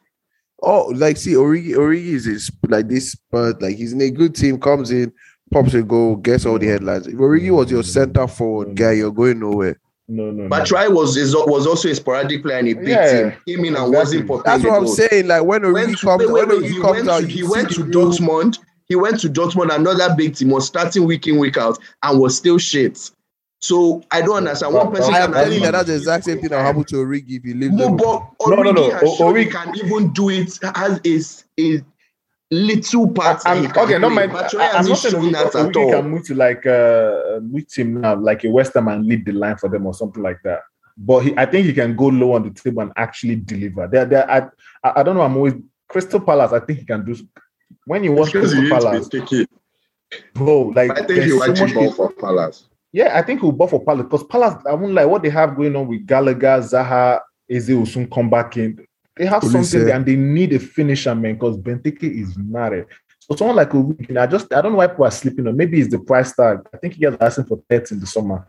Speaker 5: Oh, like see, Origi, Origi is in sp- like this, but like he's in a good team. Comes in, pops a goal, gets all the headlines. If Origi was your centre forward guy, you're going nowhere.
Speaker 6: No, no, no.
Speaker 4: Batshuayi was is, was also a sporadic player in a big
Speaker 6: Yeah.
Speaker 4: team. Came in and wasn't
Speaker 6: Exactly.
Speaker 4: popping.
Speaker 5: That's what
Speaker 4: the
Speaker 5: I'm
Speaker 4: goals.
Speaker 5: saying. Like when Origi
Speaker 4: Went to,
Speaker 5: comes,
Speaker 4: wait, wait,
Speaker 5: when
Speaker 4: wait,
Speaker 5: Origi
Speaker 4: he
Speaker 5: comes
Speaker 4: went
Speaker 5: out,
Speaker 4: to,
Speaker 5: you
Speaker 4: he
Speaker 5: see
Speaker 4: went to
Speaker 5: you-
Speaker 4: Dortmund. He went to Dortmund, another big team, was starting week in week out, and was still shit. So I don't understand. One
Speaker 6: But-
Speaker 4: person
Speaker 5: I
Speaker 4: can
Speaker 5: am telling you
Speaker 4: actually-
Speaker 5: that that's the exact same thing that happened to Origi if he leaves.
Speaker 4: No,
Speaker 5: Liverpool.
Speaker 4: but
Speaker 6: No,
Speaker 4: Origi
Speaker 6: no, no.
Speaker 4: has shown he
Speaker 6: Origi-
Speaker 4: can even do it as is a little part.
Speaker 6: I'm,
Speaker 4: he can
Speaker 6: okay,
Speaker 4: do
Speaker 6: not
Speaker 4: it.
Speaker 6: mind.
Speaker 4: Batshuayi
Speaker 6: I- I'm
Speaker 4: hasn't
Speaker 6: not saying
Speaker 4: shown that
Speaker 6: Origi
Speaker 4: at
Speaker 6: Origi
Speaker 4: all.
Speaker 6: can move to like uh, um, which team now, like a West Ham and lead the line for them or something like that. But he, I think he can go low on the table and actually deliver. There, there. I, I, I don't know. I'm always Crystal Palace. I think he can do. When you watch Crystal Palace, bro, like
Speaker 4: I think
Speaker 6: there's
Speaker 4: he
Speaker 6: so
Speaker 4: watching
Speaker 6: much
Speaker 4: ball for Palace.
Speaker 6: Yeah, I think he'll buff for Palace because Palace, I won't like what they have going on with Gallagher, Zaha, Eze will soon come back in. They have
Speaker 5: Olise.
Speaker 6: something there and they need a finisher, man, because Benteke is not it. So someone like Origi, I just I don't know why people are sleeping on. Maybe it's the price tag. I think he gets asking for 30 in the summer.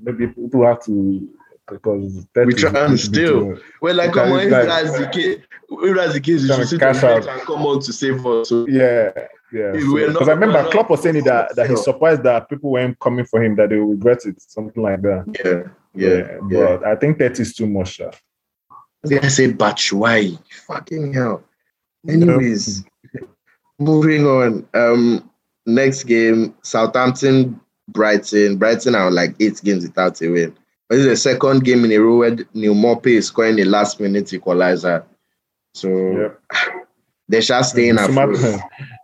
Speaker 6: Maybe people have to because 30
Speaker 4: We try
Speaker 6: is-
Speaker 4: and
Speaker 6: is-
Speaker 4: still- Well, like,
Speaker 6: Okay,
Speaker 4: come on, if
Speaker 6: guys.
Speaker 4: that's the case, if that's the case, you
Speaker 6: Trying
Speaker 4: should
Speaker 6: to
Speaker 4: sit on the
Speaker 6: cash
Speaker 4: bench
Speaker 6: out.
Speaker 4: and come on to save us. So
Speaker 6: Yeah, yeah.
Speaker 4: Hey, we're
Speaker 6: Because
Speaker 4: not-
Speaker 6: I remember
Speaker 4: we're not-
Speaker 6: Klopp was saying it that, that he's
Speaker 4: Yeah.
Speaker 6: surprised that people weren't coming for him, that they regret it, something like that.
Speaker 4: yeah, yeah, yeah.
Speaker 6: But I think that is too much. sha.
Speaker 4: I said Batshuayi. Fucking hell. Anyways, moving on. Um, next game, Southampton, Brighton. Brighton are like eight games without a win. But this is the second game in a row where Newmope is scoring the last minute equalizer. So
Speaker 6: Yep.
Speaker 4: they shall stay in
Speaker 6: Bissouma-
Speaker 4: afloat.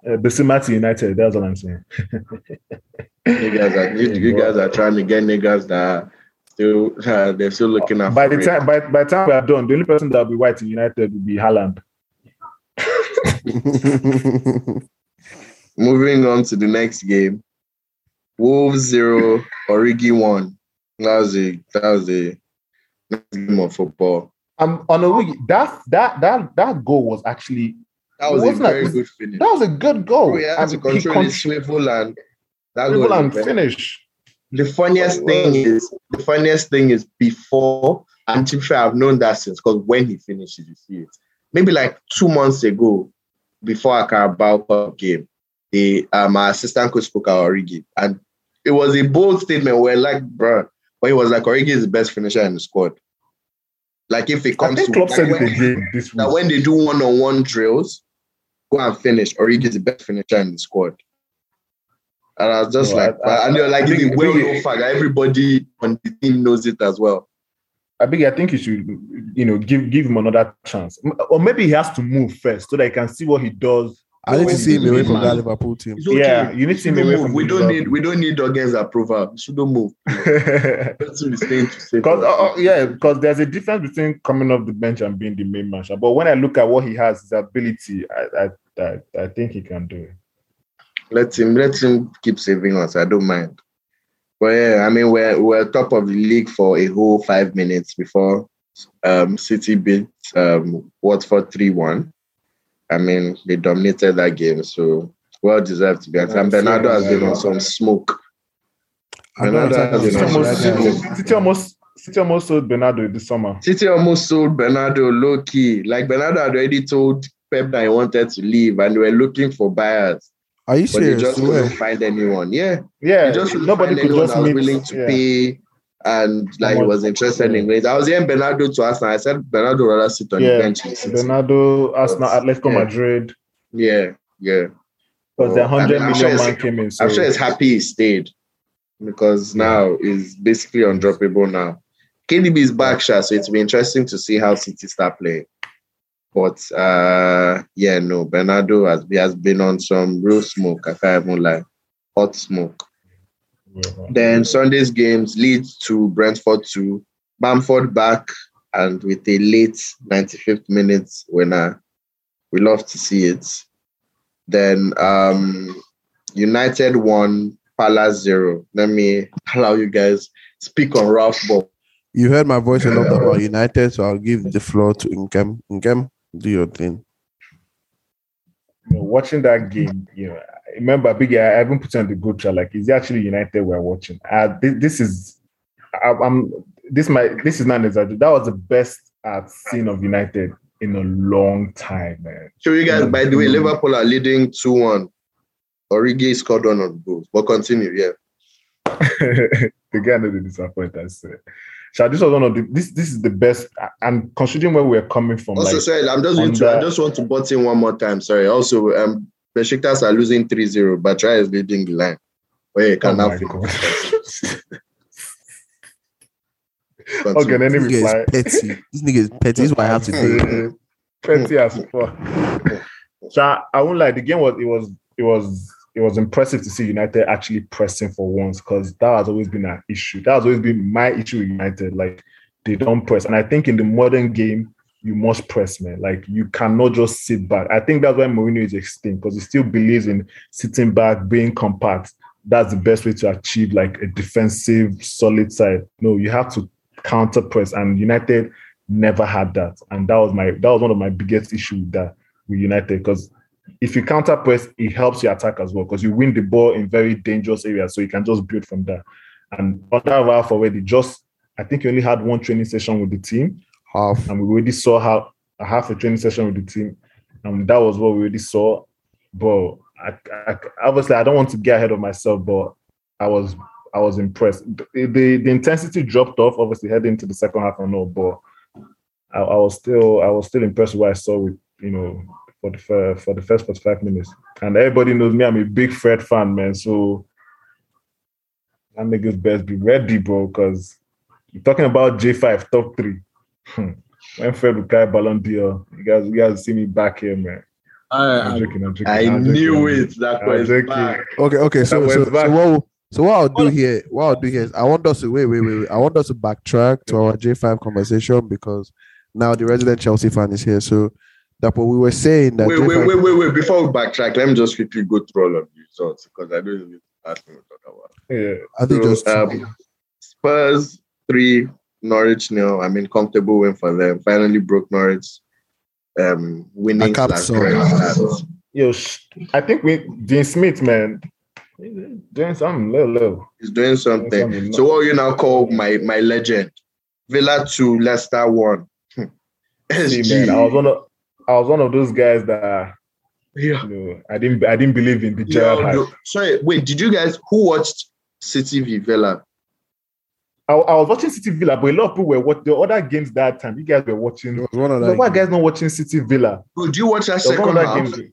Speaker 6: uh, Bissouma to United. That's what I'm saying.
Speaker 4: You guys are you, you guys are trying to get niggas that are still uh, they're still looking at
Speaker 6: by the time by, by the time we are done, the only person that will be white in United will be Haaland.
Speaker 4: Moving on to the next game. Wolves zero, Origi one. That was a that was a nice game of football.
Speaker 6: Um, on a week, that that that that goal was actually
Speaker 4: That was
Speaker 6: Wasn't
Speaker 4: a very
Speaker 6: that-
Speaker 4: good finish.
Speaker 6: that was a good goal.
Speaker 4: Bro, he had
Speaker 6: And
Speaker 4: to
Speaker 6: he
Speaker 4: control
Speaker 6: con-
Speaker 4: his swivel and that
Speaker 6: dribble
Speaker 4: was
Speaker 6: and
Speaker 4: very-
Speaker 6: finish.
Speaker 4: The funniest thing is the funniest thing is before and to be fair, I've known that since because when he finishes, you see it. Maybe like two months ago, before our Carabao Cup game, the um, my assistant coach spoke at Origi, and it was a bold statement. Where like, bruh, but he was like, Origi is the best finisher in the squad. Like if it
Speaker 6: I
Speaker 4: comes
Speaker 6: think
Speaker 4: to
Speaker 6: Klopp
Speaker 4: like,
Speaker 6: said it
Speaker 4: when-
Speaker 6: again this week.
Speaker 4: that when they do one-on-one drills, go and finish, or he gets the best finisher in the squad. And I was just
Speaker 6: No,
Speaker 4: like,
Speaker 6: I- I-
Speaker 4: and they're like,
Speaker 6: I
Speaker 4: it's
Speaker 6: think-
Speaker 4: a well-known
Speaker 6: think-
Speaker 4: fact. that Everybody on the team knows it as well.
Speaker 6: I think I think you should, you know, give give him another chance, M- or maybe he has to move first so that I can see what he does.
Speaker 5: I need to see him away from that
Speaker 4: Man.
Speaker 5: Liverpool team.
Speaker 4: It's okay.
Speaker 6: Yeah, you need to see him
Speaker 4: Shouldn't
Speaker 6: away
Speaker 4: move.
Speaker 6: from
Speaker 4: We
Speaker 6: the
Speaker 4: don't
Speaker 6: club.
Speaker 4: need we don't need Duggan's approval. We shouldn't move.
Speaker 6: Because
Speaker 4: That's what he's saying to say.
Speaker 6: oh, oh, yeah, because there's a difference between coming off the bench and being the main man. sha. But when I look at what he has, his ability, I I, I, I think he can do it.
Speaker 4: Let him let him keep saving us. I don't mind. But yeah, I mean we're we're top of the league for a whole five minutes before um City beat um Watford 3-1. I mean, they dominated that game, so well deserved to be honest. And Bernardo has been on some smoke.
Speaker 5: I don't
Speaker 4: Bernardo
Speaker 5: understand
Speaker 4: has
Speaker 5: this
Speaker 4: been
Speaker 6: City
Speaker 4: on
Speaker 5: Bernardo
Speaker 4: some smoke.
Speaker 5: Bernardo.
Speaker 6: almost, City, City almost City almost sold Bernardo this summer.
Speaker 4: City almost sold Bernardo low key. Like Bernardo had already told Pep that he wanted to leave and they were looking for buyers,
Speaker 5: Are you
Speaker 4: but they
Speaker 5: serious?
Speaker 4: just couldn't find anyone. Yeah.
Speaker 6: Yeah,
Speaker 4: You just
Speaker 6: nobody could just
Speaker 4: was
Speaker 6: meet.
Speaker 4: willing to
Speaker 6: yeah.
Speaker 4: pay and like he was interested in it. I was hearing Bernardo to Arsenal. I said Bernardo rather sit on
Speaker 6: Yeah,
Speaker 4: the bench. than sit.
Speaker 6: Bernardo, Arsenal, Atletico
Speaker 4: Yeah.
Speaker 6: Madrid,
Speaker 4: Yeah, yeah.
Speaker 6: because the
Speaker 4: Oh, I
Speaker 6: 100
Speaker 4: mean, I'm
Speaker 6: million
Speaker 4: sure it's-
Speaker 6: man came in. So
Speaker 4: I'm sure he's happy he stayed because now he's basically undroppable now. KDB is back, Sha, so it'll be interesting to see how City start playing. But uh yeah, no, Bernardo has, he has been on some real smoke. I can't even lie. Hot smoke. Then Sunday's games Leeds to Brentford to Bamford back and with a late 95th minute winner. We love to see it. Then um United one, Palace zero. Let me allow you guys speak on Ralph Ball.
Speaker 5: You heard my voice a lot about United, so I'll give the floor to Inkem. Inkem, do your thing.
Speaker 6: you know, watching that game, you know, I remember Biggie, I haven't put on the group chat. Like, is it actually United we're watching? Uh, this, this is, I, I'm this my this is not an exaggeration. That was the best I've seen of United in a long time, man.
Speaker 4: Show you guys, by the way, Liverpool are leading 2 1. Origi scored one of the goals, but continue. Yeah,
Speaker 6: the guy didn't disappoint us. So this was one of the this this is the best, and considering where we're coming from,
Speaker 4: also,
Speaker 6: like,
Speaker 4: sorry, I'm just going
Speaker 6: on
Speaker 4: to, I
Speaker 6: that-
Speaker 4: just want to butt in one more time. Sorry, also, um, Besiktas are losing 3 0, Batra is leading the line. Wait,
Speaker 6: oh
Speaker 4: can
Speaker 6: my God. okay, then he
Speaker 5: This nigga is
Speaker 6: replied.
Speaker 5: petty. This nigga is petty. This is why I have to do it.
Speaker 6: Petty as fuck. So I, I won't lie. The game was it was it was it was impressive to see United actually pressing for once because that has always been an issue. That has always been my issue with United. Like they don't press, and I think in the modern game you must press, man. Like you cannot just sit back. I think that's why Mourinho is extinct because he still believes in sitting back, being compact. That's the best way to achieve like a defensive solid side. No, you have to counter press, and United never had that, and that was my that was one of my biggest issues with that with United because if you counter press, it helps your attack as well because you win the ball in very dangerous areas, so you can just build from there. And under Ralph already, just I think he only had one training session with the team,
Speaker 5: Half.
Speaker 6: and we already saw how a half a training session with the team, and that was what we already saw. But I, I, obviously, I don't want to get ahead of myself, but I was I was impressed. The, the the intensity dropped off, obviously heading into the second half and all, but I, I was still I was still impressed with what I saw with you know for the fir- for the first 45 minutes. And everybody knows me, I'm a big Fred fan, man. So that nigga's best be ready, bro, because you're talking about J5 top three. Hmm. when Fred will carry Ballon d'Or, you guys you guys see me back here, man. I'm joking, I'm joking.
Speaker 4: Uh, I
Speaker 6: I'm joking,
Speaker 4: knew
Speaker 6: I'm
Speaker 4: it. That
Speaker 6: joking. I'm
Speaker 4: was
Speaker 6: joking.
Speaker 4: back.
Speaker 5: Okay, okay. So,
Speaker 6: That
Speaker 5: so,
Speaker 6: was
Speaker 5: so,
Speaker 6: back.
Speaker 5: what, so what I'll do here, what I'll do here is I want us to wait, wait, wait, wait. I want us to backtrack to our J5 conversation because now the resident Chelsea fan is here. So that what we were saying that
Speaker 4: Wait,
Speaker 5: J5
Speaker 4: wait, wait, wait, wait. Before we backtrack, let me just quickly go through all of the results because I don't really ask me to talk about.
Speaker 6: Yeah.
Speaker 5: I think
Speaker 4: So,
Speaker 5: just
Speaker 4: um, Spurs three, Norwich nil. I mean, comfortable win for them. Finally broke Norwich. Um, winning
Speaker 5: A cap
Speaker 4: slash
Speaker 5: song.
Speaker 4: drawing stats.
Speaker 6: Yo, sh- I think we Dean Smith, man. Doing something little, little.
Speaker 4: He's doing something.
Speaker 6: Something.
Speaker 4: So what will you now call my my legend? Villa two, Leicester one. Hmm.
Speaker 6: See, man, I was
Speaker 4: SG.
Speaker 6: one of I was one of those guys that
Speaker 4: Yeah.
Speaker 6: you know I didn't I didn't believe in the Gerard
Speaker 4: Yo,
Speaker 6: hype.
Speaker 4: yo. Sorry, wait. Did you guys who watched City v Villa?
Speaker 6: I, I was watching City Villa, but a lot of people were watching the other games that time. You guys were watching.
Speaker 5: it was one of
Speaker 6: So
Speaker 5: that.
Speaker 6: why guys not watching City Villa?
Speaker 4: Did you watch that
Speaker 6: There was
Speaker 4: second
Speaker 6: one other
Speaker 4: half?
Speaker 6: game-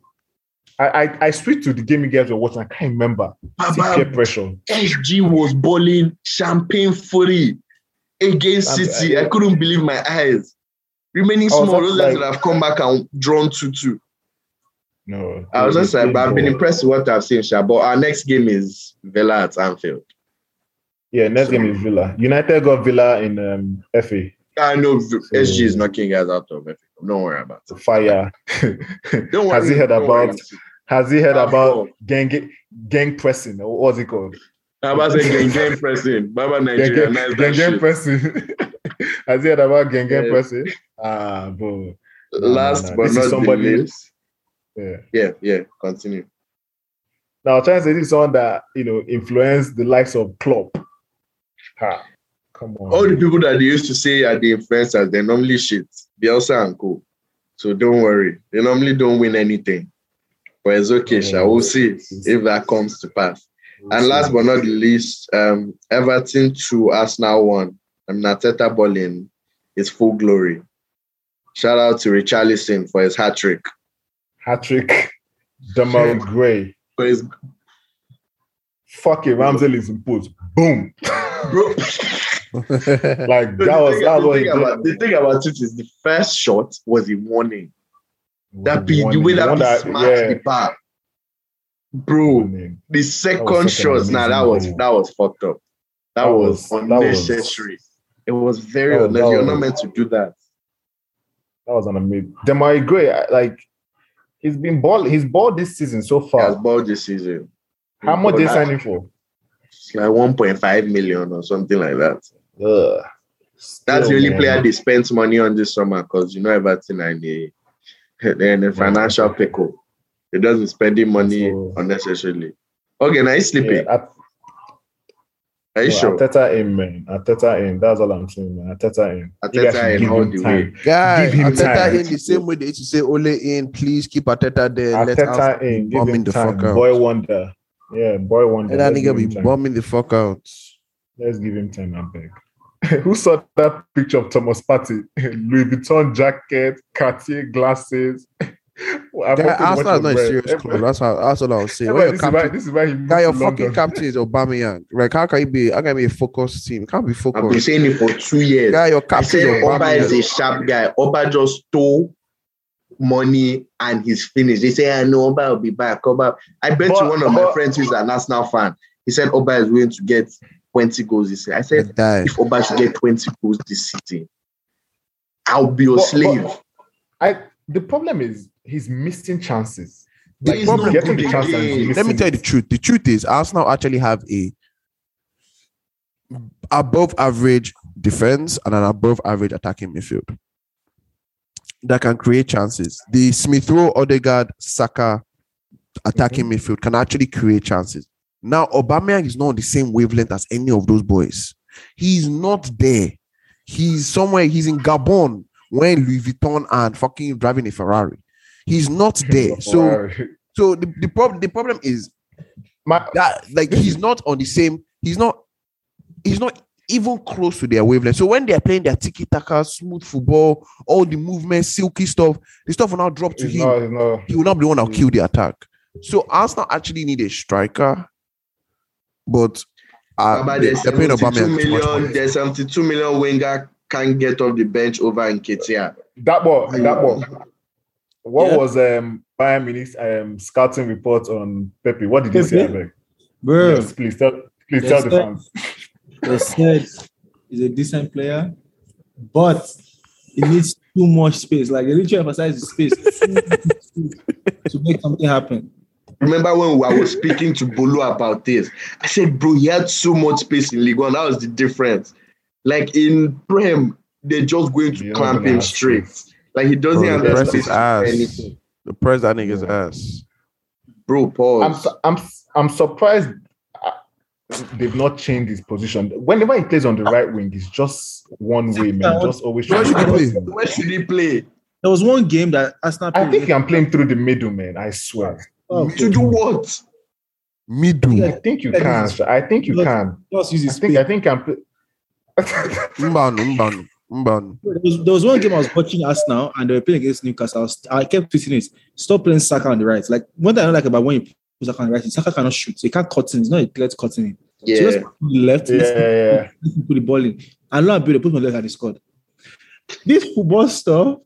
Speaker 6: I, I I switched to the game you guys were watching. I can't remember. See,
Speaker 4: Baba,
Speaker 6: peer pressure.
Speaker 4: SG was bowling champagne fury against
Speaker 6: Champ-
Speaker 4: City. I, couldn't believe my eyes. Remaining
Speaker 6: I was
Speaker 4: small,
Speaker 6: just
Speaker 4: those guys
Speaker 6: like-
Speaker 4: that have come back and drawn 2 2.
Speaker 6: No,
Speaker 4: I was just like, but I've been
Speaker 6: Yeah,
Speaker 4: impressed with what I've seen, Sha. But our next game is Villa at Anfield.
Speaker 6: Yeah, next game is Villa. United got Villa in um, FA.
Speaker 4: I know v- SG is knocking guys out of it. Don't worry about
Speaker 6: It's a fire.
Speaker 4: it. Don't worry.
Speaker 6: Has he heard
Speaker 4: don't worry.
Speaker 6: about- Has he heard
Speaker 4: That's
Speaker 6: about
Speaker 4: all.
Speaker 6: gang gang pressing? or What's it called?
Speaker 4: Baba said Gengen pressing. Baba Nigeria. nice that
Speaker 6: Gengen
Speaker 4: shit.
Speaker 6: pressing. Has he heard about Gengen
Speaker 4: Yeah.
Speaker 6: pressing? Ah, bro.
Speaker 4: Last
Speaker 6: Nah, nah,
Speaker 4: but
Speaker 6: this is
Speaker 4: not
Speaker 6: somebody-
Speaker 4: the least.
Speaker 6: Yeah.
Speaker 4: Yeah, yeah. Continue.
Speaker 6: Now, I'm trying to say this is someone that you know influenced the likes of Klopp. Ha. Come on.
Speaker 4: all the people that they used to say are the influencers, they normally shit. Bielsa and Co. So don't worry. They normally don't win anything. But it's okay, Sha. We'll see if that comes to pass. And last but not least, um, Everton 2, Arsenal 1. And Nateta ball in his full glory. Shout out to Richarlison for his hat trick.
Speaker 6: Patrick, Jamal Gray.
Speaker 4: For his
Speaker 6: Fucking Ramsey is in post. Boom.
Speaker 4: bro.
Speaker 6: Like
Speaker 4: The
Speaker 6: that was
Speaker 4: thing- the
Speaker 6: that was what
Speaker 4: thing
Speaker 6: he did.
Speaker 4: about- the thing about it is the first shot was a warning. That be the way that
Speaker 6: One
Speaker 4: be smashed the bar. Bro,
Speaker 6: Warning.
Speaker 4: the second
Speaker 6: was such an
Speaker 4: shot, now that was
Speaker 6: amazing
Speaker 4: that was fucked up. That,
Speaker 6: That
Speaker 4: was,
Speaker 6: was- that was-
Speaker 4: unnecessary. it was very
Speaker 6: That was- that
Speaker 4: unnecessary. You're not
Speaker 6: was-
Speaker 4: meant to do that.
Speaker 6: That was an amazing. Demari Gray, I- like he's been ball. He's ball this season so
Speaker 4: He
Speaker 6: far.
Speaker 4: has bought this season.
Speaker 6: How much
Speaker 4: But
Speaker 6: they
Speaker 4: that-
Speaker 6: signing for?
Speaker 4: It's like 1.5 million or something like that.
Speaker 6: Ugh.
Speaker 4: That's
Speaker 6: Still,
Speaker 4: the only
Speaker 6: Oh, man.
Speaker 4: player they spent money on this summer because you know Everton and they they're in a financial pickle. They doesn't spending money
Speaker 6: So-
Speaker 4: unnecessarily. Okay, now he's sleeping.
Speaker 6: Yeah, At-
Speaker 4: Are you
Speaker 6: no,
Speaker 4: sure?
Speaker 6: Ateta in, man. Ateta in. That's all I'm saying, man. Ateta in. You guys
Speaker 4: Ateta
Speaker 6: should
Speaker 4: in
Speaker 6: give
Speaker 4: all
Speaker 6: him
Speaker 4: the
Speaker 6: time.
Speaker 4: way.
Speaker 5: Guy,
Speaker 6: Give him
Speaker 5: Ateta
Speaker 6: time.
Speaker 5: in the same way they used to say Ole in, please keep Ateta there. let us
Speaker 6: Ateta in. Give
Speaker 5: bomb
Speaker 6: him
Speaker 5: the
Speaker 6: time.
Speaker 5: fuck out.
Speaker 6: Boy wonder. Yeah, boy wonder.
Speaker 5: And that
Speaker 6: Let's
Speaker 5: nigga
Speaker 6: give him
Speaker 5: be
Speaker 6: time.
Speaker 5: bombing the fuck out.
Speaker 6: Let's give him time, I beg. Who saw that picture of Thomas Party? Louis Vuitton jacket, Cartier glasses. Well, I'm
Speaker 5: Guy,
Speaker 6: hoping
Speaker 5: Arsenal
Speaker 6: what
Speaker 5: is not a
Speaker 6: you
Speaker 5: serious
Speaker 6: read.
Speaker 5: club. That's how that's all I was saying.
Speaker 6: Yeah,
Speaker 5: When
Speaker 6: but
Speaker 5: your
Speaker 6: this,
Speaker 5: captain,
Speaker 6: is why, this is why he moved
Speaker 5: guy, your
Speaker 6: to London.
Speaker 5: fucking captain is Aubameyang. Like, how can you be? How can you be a focused team? Can't be
Speaker 4: I've been
Speaker 5: focused.
Speaker 4: saying it for two years.
Speaker 5: Guy, your
Speaker 4: I
Speaker 5: captain
Speaker 4: said
Speaker 5: is
Speaker 4: Oba is
Speaker 5: Aubameyang.
Speaker 4: a sharp guy. Oba just stole money and he's finished. They say, I know Oba will be back. Oba. I bet
Speaker 6: But-
Speaker 4: you one of my
Speaker 6: but-
Speaker 4: friends who's an Arsenal fan. He said Oba is going to get 20 goals. He said, I said,
Speaker 5: Die.
Speaker 4: if Oba should get 20 goals this season, I'll be your
Speaker 6: But-
Speaker 4: slave.
Speaker 6: but I, the problem is he's missing chances.
Speaker 4: There
Speaker 6: Like,
Speaker 4: is
Speaker 6: he's
Speaker 4: no
Speaker 6: getting
Speaker 4: good
Speaker 6: the chance and he's
Speaker 4: again.
Speaker 6: missing
Speaker 5: Let me tell you the
Speaker 6: it.
Speaker 5: truth. The truth is, Arsenal actually have a above average defense and an above average attacking midfield that can create chances. The Smith Rowe, Odegaard, Saka attacking midfield can actually create chances. Now, Aubameyang is not on the same wavelength as any of those boys. He's not there. He's somewhere. He's in Gabon when Louis Vuitton and fucking driving a Ferrari. He's not there. So. So the, the problem the problem is
Speaker 6: My-
Speaker 5: that like he's not on the same, he's not he's not even close to their wavelength. So when they're playing their tiki taka, smooth football, all the movement, silky stuff, the stuff will now drop to
Speaker 6: it's
Speaker 5: him.
Speaker 6: not, Mm. it's not,
Speaker 5: he will not be the one that'll kill the attack. So Arsenal actually need a striker, but uh,
Speaker 4: Baba,
Speaker 5: they,
Speaker 4: there's
Speaker 5: they're
Speaker 4: 72
Speaker 5: paying Aubameyang too much money.
Speaker 4: million. There's 72 million Wenger can't get off the bench over Nketiah.
Speaker 6: that ball, that ball. What
Speaker 7: Yeah.
Speaker 6: was um Bayern Munich's um scouting report on Pepe? What did he say?
Speaker 7: Pepe?
Speaker 6: Abeg?
Speaker 7: Bro,
Speaker 6: Yes, please tell, please
Speaker 7: Yes,
Speaker 6: tell the
Speaker 7: sir.
Speaker 6: fans.
Speaker 7: they said he's a decent player, but he needs too much space. Like they literally emphasize the space to make something happen.
Speaker 4: Remember when I was speaking to Bolo about this? I said, bro, he had so much space in League One. That was the difference. Like in Prem, they're just going to
Speaker 6: You're not
Speaker 4: clamp
Speaker 6: gonna
Speaker 4: him
Speaker 6: have
Speaker 4: straight.
Speaker 6: space.
Speaker 4: Like he doesn't
Speaker 5: Bro,
Speaker 4: have
Speaker 5: the
Speaker 4: that
Speaker 5: press
Speaker 4: space
Speaker 5: his
Speaker 4: to do
Speaker 5: ass.
Speaker 4: anything.
Speaker 5: The press that nigga's ass.
Speaker 4: Bro,
Speaker 6: I'm
Speaker 4: pause.
Speaker 6: su- I'm su- I'm surprised uh, they've not changed his position. Whenever he plays on the right wing, it's just one way, man. Just always.
Speaker 5: Where should he
Speaker 6: trying to-
Speaker 5: play?
Speaker 4: Where should he play?
Speaker 7: There was one game that Arsenal
Speaker 6: I
Speaker 7: played.
Speaker 6: think I'm playing through the middle, man. I swear.
Speaker 4: To do what?
Speaker 6: I
Speaker 5: Middle.
Speaker 6: think you can. sir. I think you can.
Speaker 7: just use
Speaker 6: I
Speaker 7: his space.
Speaker 6: think I think I'm.
Speaker 5: Mbano, Mbano, Mbano.
Speaker 7: There was, there was one game I was watching Arsenal and they were playing against Newcastle. I, was, I kept tweeting it. Stop playing Saka on the right. Like one thing I don't like about when you put Saka on the right is Saka cannot shoot. He can't cut in. He's not a threat cutting in. So
Speaker 4: Yeah.
Speaker 7: just put him left.
Speaker 6: yeah,
Speaker 7: let him-
Speaker 6: yeah, yeah.
Speaker 7: let him put the ball in. And lo and behold, they put my left and he scored. This football stuff.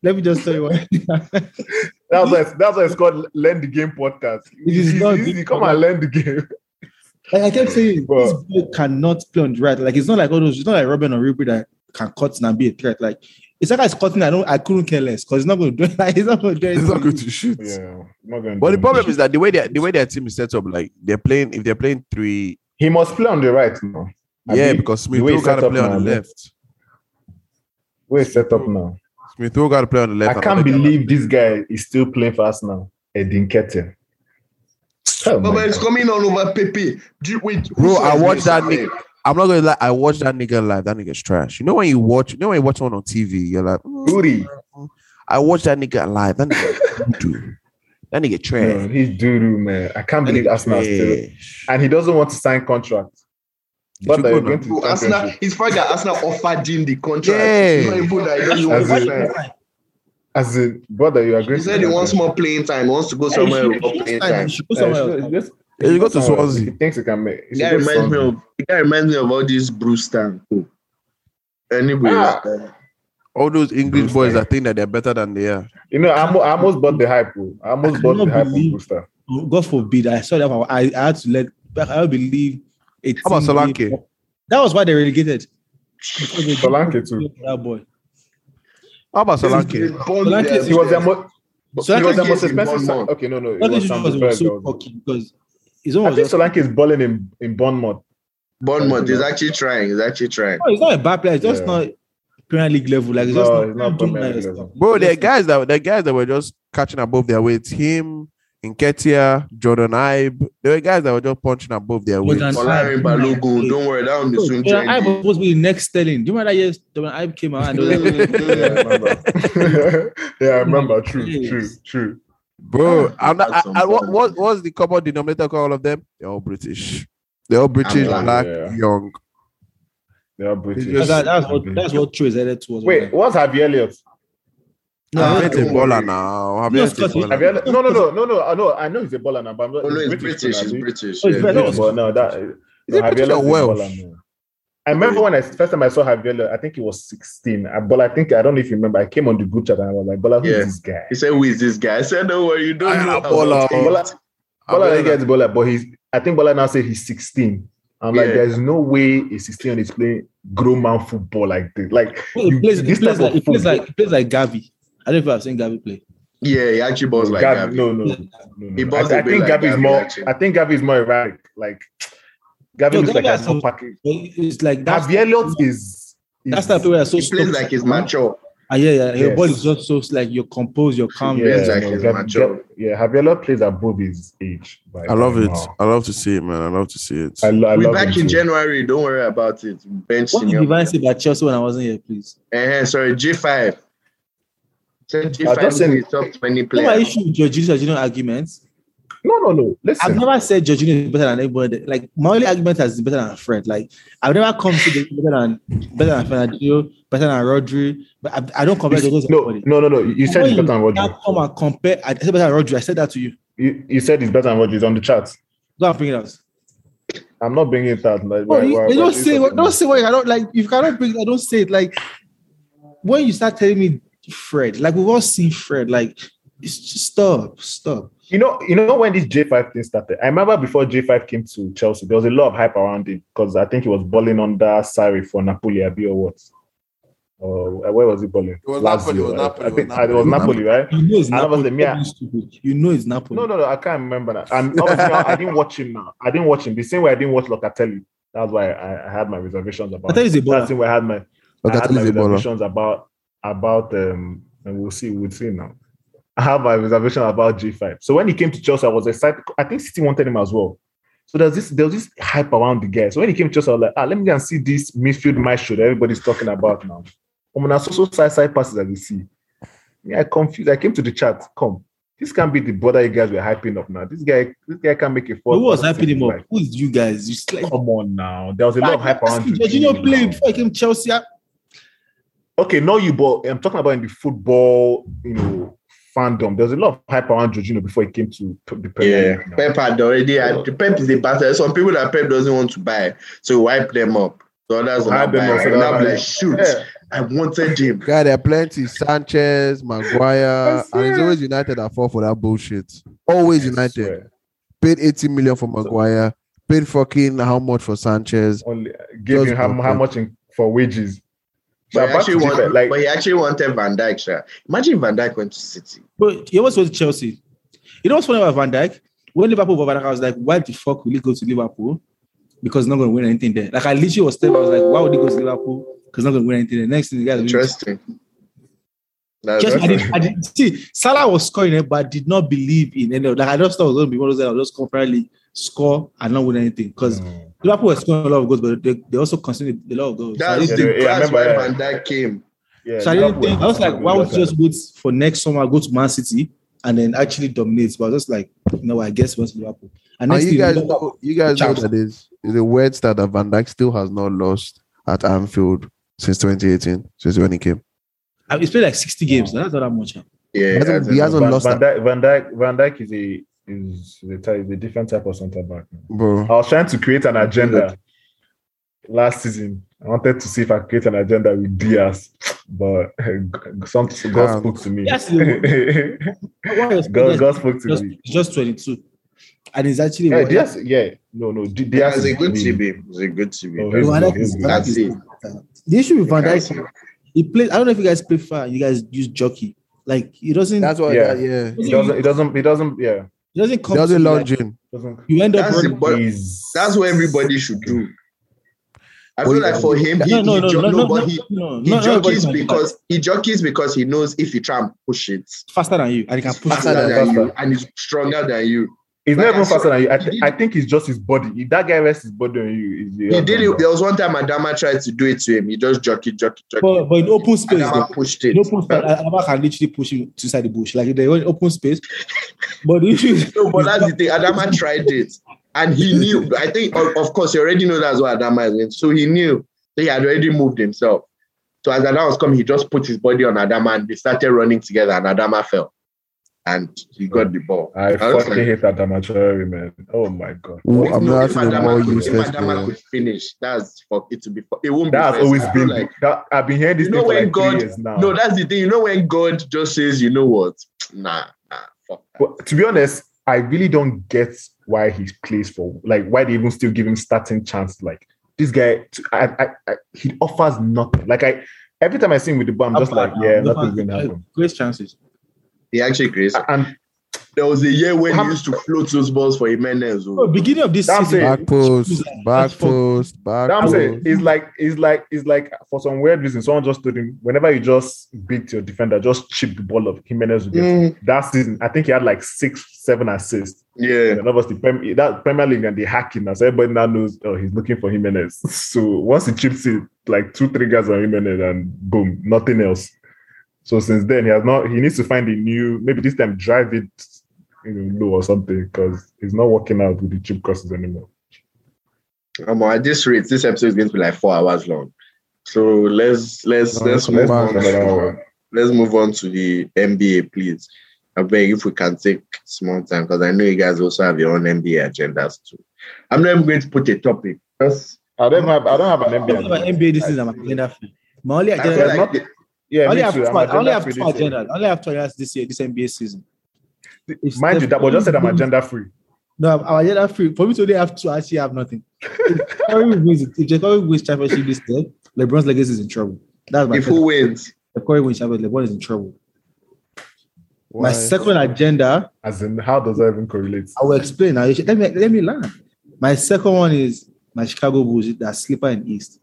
Speaker 7: Let me just tell you what.
Speaker 6: That's why, that's why it's called Learn the Game podcast.
Speaker 7: It is
Speaker 6: It's
Speaker 7: not-
Speaker 6: easy. Come and learn the game.
Speaker 7: like I kept saying,
Speaker 6: Bro.
Speaker 7: this boy cannot play on the right. Like it's not like all those. It's not like Robin or Ribery that can cut and be a threat. Like it's like I cutting. I don't. I couldn't care less because it's not going to do. Like, it's not going to do.
Speaker 5: He's not
Speaker 7: anything.
Speaker 5: going to shoot.
Speaker 6: Yeah, I'm not gonna
Speaker 5: But
Speaker 6: do
Speaker 5: the
Speaker 6: it.
Speaker 5: problem is that the way their the way their team is set up, like they're playing if they're playing three,
Speaker 6: he must play on the right now.
Speaker 5: yeah,
Speaker 6: Abi,
Speaker 5: because
Speaker 6: the
Speaker 5: Smith
Speaker 6: way
Speaker 5: Rowe
Speaker 6: it's
Speaker 5: got to
Speaker 6: set
Speaker 5: play
Speaker 6: up
Speaker 5: on the
Speaker 6: now,
Speaker 5: left.
Speaker 6: Where is set up now?
Speaker 5: Smith Rowe got to play on the left.
Speaker 6: I
Speaker 5: and
Speaker 6: can't
Speaker 5: Odegaard.
Speaker 6: believe this guy is still playing for us now. Edin Ketia. Oh
Speaker 4: But,
Speaker 6: my
Speaker 4: it's
Speaker 6: God.
Speaker 4: coming on over Pepe. Do you, wait, who
Speaker 5: Bro,
Speaker 4: saw
Speaker 5: I
Speaker 4: his
Speaker 5: watched that
Speaker 4: name?
Speaker 5: nigga. I'm not gonna lie. I watched that nigga live. That nigga's trash. You know when you watch, you know when you watch one on TV, you're like, mm,
Speaker 6: Uri,
Speaker 5: I watched that nigga live. That nigga do.
Speaker 10: That nigga trash.
Speaker 6: Man, he's doo doo, man. I can't
Speaker 10: That
Speaker 6: believe
Speaker 10: nigga
Speaker 6: Arsenal still.
Speaker 10: trash.
Speaker 6: And he doesn't want to sign contract. But
Speaker 10: should
Speaker 6: they're
Speaker 10: go
Speaker 6: going to the
Speaker 4: Arsenal,
Speaker 6: championship.
Speaker 4: it's funny that Arsenal offered him the contract.
Speaker 10: Yeah.
Speaker 4: It's not even that he doesn't want
Speaker 6: As
Speaker 4: to
Speaker 6: in,
Speaker 4: sign.
Speaker 6: as in, brother, you are going
Speaker 4: He
Speaker 6: to
Speaker 4: said
Speaker 6: the
Speaker 4: he wants
Speaker 6: championship.
Speaker 4: more playing time. He wants to go somewhere with more playing time.
Speaker 7: should go
Speaker 6: Yeah,
Speaker 7: somewhere
Speaker 6: it's-
Speaker 7: else.
Speaker 6: it's-
Speaker 5: Yeah, you go to
Speaker 6: somewhere else.
Speaker 5: Swansea.
Speaker 6: If He thinks he can make. he
Speaker 4: The guy
Speaker 6: should go to
Speaker 4: reminds me
Speaker 6: Swansea.
Speaker 4: of the guy reminds me of all these Bruce Stan. too. Anyway,
Speaker 6: Ah.
Speaker 4: uh,
Speaker 5: All those English boys that think that they're better than they are.
Speaker 6: You know, I almo- I almost bought the hype. bro. I almost
Speaker 7: I
Speaker 6: bought the
Speaker 7: cannot
Speaker 6: hype on
Speaker 7: believe-
Speaker 6: Gustav.
Speaker 7: Oh, God forbid, I saw that. I, I had to let. I don't believe. a
Speaker 5: How about
Speaker 7: team-
Speaker 5: Solanke?
Speaker 7: That was why they relegated. Because they
Speaker 6: Solanke
Speaker 7: didn't
Speaker 6: too.
Speaker 7: play That boy.
Speaker 5: How about
Speaker 4: they
Speaker 5: Solanke?
Speaker 4: bond
Speaker 7: Solanke
Speaker 4: their-
Speaker 7: is-
Speaker 6: He was their most.
Speaker 4: Solanke
Speaker 6: he was their most
Speaker 4: is in
Speaker 6: expensive. sign-
Speaker 4: Bournemouth.
Speaker 6: Okay, no, no. it
Speaker 7: That
Speaker 6: was
Speaker 7: issue
Speaker 6: Sam
Speaker 7: was, was so
Speaker 6: Bergdorf.
Speaker 7: cocky because it's
Speaker 6: I
Speaker 7: almost
Speaker 6: think
Speaker 7: just,
Speaker 6: Solanke is balling in in Bournemouth.
Speaker 4: Bournemouth is actually trying. He's actually trying.
Speaker 7: no, it's not a bad player. It's just
Speaker 6: Yeah.
Speaker 7: not Premier League level. Like it's
Speaker 6: No,
Speaker 7: just not,
Speaker 6: it's not
Speaker 7: doing
Speaker 6: Premier
Speaker 7: that
Speaker 6: League
Speaker 7: stuff.
Speaker 6: level.
Speaker 5: Bro, there are guys that there are guys that were just catching above their weight. Him, Inketia, Jordan Ibe. There were guys that were just punching above their weight.
Speaker 7: Jordan
Speaker 4: Olari
Speaker 7: Ibe.
Speaker 4: Balogun, don't worry, that one is soon
Speaker 7: Jordan Ibe was
Speaker 4: join.
Speaker 7: supposed to be the next Sterling. Do you remember that year Jordan Ibe came out and they were like,
Speaker 6: Yeah, I remember. yeah, I remember. True,
Speaker 7: Yes.
Speaker 6: true, true.
Speaker 5: Bro, I'm not,
Speaker 4: That's
Speaker 5: I, I, what,
Speaker 4: unfair.
Speaker 5: what what's the common denominator of all of them? They're all British. They're all British,
Speaker 4: black.
Speaker 5: black,
Speaker 6: Yeah.
Speaker 5: young.
Speaker 6: They are British.
Speaker 5: It's just-
Speaker 7: that's, that's what that's what True is headed towards.
Speaker 6: Mm-hmm. Wait, what's Javier Elliott?
Speaker 7: No,
Speaker 5: No,
Speaker 4: Ah, don't
Speaker 5: a baller
Speaker 4: worry.
Speaker 5: now.
Speaker 7: No,
Speaker 5: Javier is a
Speaker 7: Scotty,
Speaker 5: baller.
Speaker 6: Javier, no, no, no, no, no. I know, I know he's a baller now, but I'm not.
Speaker 4: Oh no, it's
Speaker 6: he's too,
Speaker 4: British. It's
Speaker 6: I think.
Speaker 4: British.
Speaker 7: Oh, it's
Speaker 4: yeah.
Speaker 7: British.
Speaker 6: British, but no, that no,
Speaker 5: Is it British
Speaker 6: Javier
Speaker 5: or
Speaker 6: Elliott is a
Speaker 5: Welsh?
Speaker 6: baller now. I remember when I first time I saw Javier, Elliott, I think he was 16. I, but I think I don't know if you remember. I came on the group chat and I was like, "Bola, who's
Speaker 4: Yeah.
Speaker 6: this guy?"
Speaker 4: He said, "Who is this guy?" I said, "Don't worry, you don't
Speaker 5: I
Speaker 4: know."
Speaker 5: am Bola.
Speaker 4: about him."
Speaker 6: Bola, Bola
Speaker 5: Javier
Speaker 6: didn't get Bola, but he's. I think Bola now said he's 16. I'm like,
Speaker 4: Yeah.
Speaker 6: there's no way a 16 and he's playing grown man football like this. Like
Speaker 7: He
Speaker 6: you-
Speaker 7: plays, he
Speaker 6: this
Speaker 7: plays
Speaker 6: type
Speaker 7: like
Speaker 6: of
Speaker 7: he plays
Speaker 6: football-
Speaker 7: like he plays like Gavi. I don't know if I've seen Gavi play.
Speaker 4: Yeah, he actually balls like
Speaker 6: Gavi-
Speaker 4: Gavi.
Speaker 6: No, no, no,
Speaker 4: He
Speaker 6: no.
Speaker 4: balls
Speaker 6: I,
Speaker 4: a
Speaker 6: I
Speaker 4: bit
Speaker 6: think
Speaker 4: like
Speaker 6: Gavi is
Speaker 4: Gavi,
Speaker 6: more.
Speaker 4: actually.
Speaker 6: I think Gavi is more erratic. Like Gavi
Speaker 7: Yo,
Speaker 6: looks like
Speaker 7: Gavi
Speaker 6: a
Speaker 7: has some-
Speaker 6: top package.
Speaker 7: It's like that's
Speaker 6: Javier Elliott is.
Speaker 7: that's
Speaker 6: is-
Speaker 7: the player so
Speaker 4: He plays like he's mature.
Speaker 7: Ah, yeah, yeah. Your
Speaker 6: Yes.
Speaker 7: body is just so like you're composed, you're calm.
Speaker 6: Yeah,
Speaker 4: plays
Speaker 7: Yeah.
Speaker 4: like
Speaker 6: no,
Speaker 4: he's
Speaker 6: Gavi-
Speaker 4: mature.
Speaker 6: Gavi- Yeah, Javier Elliott plays above his age. by-
Speaker 5: I love
Speaker 6: by
Speaker 5: it.
Speaker 6: now.
Speaker 5: I love to see it, man. I love to see it.
Speaker 6: I, lo- I
Speaker 4: We're
Speaker 6: love
Speaker 4: back
Speaker 6: him
Speaker 4: in
Speaker 6: too.
Speaker 4: January. Don't worry about it. Bench
Speaker 7: What did
Speaker 4: Simeone.
Speaker 7: Divine say about Chelsea when I wasn't here, please?
Speaker 4: Eh, eh, sorry, G5. Said
Speaker 6: I
Speaker 4: G5
Speaker 6: just said-
Speaker 4: is top 20
Speaker 7: You know my
Speaker 4: player.
Speaker 7: issue with Jorginho Jorginho arguments?
Speaker 6: No, no, no.
Speaker 7: I've
Speaker 6: Listen,
Speaker 7: never said Jorginho is better than anybody. Like my only argument has been better than Fred. Like I've never come to the better than better than Fernandinho, better than Rodri. But I, I don't compare those to
Speaker 6: no,
Speaker 7: anybody.
Speaker 6: no, no, no. You said he's better than
Speaker 7: You can't
Speaker 6: Rodri.
Speaker 7: Come and compare. I said better than Rodri. I said that to you.
Speaker 6: You, you said he's better than Rodri. It's on the chat.
Speaker 7: Go and bring it out.
Speaker 6: I'm not bringing it out. Like,
Speaker 7: No,
Speaker 6: why-
Speaker 7: Oh, you-
Speaker 6: why-
Speaker 7: they
Speaker 6: why-
Speaker 7: don't say what don't say what I don't like. If you cannot bring, I don't say it. Like when you start telling me Fred, like we've all seen Fred, like it's just stop, stop.
Speaker 6: You know, you know when this J5 thing started. I remember before J5 came to Chelsea, there was a lot of hype around it because I think he was balling under Sarri for Napoli, Abi or what? Or uh, where was he balling?
Speaker 5: was Napoli, it was
Speaker 6: Lazio, I-
Speaker 5: Napoli, it
Speaker 6: I think
Speaker 5: was
Speaker 6: I- it was Napoli, right?
Speaker 7: You know it's
Speaker 6: And that was
Speaker 7: Napoli.
Speaker 6: the mere-
Speaker 7: stupid. You know it's Napoli.
Speaker 6: No, no, no. I can't remember that. And obviously, I, I didn't watch him now. I didn't watch him the same way I didn't watch Locatelli. That's why I, I had my reservations about.
Speaker 7: Locatelli's a
Speaker 6: him. That's
Speaker 7: baller.
Speaker 6: the way I had my I had
Speaker 5: Locatelli's
Speaker 6: my
Speaker 5: a baller.
Speaker 6: reservations about about um and we'll see we'll see now. I have my reservation about G5. So when he came to Chelsea, I was excited. I think City wanted him as well. So there's this there was this hype around the guy. So when he came to Chelsea, I was like, ah, let me go and see this midfield maestro that everybody's talking about now. I mean, so so side side passes that we see. Yeah, I confused. I came to the chat. Come, this can't be the brother you guys were hyping up now. This guy, this guy can make a
Speaker 7: Who
Speaker 6: fourth.
Speaker 7: was
Speaker 6: pass
Speaker 7: hyping him
Speaker 6: to
Speaker 7: up? Who is you guys? You just like
Speaker 6: Like, come on now. There was a lot of hype around. the
Speaker 7: Jorginho
Speaker 6: team
Speaker 7: played
Speaker 6: now.
Speaker 7: before he came Chelsea. Ah, I-
Speaker 6: Okay, no, you but I'm talking about in the football, you know, fandom. There's a lot of hype around Jorginho before he came to p- the Premier
Speaker 4: Yeah,
Speaker 6: League now.
Speaker 4: Pep had already
Speaker 7: Oh.
Speaker 4: had the Pep is a bastard. Some people that Pep doesn't want to buy, so wipe them up. So others will
Speaker 6: Hype
Speaker 4: not
Speaker 6: them
Speaker 4: buy.
Speaker 6: up, so
Speaker 4: And I'm
Speaker 6: that-
Speaker 4: like, shoot,
Speaker 6: Yeah.
Speaker 4: I wanted him.
Speaker 5: Guy, there are plenty. Sanchez, Maguire,
Speaker 6: I
Speaker 5: and it's
Speaker 6: swear.
Speaker 5: always United that fall for that bullshit. Always
Speaker 6: I
Speaker 5: United.
Speaker 6: swear.
Speaker 5: Paid 80 million for Maguire. Paid fucking how much for Sanchez?
Speaker 6: Only give
Speaker 5: Just
Speaker 6: him how,
Speaker 5: broke
Speaker 6: how
Speaker 5: it.
Speaker 6: much in, for wages.
Speaker 4: But
Speaker 6: So
Speaker 4: he,
Speaker 6: back to
Speaker 4: actually
Speaker 6: G5,
Speaker 4: wanted,
Speaker 6: like
Speaker 4: but he actually wanted Van Dyke. Sha. Imagine if Van Dyke went to City.
Speaker 7: But he almost went to Chelsea. You know what's funny about Van Dijk? When Liverpool bought Van Dijk, I was like, why the fuck will he go to Liverpool? Because he's not going to win anything there. Like I literally was telling, I was like, why would he go to Liverpool? Because not going to win anything. The next thing, the guys, will-
Speaker 4: Interesting. That's
Speaker 7: Just, I, didn't, I didn't see Salah was scoring it, but I did not believe in any of that. I just thought it was going to be one of those that will just come finally score and not win anything because
Speaker 6: Mm.
Speaker 7: Liverpool were scoring a lot of goals, but they, they also conceded a lot of goals. so I,
Speaker 4: that's
Speaker 7: didn't-
Speaker 6: Yeah,
Speaker 4: the
Speaker 6: yeah, I
Speaker 4: grass
Speaker 6: remember
Speaker 4: why
Speaker 6: that.
Speaker 4: Van Dyke came.
Speaker 6: yeah,
Speaker 7: so I didn't
Speaker 6: Liverpool
Speaker 7: think I was like,
Speaker 6: Liverpool
Speaker 7: why would
Speaker 6: just
Speaker 7: you just go for next summer go to Man City and then actually dominates. But I was just like, you know, I guess once Liverpool.
Speaker 5: And
Speaker 7: And next
Speaker 5: you
Speaker 7: thing
Speaker 5: guys,
Speaker 7: remember-
Speaker 5: know, you guys know that is the weird stat that Van Dijk still has not lost at Anfield since 2018, since when he came.
Speaker 7: I- it's played like 60 games. That's not that much. huh?
Speaker 5: He
Speaker 4: Yeah, as
Speaker 5: hasn't, he
Speaker 4: in-
Speaker 5: hasn't
Speaker 6: Van,
Speaker 5: lost,
Speaker 6: Van
Speaker 5: that,
Speaker 6: Dijk, Van Dijk, Van Dijk is a is a, ty- is a different type of centre back. I
Speaker 5: bro.
Speaker 6: was trying to create an agenda last season. I wanted to see if I could create an agenda with Diaz, but some God
Speaker 5: Damn.
Speaker 6: spoke to me.
Speaker 7: Yes, you Why was
Speaker 6: God,
Speaker 7: Diaz
Speaker 6: God spoke to
Speaker 7: just,
Speaker 6: me.
Speaker 7: just 22? And it's actually
Speaker 6: Yeah, Diaz, yeah, no, no, Di-
Speaker 4: yeah,
Speaker 6: Diaz
Speaker 4: it's a good
Speaker 6: me.
Speaker 4: CB. It's a good CB.
Speaker 6: Oh,
Speaker 4: That's-
Speaker 7: No, Van Dijk is-
Speaker 6: That's
Speaker 7: Van Dijk is-
Speaker 4: it.
Speaker 7: The issue with Van
Speaker 4: that's
Speaker 7: Dijk, he plays. I don't know if you guys play far. You guys use jockey. Like he doesn't.
Speaker 5: That's why,
Speaker 6: Yeah.
Speaker 5: yeah. yeah.
Speaker 6: It doesn't, it doesn't, it doesn't, yeah,
Speaker 7: He doesn't
Speaker 5: He
Speaker 7: come.
Speaker 5: doesn't
Speaker 7: to you,
Speaker 5: launch
Speaker 7: like,
Speaker 5: in.
Speaker 6: doesn't.
Speaker 7: You end up
Speaker 4: That's the
Speaker 7: running.
Speaker 4: But
Speaker 6: he's-
Speaker 4: That's what everybody should do. I feel
Speaker 5: Well,
Speaker 4: like for him, he,
Speaker 7: No, no,
Speaker 4: he
Speaker 7: no,
Speaker 4: jo-
Speaker 7: no,
Speaker 4: no,
Speaker 7: no,
Speaker 4: but
Speaker 7: no,
Speaker 4: he,
Speaker 7: no,
Speaker 4: he
Speaker 7: no, everybody's
Speaker 4: jockeys
Speaker 7: like that.
Speaker 4: because he jockeys because he knows if you try and push it
Speaker 7: faster than you, and he can push
Speaker 4: faster
Speaker 7: you.
Speaker 4: than
Speaker 6: than
Speaker 4: you
Speaker 6: faster.
Speaker 4: and he's stronger than you.
Speaker 6: He's not
Speaker 4: Like I
Speaker 6: even faster
Speaker 4: said,
Speaker 6: than you.
Speaker 4: he
Speaker 6: I, th-
Speaker 4: did-
Speaker 6: I think it's just his body. If that guy rests his body on you, he's-
Speaker 4: He did it. There was one time Adama tried to do it to him. He just jockey, jockey, jockey.
Speaker 7: But, but in open space, though,
Speaker 4: Adama pushed it.
Speaker 7: in open space, Alaba can literally push him to inside the bush. Like if they're in open space, but the issue is
Speaker 4: No, but that's the thing. Adama tried it, and he knew. I think, of, of course, he already know that's what Adama is in. So he knew so he had already moved himself. So as Adama was coming, he just put his body on Adama, and they started running together, and Adama fell, and he got the ball.
Speaker 6: I
Speaker 4: was
Speaker 6: fucking
Speaker 4: like,
Speaker 6: hate that Amatori, man. Oh my god.
Speaker 5: Ooh,
Speaker 4: if
Speaker 5: I'm
Speaker 4: no-
Speaker 5: not
Speaker 4: if
Speaker 5: asking the
Speaker 4: Adama
Speaker 5: more
Speaker 4: could- if
Speaker 5: useless
Speaker 4: Adama
Speaker 5: player.
Speaker 4: could finish, that's fuck. It would be. fu- It won't be.
Speaker 6: That's
Speaker 4: fair.
Speaker 6: always
Speaker 4: I feel
Speaker 6: been
Speaker 4: like.
Speaker 6: that. I've been hearing this
Speaker 4: You know
Speaker 6: thing for
Speaker 4: when
Speaker 6: like
Speaker 4: God-
Speaker 6: three years now.
Speaker 4: No, that's the thing. You know when God just says, you know what? Nah, nah, fuck. that.
Speaker 6: But to be honest, I really don't get why he plays for like why they even still give him starting chance. Like this guy, I, I, I, he offers nothing. Like I, every time I see him with the ball, I'm just like, yeah, nothing's gonna happen.
Speaker 7: Great chances.
Speaker 4: He actually creates.
Speaker 6: And
Speaker 4: There was a year when he
Speaker 6: Ham-
Speaker 4: used to float those balls for Jimenez. oh.
Speaker 7: Bro, beginning of this
Speaker 6: That's
Speaker 7: season,
Speaker 6: it.
Speaker 5: Back post, back post, back
Speaker 6: that's it.
Speaker 5: post.
Speaker 6: It's like it's like it's like for some weird reason, someone just told him whenever you just beat your defender, just chip the ball up. Jimenez will get it.
Speaker 4: Mm,
Speaker 6: that season. I think he had like six, seven assists.
Speaker 4: yeah.
Speaker 6: And obviously, Prem- that Premier League and the hacking, as everybody now knows, oh, he's looking for Jimenez. So once he chips it, like two, three guys on Jimenez, and boom, nothing else. So since then, he has not. He needs to find a new. Maybe this time, drive it, you know, low or something, because he's not working out with the chip crosses anymore.
Speaker 4: Um, at this rate, this episode is going to be like four hours long. So let's let's let's move
Speaker 6: move
Speaker 4: on.
Speaker 6: on to another one.
Speaker 4: To, let's move on to the NBA, please. I beg if we can take small time because I know you guys also have your own NBA agendas too. I'm not even going to put a topic. Just
Speaker 6: I don't have. I don't have an
Speaker 7: I don't have an
Speaker 6: NBA.
Speaker 7: NBA this season. I'm agenda free. My only
Speaker 4: I feel
Speaker 7: agenda.
Speaker 4: like the-
Speaker 6: Yeah,
Speaker 7: I only
Speaker 6: me
Speaker 7: have
Speaker 6: too.
Speaker 7: two.
Speaker 6: I'm
Speaker 7: I only
Speaker 6: agenda
Speaker 7: have
Speaker 6: free
Speaker 7: two
Speaker 6: this year.
Speaker 7: agendas. I only have two agendas this year, this NBA season. If
Speaker 6: Mind you,
Speaker 7: Steph-
Speaker 6: that was just said I'm agenda free.
Speaker 7: No, I'm, I'm agenda free. For me to only have two, I actually have nothing. If Curry wins, it- if Curry wins championship this year, LeBron's legacy is in trouble. That's my
Speaker 4: if
Speaker 7: first-
Speaker 4: who wins,
Speaker 7: If Curry wins championship, LeBron is in trouble.
Speaker 5: Why?
Speaker 7: My second agenda,
Speaker 6: As in, how does that even correlate?
Speaker 7: I will explain. Now, you should- let me let me learn. My second one is my Chicago Bulls that slipper in East.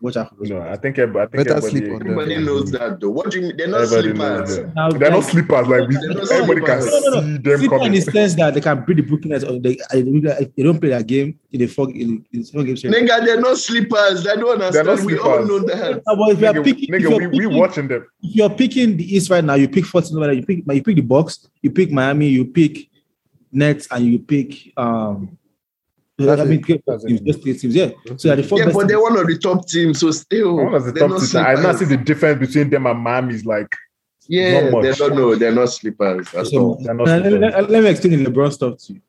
Speaker 7: Watch out. for those
Speaker 6: No,
Speaker 7: guys.
Speaker 6: I think every- I think
Speaker 5: Better
Speaker 6: everybody,
Speaker 5: sleep on them.
Speaker 4: everybody knows that though. What do you mean? They're not
Speaker 6: Everybody knows
Speaker 4: sleepers.
Speaker 6: them.
Speaker 7: Now,
Speaker 6: They're not
Speaker 7: guys,
Speaker 6: sleepers like
Speaker 4: They're not
Speaker 6: this. Everybody can
Speaker 4: sleepers.
Speaker 7: No, no, no.
Speaker 6: see them
Speaker 7: slipper in the
Speaker 6: coming.
Speaker 7: sense that they can beat the Brooklyn Nets. Or they, I- they don't play that game in the four in, in the four game series.
Speaker 4: Nigga, they're not sleepers. I don't
Speaker 6: They're
Speaker 4: understand.
Speaker 6: not
Speaker 4: We all know
Speaker 6: sleepers.
Speaker 4: that.
Speaker 7: No, but if you're
Speaker 6: Nigga,
Speaker 7: picking, if
Speaker 6: nigga,
Speaker 7: you're
Speaker 6: we, we
Speaker 7: picking-
Speaker 6: watching them.
Speaker 7: if you're picking the East right now, you pick 14 over there, you pick you pick the box, you pick Miami, you pick Nets, and you pick um
Speaker 5: That's
Speaker 7: I mean
Speaker 6: That's
Speaker 7: teams,
Speaker 6: it.
Speaker 7: just three teams, yeah. So that the four
Speaker 4: Yeah,
Speaker 7: best
Speaker 4: but they're
Speaker 7: teams-
Speaker 4: one of the top teams, so still.
Speaker 6: One of the
Speaker 4: they're
Speaker 6: top
Speaker 4: not
Speaker 6: teams. I now see
Speaker 4: sleepers.
Speaker 6: the difference between them and Miami is like
Speaker 4: Yeah,
Speaker 6: Not
Speaker 4: they're
Speaker 6: much.
Speaker 4: not no, they're not sleepers at
Speaker 7: so-
Speaker 4: all.
Speaker 6: they're
Speaker 7: and
Speaker 6: not
Speaker 7: let,
Speaker 6: sleepers.
Speaker 7: let- let me explain the LeBron stuff to you.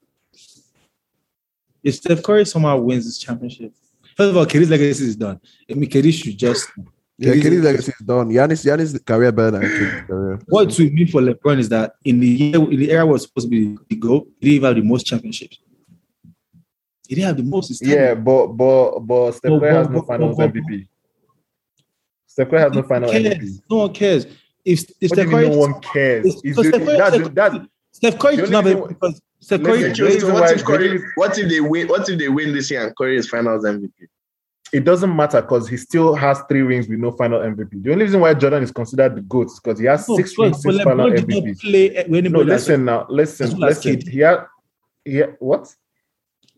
Speaker 7: If Steph Curry somehow wins this championship, first of all, Kyrie's legacy is done. I mean, Kyrie should just
Speaker 5: Yeah, Kenny's legacy is done. Giannis, Giannis' career better than Katie's career.
Speaker 7: what to mean for LeBron is that in the year in the era where it was supposed to be the goal, he didn't even have the most championships. He didn't have the most. It's time.
Speaker 6: yeah, but but but Steph
Speaker 7: But-
Speaker 6: Curry has
Speaker 7: but-
Speaker 6: no
Speaker 7: but-
Speaker 6: Finals
Speaker 7: but-
Speaker 6: MVP. Steph Curry has no Finals
Speaker 7: cares?
Speaker 6: MVP.
Speaker 7: No one cares. If, if
Speaker 6: What do you
Speaker 7: Steph
Speaker 6: mean
Speaker 7: Curry,
Speaker 6: no one cares?
Speaker 7: It's-
Speaker 6: Is
Speaker 7: so
Speaker 6: it-
Speaker 7: Steph Curry-
Speaker 6: that's-
Speaker 7: Steph-
Speaker 6: that's-
Speaker 7: Steph Curry
Speaker 6: the
Speaker 7: does
Speaker 6: only
Speaker 7: not have
Speaker 6: reason-
Speaker 7: it because Steph
Speaker 6: Let's
Speaker 7: Curry.
Speaker 6: get
Speaker 4: Listen, Joey,
Speaker 6: reason
Speaker 4: what
Speaker 6: why-
Speaker 4: if Curry,
Speaker 6: the-
Speaker 4: what if they win? What if they win this year and Curry is Finals MVP?
Speaker 6: it doesn't matter because he still has three rings with no final MVP. The only reason why Jordan is considered the GOAT is because he has
Speaker 7: No,
Speaker 6: six
Speaker 7: but-
Speaker 6: rings,
Speaker 7: but
Speaker 6: six final
Speaker 7: LeBron did not
Speaker 6: MVPs.
Speaker 7: play with anybody.
Speaker 6: No,
Speaker 7: as-
Speaker 6: listen now,
Speaker 7: as
Speaker 6: listen,
Speaker 7: well as
Speaker 6: listen.
Speaker 7: Kid.
Speaker 6: Yeah, yeah. What?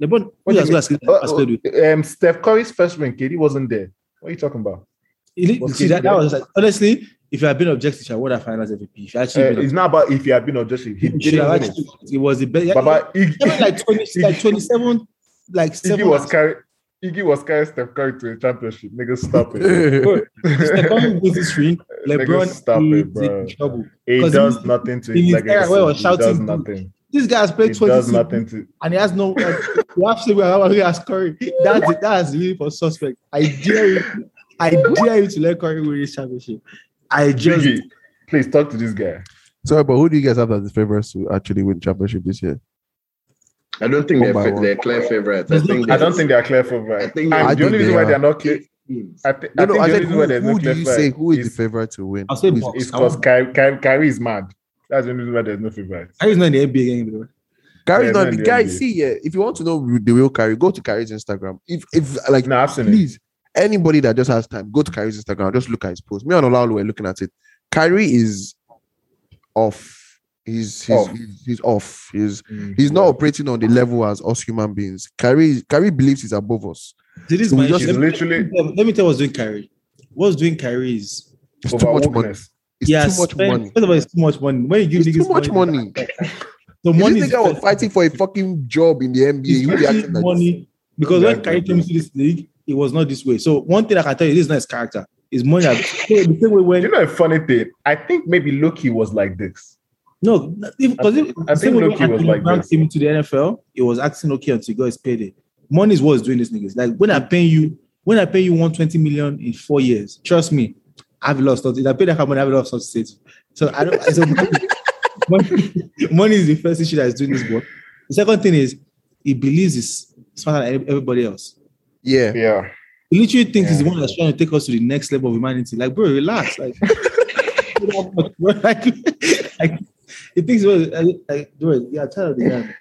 Speaker 7: LeBron, who
Speaker 6: What do you
Speaker 7: as
Speaker 6: mean?
Speaker 7: well as Kid
Speaker 6: Oh,
Speaker 7: has played with.
Speaker 6: oh, um, Steph Curry's first ring, KD wasn't there. What are you talking about?
Speaker 7: It's You see, that, that was like, honestly, if you had been objective, I would have finals MVP. If you actually
Speaker 6: Uh,
Speaker 7: been
Speaker 6: it's not about if you have been objective. He
Speaker 7: Should
Speaker 6: didn't
Speaker 7: have
Speaker 6: win it.
Speaker 7: actually- it was the best.
Speaker 6: Baba,
Speaker 7: Yeah, but like
Speaker 6: Iggy,
Speaker 7: 20, like 27, like
Speaker 6: Iggy
Speaker 7: seven.
Speaker 6: was carrying Iggy was carrying Steph Curry to a championship. Nigga, stop it.
Speaker 7: Steph Curry wins this ring. LeBron
Speaker 6: stop it,
Speaker 7: is
Speaker 6: bro.
Speaker 7: in trouble.
Speaker 6: He
Speaker 7: 'Cause
Speaker 6: does
Speaker 7: in-
Speaker 6: nothing to
Speaker 7: in his
Speaker 6: his legacy.
Speaker 7: era where he was
Speaker 6: He does
Speaker 7: shouting,
Speaker 6: nothing.
Speaker 7: This guy has
Speaker 6: He
Speaker 7: played
Speaker 6: does
Speaker 7: 20
Speaker 6: nothing to.
Speaker 7: and he has no. Like, you have to be around as Curry. That's it. That's really for suspect. I dare you. I dare you to let Curry win this championship. I just
Speaker 6: Iggy, please talk to this guy.
Speaker 5: Sorry, but who do you guys have as the favorites to actually win championship this year?
Speaker 4: I don't
Speaker 6: Oh
Speaker 4: think
Speaker 5: One by
Speaker 4: they're,
Speaker 5: one.
Speaker 4: they're clear favorites. I think
Speaker 6: I don't think they are clear favorite.
Speaker 4: I think-
Speaker 6: And
Speaker 4: I
Speaker 6: the
Speaker 5: think
Speaker 6: only reason
Speaker 5: they
Speaker 6: why
Speaker 5: are.
Speaker 6: they're not clear,
Speaker 4: think
Speaker 6: I, think.
Speaker 5: No,
Speaker 6: I
Speaker 5: no,
Speaker 6: think
Speaker 5: I said
Speaker 6: the only reason
Speaker 5: who,
Speaker 6: why there's no
Speaker 5: who
Speaker 6: clear
Speaker 5: do you say
Speaker 6: favorite
Speaker 5: who is the
Speaker 6: is
Speaker 5: favorite to win?
Speaker 7: I'll say
Speaker 5: Who is-
Speaker 7: Bucks.
Speaker 6: it's because Kyrie, Kyrie, Kyrie is mad. That's the only reason why there's no favorite.
Speaker 7: Curry's not in the NBA game, by the way.
Speaker 5: Carry
Speaker 6: Yeah,
Speaker 5: not
Speaker 6: man,
Speaker 5: the
Speaker 6: yeah,
Speaker 5: guy.
Speaker 6: yeah.
Speaker 5: See, yeah, if you want to know the real Carry, go to Carry's Instagram. If if like
Speaker 6: No, I've seen it.
Speaker 5: please anybody that just has time, go to Carry's Instagram. Just look at his post. Me and Olalu were looking at it. Carry is off. He's he's
Speaker 4: Off.
Speaker 5: he's, he's off. He's
Speaker 6: Mm.
Speaker 5: he's not operating on the level as us human beings. Carry Carry believes he's above us.
Speaker 7: This is
Speaker 5: So we
Speaker 7: my
Speaker 5: just
Speaker 7: issue.
Speaker 6: literally-
Speaker 7: Let me, let me tell you what's doing Curry. What's doing Curry is
Speaker 5: It's too much money.
Speaker 6: Overwokeness.
Speaker 5: It's
Speaker 7: yeah,
Speaker 5: too much
Speaker 7: spend-
Speaker 5: money.
Speaker 7: First of all, it's too much money. When you give
Speaker 5: It's
Speaker 7: niggas
Speaker 5: too much money.
Speaker 7: the
Speaker 5: If
Speaker 7: money
Speaker 5: This
Speaker 7: is
Speaker 5: nigga was fighting for a fucking job in the NBA.
Speaker 7: He's
Speaker 5: He would be
Speaker 7: losing
Speaker 5: acting like this.
Speaker 7: money because when
Speaker 6: Exactly.
Speaker 7: Kyrie came to this league, it was not this way. So one thing I can tell you, this is not his character. His money. the same way when
Speaker 6: You know, a funny thing. I think maybe Loki was like this.
Speaker 7: no, because
Speaker 6: I think Loki was like
Speaker 7: Brown
Speaker 6: this.
Speaker 7: came into the NFL, it was acting okay until he got his payday. Money is what's doing this niggas. Like when I pay you, when I pay you one twenty million in four years, trust me, I've lost. If I pay that kind of money, I've lost some states. So I don't. So money, money, money is the first issue that is doing this. But the second thing is he believes he's smarter than everybody else.
Speaker 5: Yeah.
Speaker 6: Yeah.
Speaker 7: He literally thinks he's the one that's trying to take us to the next level of humanity. Like, bro, relax. Like, like, like he thinks, well, like, like, bro, yeah, tired of the guy.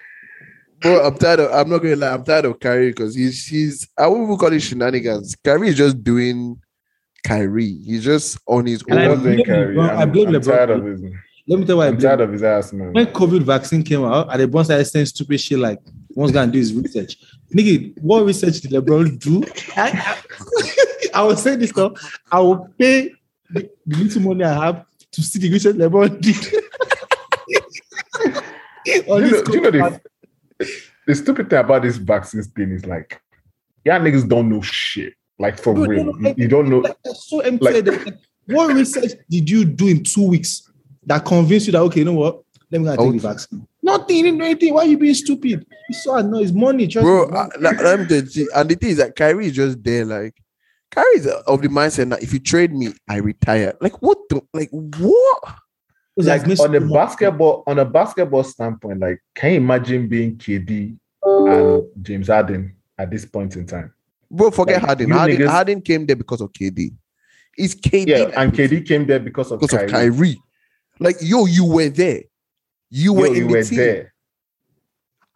Speaker 5: Bro, I'm tired of. I'm not gonna lie. I'm tired of Kyrie because he's he's. I wouldn't even call it shenanigans. Kyrie is just doing Kyrie. He's just on his
Speaker 7: And I
Speaker 5: own.
Speaker 6: What
Speaker 7: blame
Speaker 6: thing, Kyrie?
Speaker 7: LeBron.
Speaker 6: I'm,
Speaker 7: I blame
Speaker 6: I'm
Speaker 7: LeBron.
Speaker 6: tired of his,
Speaker 7: Let me tell you why I
Speaker 6: I'm
Speaker 7: blame
Speaker 6: tired of his ass, man.
Speaker 7: When COVID vaccine came out, and LeBron started saying stupid shit like, one's gonna do his research. Nigga, what research did LeBron do? I, I, I will say this though, I will pay the, the little money I have to see the research LeBron did. On
Speaker 6: Do you
Speaker 7: this
Speaker 6: know, do you know the, the stupid thing about this vaccines thing is like, y'all niggas don't know shit. Like for
Speaker 7: Dude,
Speaker 6: real,
Speaker 7: no, no,
Speaker 6: You-
Speaker 7: I-
Speaker 6: you don't know. Oh,
Speaker 7: like they're so empty.
Speaker 6: Like-
Speaker 7: They're like, what research did you do in two weeks that convinced you that okay, you know what? Let me go and
Speaker 5: Oh.
Speaker 7: take the vaccine. Nothing, you didn't do anything. Why are you being stupid? It's so annoying. It's money, trust
Speaker 5: Bro,
Speaker 7: me.
Speaker 5: I, like, let me tell you, and the thing is that Kyrie is just there. Like Kyrie is of the mindset that if you trade me, I retire. Like what? The, like what?
Speaker 7: It's
Speaker 6: Like
Speaker 7: this-
Speaker 6: on a basketball, on a basketball standpoint, like can you imagine being KD and James Harden at this point in time?
Speaker 5: Bro, forget
Speaker 6: Like,
Speaker 5: Harden.
Speaker 6: you
Speaker 5: Harden,
Speaker 6: niggas-
Speaker 5: Harden came there because of KD. It's KD.
Speaker 6: Yeah,
Speaker 5: that
Speaker 6: and
Speaker 5: is-
Speaker 6: KD came there because of
Speaker 5: because
Speaker 6: Kyrie.
Speaker 5: of Kyrie. Like yo, you were there. You
Speaker 6: Yo,
Speaker 5: were
Speaker 6: you
Speaker 5: in the
Speaker 6: were
Speaker 5: team,
Speaker 6: there.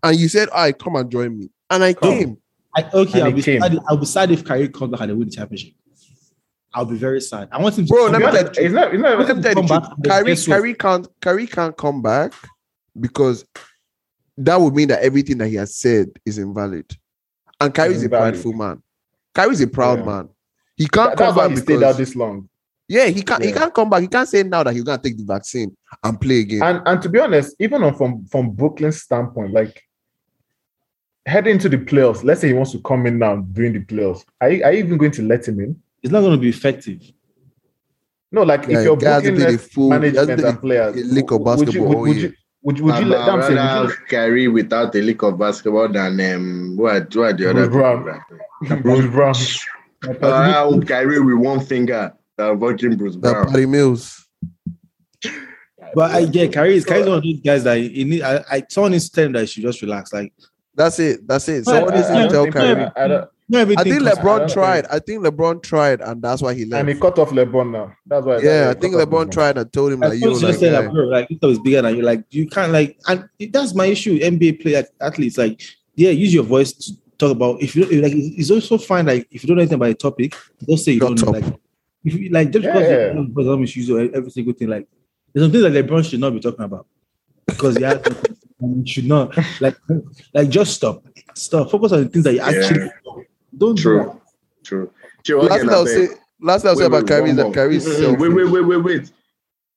Speaker 5: and you said, "I come and join me," and I
Speaker 6: Come.
Speaker 5: came.
Speaker 7: I, okay,
Speaker 6: and
Speaker 7: I'll
Speaker 6: he
Speaker 7: be,
Speaker 6: came.
Speaker 7: sad, I'll be sad if Kyrie comes back and they win the championship. I'll be very sad. I want him to
Speaker 5: Bro, let
Speaker 7: come
Speaker 5: me
Speaker 7: back.
Speaker 5: tell you-
Speaker 6: It's not. It's not.
Speaker 5: Let me tell you the
Speaker 7: come
Speaker 5: truth.
Speaker 7: back,
Speaker 5: Kyrie,
Speaker 7: guess what?
Speaker 5: Kyrie can't Kyrie can't come back because that would mean that everything that he has said is invalid. And Kyrie's a
Speaker 6: Invalid.
Speaker 5: prideful man. Kyrie's a proud
Speaker 6: Yeah.
Speaker 5: man. He can't
Speaker 6: That-
Speaker 5: come
Speaker 6: That's why he
Speaker 5: back
Speaker 6: stayed out
Speaker 5: because
Speaker 6: this long.
Speaker 5: yeah, he can't he
Speaker 6: Yeah.
Speaker 5: can't come back. He can't say now that he's gonna take the vaccine and play again.
Speaker 6: And and to be honest, even on, from from Brooklyn's standpoint, like heading to the playoffs, let's say he wants to come in now during the playoffs. Are you, are you even going to let him in?
Speaker 7: It's not going to be effective.
Speaker 6: No, like
Speaker 5: Yeah,
Speaker 6: if you're
Speaker 5: he hasn't
Speaker 6: Brooklyn
Speaker 5: played a
Speaker 6: Nets
Speaker 5: full- he hasn't
Speaker 6: management
Speaker 5: played
Speaker 6: and players,
Speaker 5: a lick of
Speaker 6: would you-
Speaker 5: basketball
Speaker 6: would-
Speaker 5: all
Speaker 6: would
Speaker 5: year.
Speaker 6: you would, would you
Speaker 4: I'd
Speaker 6: let them say?
Speaker 4: rather have Kyrie without a leak of basketball than um, what, what are the other
Speaker 6: Bruce Brown.
Speaker 4: people?
Speaker 6: Bruce Brown?
Speaker 4: Or
Speaker 6: Uh,
Speaker 4: I hope Kyrie with one finger than fucking Bruce
Speaker 5: that
Speaker 4: Brown.
Speaker 5: Patty Mills.
Speaker 7: But I, yeah, Kyrie is Kyrie's one of those guys that he need. I, I someone needs to tell him that he should just relax. Like
Speaker 5: That's it. That's it.
Speaker 7: Well,
Speaker 5: Someone needs
Speaker 7: I-
Speaker 5: to
Speaker 7: I
Speaker 5: tell
Speaker 6: think-
Speaker 5: Kyrie.
Speaker 6: I don't-
Speaker 7: not uh, everything.
Speaker 5: I think
Speaker 7: comes-
Speaker 6: I don't
Speaker 5: LeBron
Speaker 6: think-
Speaker 5: tried. I think LeBron tried, and that's why he
Speaker 6: and he
Speaker 5: left.
Speaker 6: cut off LeBron now. That's why.
Speaker 5: Yeah, I think LeBron tried and told him
Speaker 7: I
Speaker 5: that you
Speaker 7: thought you
Speaker 5: like,
Speaker 7: just said
Speaker 5: guy,
Speaker 7: that, bro, like Victor is bigger than you. Like you can't like, and it- that's my issue. NBA player athletes, like yeah, use your voice to talk about. If you don't- like, it's also fine. Like if you don't know anything about a topic, just say you
Speaker 5: Shut
Speaker 7: don't know.
Speaker 5: up.
Speaker 7: Like if you like, just because
Speaker 6: Yeah.
Speaker 7: you don't know, use your every single thing. Like there's some things that LeBron should not be talking about because he has. and you should not like like just stop, stop. Focus on the things that you
Speaker 4: Yeah.
Speaker 7: actually know. don't
Speaker 4: True.
Speaker 7: do.
Speaker 4: True. Chill,
Speaker 5: Last
Speaker 4: again,
Speaker 5: thing I'll
Speaker 4: I beg.
Speaker 5: say- Last time I said
Speaker 4: Wait,
Speaker 5: about
Speaker 4: wait,
Speaker 5: Kyrie is
Speaker 4: one
Speaker 5: that
Speaker 4: more.
Speaker 5: Kyrie is
Speaker 4: Mm-mm,
Speaker 5: selfish.
Speaker 4: Wait, wait, wait, wait, wait.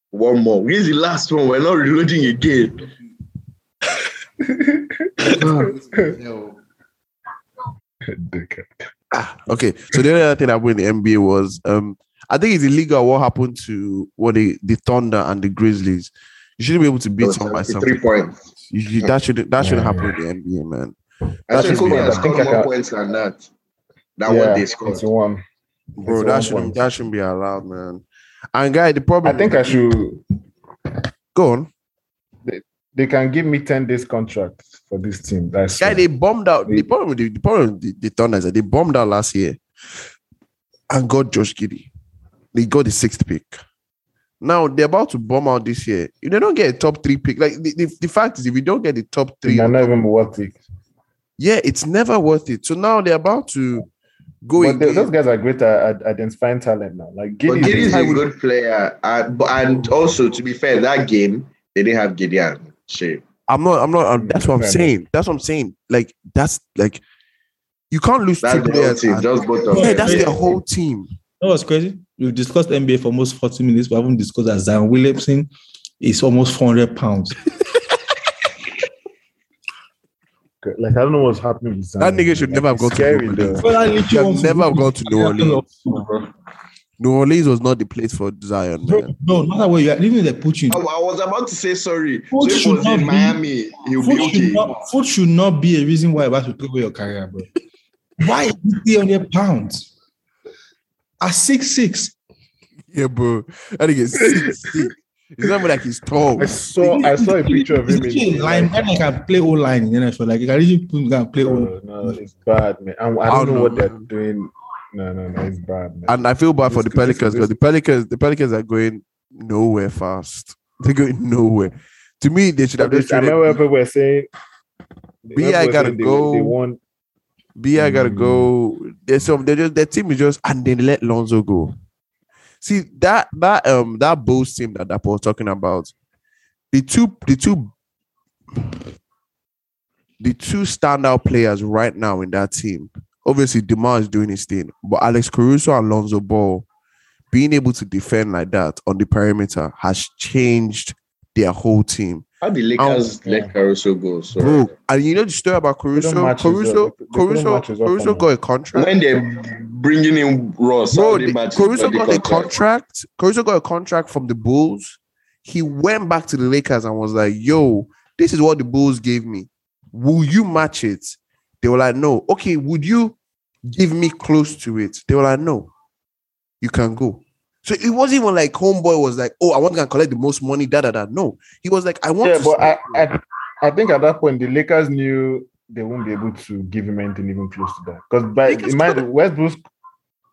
Speaker 4: One more. This is the last one. We're not reloading again.
Speaker 6: Dickhead.
Speaker 5: Okay, so the other thing that happened in the NBA was um, I think it's illegal what happened to what the, the Thunder and the Grizzlies. You shouldn't be able to beat someone by
Speaker 4: Three
Speaker 5: something.
Speaker 4: points.
Speaker 5: You, you- that should that should happen in the NBA, man.
Speaker 4: I think
Speaker 5: should be
Speaker 4: Kobe
Speaker 5: bad.
Speaker 4: has scored
Speaker 6: I think I
Speaker 4: more
Speaker 6: can-
Speaker 4: points than that. That one they scored.
Speaker 6: 21.
Speaker 5: Bro,
Speaker 6: It's one
Speaker 5: that shouldn't
Speaker 6: point.
Speaker 5: that shouldn't be allowed, man. And guy, the problem
Speaker 6: I think I should.
Speaker 5: go on.
Speaker 6: They can give me 10 days contract for this team. That's
Speaker 5: Guy, they bombed out. The problem with the, the problem with the, the Thunder is that they bombed out last year and got Josh Giddy. They got the sixth pick. Now they're about to bomb out this year. If they don't get a top three pick, like the, the, the fact is, if you don't get the top three,
Speaker 6: they're not even worth it.
Speaker 5: yeah, it's never worth it. So now they're about to go
Speaker 6: But they-
Speaker 5: again.
Speaker 6: those guys are great at, at identifying talent now. Like
Speaker 4: But
Speaker 6: Giddy,
Speaker 4: Giddy is
Speaker 6: I
Speaker 4: a
Speaker 6: would-
Speaker 4: good player. Uh, but, and also, to be fair, that game, they didn't have Gideon. Shit.
Speaker 5: I'm not. I'm not. I'm, that's what I'm
Speaker 6: Fair
Speaker 5: saying. That's what I'm saying. Like that's like you can't lose two
Speaker 4: That's the whole
Speaker 5: players.
Speaker 4: team.
Speaker 5: and-
Speaker 4: Just both of
Speaker 5: yeah,
Speaker 4: them.
Speaker 5: that's their whole team.
Speaker 7: That was crazy. We've discussed NBA for almost 40 minutes. We haven't discussed that Zion Williamson is almost 400 pounds.
Speaker 6: like I don't know what's happening with Zion.
Speaker 5: That nigga should never have
Speaker 6: it's
Speaker 5: gone to
Speaker 6: scary,
Speaker 5: New
Speaker 6: though.
Speaker 5: Orleans.
Speaker 7: Well, I
Speaker 5: Should have never have gone to New Orleans.
Speaker 7: Orleans.
Speaker 5: New Orleans was not the place for Zion, man.
Speaker 7: No, no matter where you are, even if they put you,
Speaker 4: I, I was about to say sorry. So
Speaker 7: Coach
Speaker 4: if it
Speaker 7: should
Speaker 4: was
Speaker 7: not be-
Speaker 4: in Miami, he'll be
Speaker 7: food should,
Speaker 4: okay.
Speaker 7: not, food should not be a reason why you're about to throw away your career, bro. Why is he 300 pounds? At 6'6, six, six,
Speaker 5: Yeah, bro. That nigga is sick, sick. It's not even like he's tall.
Speaker 6: I saw I saw a picture of him.
Speaker 7: He's
Speaker 6: In,
Speaker 7: a line,
Speaker 6: like,
Speaker 7: man, he can play O line in the NFL. Like, you can really can play O line.
Speaker 6: oh, no, it's bad, man. I, I
Speaker 5: Oh,
Speaker 6: don't know what they're
Speaker 5: man.
Speaker 6: doing. No, no, no, it's bad, man.
Speaker 5: And I feel bad for
Speaker 6: It's
Speaker 5: the
Speaker 6: good, it's
Speaker 5: Pelicans
Speaker 6: good.
Speaker 5: because the Pelicans, the Pelicans are going nowhere fast. They're going nowhere. To me, they should have
Speaker 6: But
Speaker 5: just
Speaker 6: I remember
Speaker 5: traded.
Speaker 6: people were saying,
Speaker 5: B.I.
Speaker 6: everyone was
Speaker 5: gotta
Speaker 6: saying they-
Speaker 5: go.
Speaker 6: They want
Speaker 5: B, I gotta
Speaker 6: Mm.
Speaker 5: go. There's some. They just their team is just and they let Lonzo go. See that that um that Bulls team that that was talking about. The two the two the two standout players right now in that team. Obviously, Demar is doing his thing, but Alex Caruso and Lonzo Ball being able to defend like that on the perimeter has changed their whole team.
Speaker 4: How the
Speaker 5: Um,
Speaker 4: Lakers let Caruso go? So
Speaker 5: Bro, and you know the story about
Speaker 6: don't
Speaker 5: Caruso?
Speaker 6: match his
Speaker 5: Caruso,
Speaker 6: up. They couldn't
Speaker 5: Caruso,
Speaker 6: match his up on
Speaker 5: Caruso
Speaker 6: him.
Speaker 5: got a contract.
Speaker 4: when they're bringing in Ross,
Speaker 5: Bro,
Speaker 4: how they
Speaker 5: the-
Speaker 4: match his
Speaker 5: Caruso
Speaker 4: body
Speaker 5: got a contract. Caruso got a contract from the Bulls. He went back to the Lakers and was like, "Yo, this is what the Bulls gave me. Will you match it?" They were like, "No." Okay, would you give me close to it? They were like, "No." You can go. So it wasn't even like homeboy was like, "Oh, I want to collect the most money." Da da da. No, he was like, "I want."
Speaker 6: Yeah,
Speaker 5: to
Speaker 6: but
Speaker 5: stay."
Speaker 6: I, I I think at that point the Lakers knew they won't be able to give him anything even close to that. Because by
Speaker 5: Lakers
Speaker 6: in mind
Speaker 5: couldn't-
Speaker 6: Westbrook,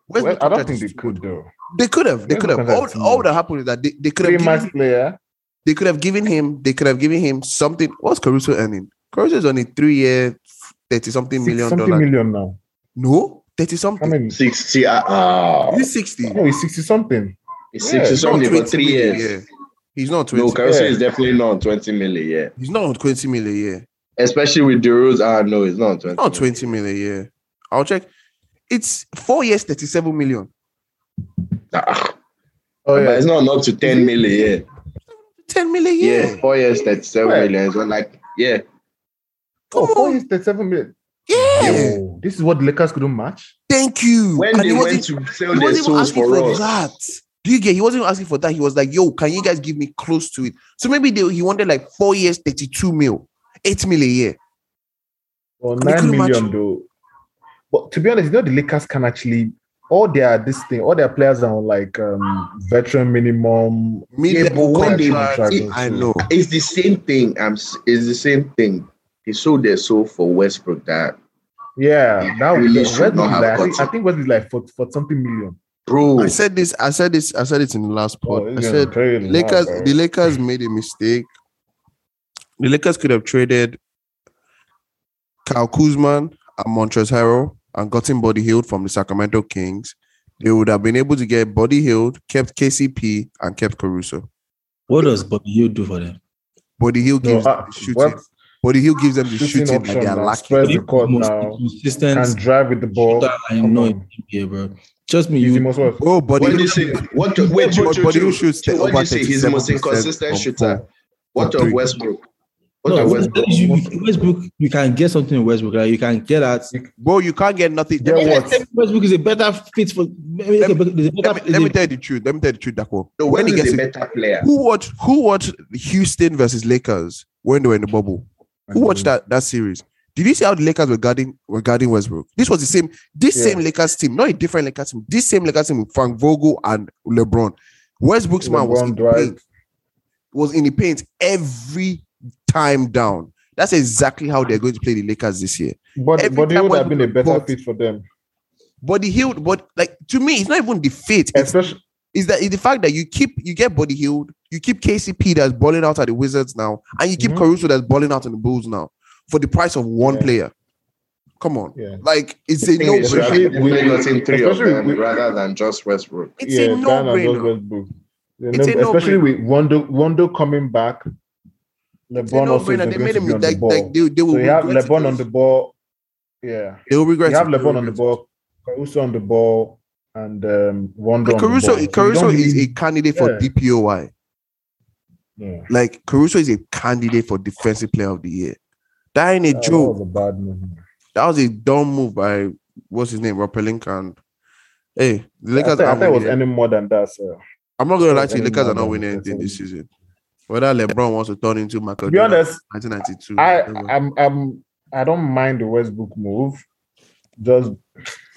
Speaker 5: Where's
Speaker 6: West-
Speaker 5: the
Speaker 6: I don't
Speaker 5: contract
Speaker 6: think they
Speaker 5: is-
Speaker 6: could though.
Speaker 5: They could have. They
Speaker 6: Where's
Speaker 5: could
Speaker 6: the
Speaker 5: have. All,
Speaker 6: contract?
Speaker 5: all that happened is that they, they could have.
Speaker 6: Three
Speaker 5: given
Speaker 6: max player.
Speaker 5: they could have given him they could have given him something what's caruso earning caruso is on a three-year 30 something
Speaker 6: Six,
Speaker 5: million
Speaker 6: something
Speaker 5: dollar
Speaker 6: million now.
Speaker 5: no 30
Speaker 6: How
Speaker 5: something
Speaker 6: many?
Speaker 4: Sixty, uh, uh,
Speaker 5: he's 60
Speaker 6: No, it's sixty something.
Speaker 4: it's
Speaker 6: Yeah,
Speaker 4: sixty
Speaker 5: He's
Speaker 6: it's
Speaker 5: not
Speaker 4: something for
Speaker 5: 20
Speaker 4: three
Speaker 5: million a
Speaker 4: years.
Speaker 5: year. he's not 20
Speaker 4: No, Caruso
Speaker 6: Yeah.
Speaker 4: is definitely not on twenty million. Yeah,
Speaker 5: he's not on 20 million a year
Speaker 4: especially with DeRozan. Ah, no, it's not on twenty.
Speaker 5: not 20 million a year i'll check it's four years 37 million
Speaker 4: Ah,
Speaker 6: Oh
Speaker 4: but
Speaker 6: yeah.
Speaker 4: it's not up to ten million.
Speaker 5: 10 million a
Speaker 4: Yeah,
Speaker 5: year
Speaker 4: yeah, four years, thirty-seven
Speaker 6: Yeah.
Speaker 4: million. It's not like yeah,
Speaker 6: Oh,
Speaker 5: come
Speaker 6: four
Speaker 5: on
Speaker 6: years, 37 million.
Speaker 5: yeah
Speaker 6: Yo, this is what the Lakers couldn't match.
Speaker 5: thank you
Speaker 4: when
Speaker 5: And
Speaker 4: they
Speaker 5: he
Speaker 4: went
Speaker 5: wasn't-
Speaker 4: to sell
Speaker 5: he
Speaker 4: their
Speaker 5: wasn't even
Speaker 4: souls
Speaker 5: asking
Speaker 4: for
Speaker 5: for
Speaker 4: Ross,
Speaker 5: that. Do you get? He wasn't even asking for that. He was like, "Yo, can you guys give me close to it?" So maybe they, he wanted like four years, thirty-two mil, eight mil a year.
Speaker 6: Or
Speaker 5: they
Speaker 6: nine
Speaker 5: couldn't match
Speaker 6: million
Speaker 5: it.
Speaker 6: though. But to be honest, you know the Lakers can actually all their this thing, all their players are on like um veteran minimum.
Speaker 4: Yeah, but when they-
Speaker 6: contract
Speaker 4: it-
Speaker 6: or
Speaker 5: I
Speaker 6: so.
Speaker 5: know.
Speaker 4: it's the same thing. I'm. s- It's the same thing. He sold their soul for Westbrook. That
Speaker 6: Yeah, that would
Speaker 4: really
Speaker 6: be
Speaker 4: should
Speaker 6: Westbrook
Speaker 4: not
Speaker 6: is
Speaker 4: have
Speaker 6: like, I
Speaker 4: got
Speaker 6: think, I
Speaker 4: him.
Speaker 6: think Westbrook is like for, for something million.
Speaker 4: bro.
Speaker 5: I said this. I said this. I said it in the last pod.
Speaker 6: Oh,
Speaker 5: I
Speaker 6: it's
Speaker 5: said
Speaker 6: crazy.
Speaker 5: Lakers.
Speaker 6: Wow,
Speaker 5: The Lakers made a mistake. The Lakers could have traded Kyle Kuzman and Montrezl Harrell and gotten Buddy Hield from the Sacramento Kings. They would have been able to get Buddy Hield, kept KCP, and kept Caruso.
Speaker 7: What does Bobby you do for them?
Speaker 5: Buddy Hield
Speaker 6: bro.
Speaker 5: gives
Speaker 6: No,
Speaker 5: them
Speaker 6: uh,
Speaker 5: the shooting.
Speaker 6: West-
Speaker 5: Buddy Hield gives them the
Speaker 6: shooting
Speaker 5: shooting,
Speaker 6: option
Speaker 5: that they are
Speaker 6: now,
Speaker 5: lacking.
Speaker 6: spread the court
Speaker 7: Most
Speaker 6: now,
Speaker 7: consistent
Speaker 6: can drive with the ball.
Speaker 7: shooter I
Speaker 6: Come
Speaker 7: know
Speaker 6: on.
Speaker 7: in the NBA, bro. Trust me.
Speaker 6: He's the
Speaker 7: You,
Speaker 6: most what?
Speaker 5: Oh, but
Speaker 4: What
Speaker 5: he-
Speaker 4: do you say? What
Speaker 5: But-
Speaker 4: wait,
Speaker 5: but-
Speaker 4: Cho-
Speaker 5: but
Speaker 4: Cho-
Speaker 5: he
Speaker 4: Cho-
Speaker 5: shoots
Speaker 4: Cho,
Speaker 5: the
Speaker 4: what do you
Speaker 5: over
Speaker 4: say? He's the most
Speaker 5: 37%
Speaker 4: inconsistent
Speaker 5: from
Speaker 4: shooter.
Speaker 5: four.
Speaker 4: What
Speaker 5: From
Speaker 4: of
Speaker 5: three.
Speaker 4: Westbrook? What
Speaker 7: no,
Speaker 4: of
Speaker 7: Westbrook,
Speaker 4: Westbrook?
Speaker 7: you, Westbrook, you can get something in Westbrook. Like you can get at
Speaker 5: bro, you can't get nothing. Let me- let me-
Speaker 7: Westbrook is a better fit for.
Speaker 5: Let me-
Speaker 7: there's a better-
Speaker 5: let me- let me tell you the truth. Let me tell you the truth, Dako.
Speaker 4: No,
Speaker 5: when he
Speaker 4: Westbrook
Speaker 5: gets
Speaker 4: is a
Speaker 5: it,
Speaker 4: better player.
Speaker 5: who watched who watched Houston versus Lakers when they were in the bubble? Who watched that that series? Did you see how the Lakers were guarding were guarding Westbrook? This was the same, this
Speaker 6: Yeah.
Speaker 5: same Lakers team, not a different Lakers team. This same Lakers team with Frank Vogel and LeBron. Westbrook's man was
Speaker 6: LeBron
Speaker 5: in the
Speaker 6: Dwight.
Speaker 5: paint, was in the paint every time down. That's exactly how they're going to play the Lakers this year.
Speaker 6: But
Speaker 5: every
Speaker 6: but he
Speaker 5: time
Speaker 6: would have been a
Speaker 5: Westbrook
Speaker 6: better
Speaker 5: got-
Speaker 6: fit for them,
Speaker 5: Body healed, but like to me, it's not even the fit. It's
Speaker 6: especially
Speaker 5: is that is the fact that you keep you get body healed, you keep KCP that's balling out at the Wizards now, and you keep
Speaker 6: Mhm.
Speaker 5: Caruso that's balling out in the Bulls now for the price of one
Speaker 6: Yeah.
Speaker 5: player. Come on,
Speaker 6: Yeah.
Speaker 5: like it's a
Speaker 4: The thing
Speaker 5: no
Speaker 4: is, you have
Speaker 5: brainer.
Speaker 6: especially
Speaker 4: definitely
Speaker 6: with-
Speaker 4: got in three of
Speaker 6: especially
Speaker 4: them
Speaker 6: with-
Speaker 4: rather than just Westbrook.
Speaker 5: It's
Speaker 6: yeah,
Speaker 5: a
Speaker 6: Dan
Speaker 5: no
Speaker 6: and those
Speaker 5: brainer.
Speaker 6: Westbrook. The
Speaker 5: It's
Speaker 6: no-
Speaker 5: a no-brainer.
Speaker 6: especially with Wando Wando coming back.
Speaker 5: It's a
Speaker 6: LeBron
Speaker 5: no
Speaker 6: also is
Speaker 5: brainer. They
Speaker 6: going
Speaker 5: made
Speaker 6: to
Speaker 5: him
Speaker 6: be
Speaker 5: look
Speaker 6: on the
Speaker 5: like, like
Speaker 6: ball.
Speaker 5: they, they will
Speaker 6: So you have
Speaker 5: regret it.
Speaker 6: LeBron on the ball. Yeah.
Speaker 5: They will regret
Speaker 6: You have
Speaker 5: it. They will
Speaker 6: LeBron on the
Speaker 5: regret it. ball,
Speaker 6: Caruso on the ball, and um, Wando
Speaker 5: Like,
Speaker 6: on the ball. So
Speaker 5: Caruso,
Speaker 6: you
Speaker 5: Caruso
Speaker 6: don't
Speaker 5: is a
Speaker 6: need-
Speaker 5: candidate for
Speaker 6: Yeah.
Speaker 5: DPOY.
Speaker 6: Yeah.
Speaker 5: Like Caruso is a candidate for Defensive Player of the Year. That ain't a
Speaker 6: That
Speaker 5: joke.
Speaker 6: was a bad move.
Speaker 5: That was a dumb move by what's his name, Ropelinka. And hey, the Lakers.
Speaker 6: I, think, I
Speaker 5: aren't
Speaker 6: think it was
Speaker 5: winning.
Speaker 6: any more than that. So.
Speaker 5: I'm not gonna lie
Speaker 6: Yeah,
Speaker 5: to you,
Speaker 6: any
Speaker 5: Lakers
Speaker 6: more
Speaker 5: are not
Speaker 6: than
Speaker 5: winning
Speaker 6: that's
Speaker 5: anything this
Speaker 6: all.
Speaker 5: season. Whether LeBron wants to turn into Michael
Speaker 6: To be
Speaker 5: Jordan,
Speaker 6: honest,
Speaker 5: 1992.
Speaker 6: I
Speaker 5: whatever.
Speaker 6: I'm I'm I don't mind the Westbrook move. Just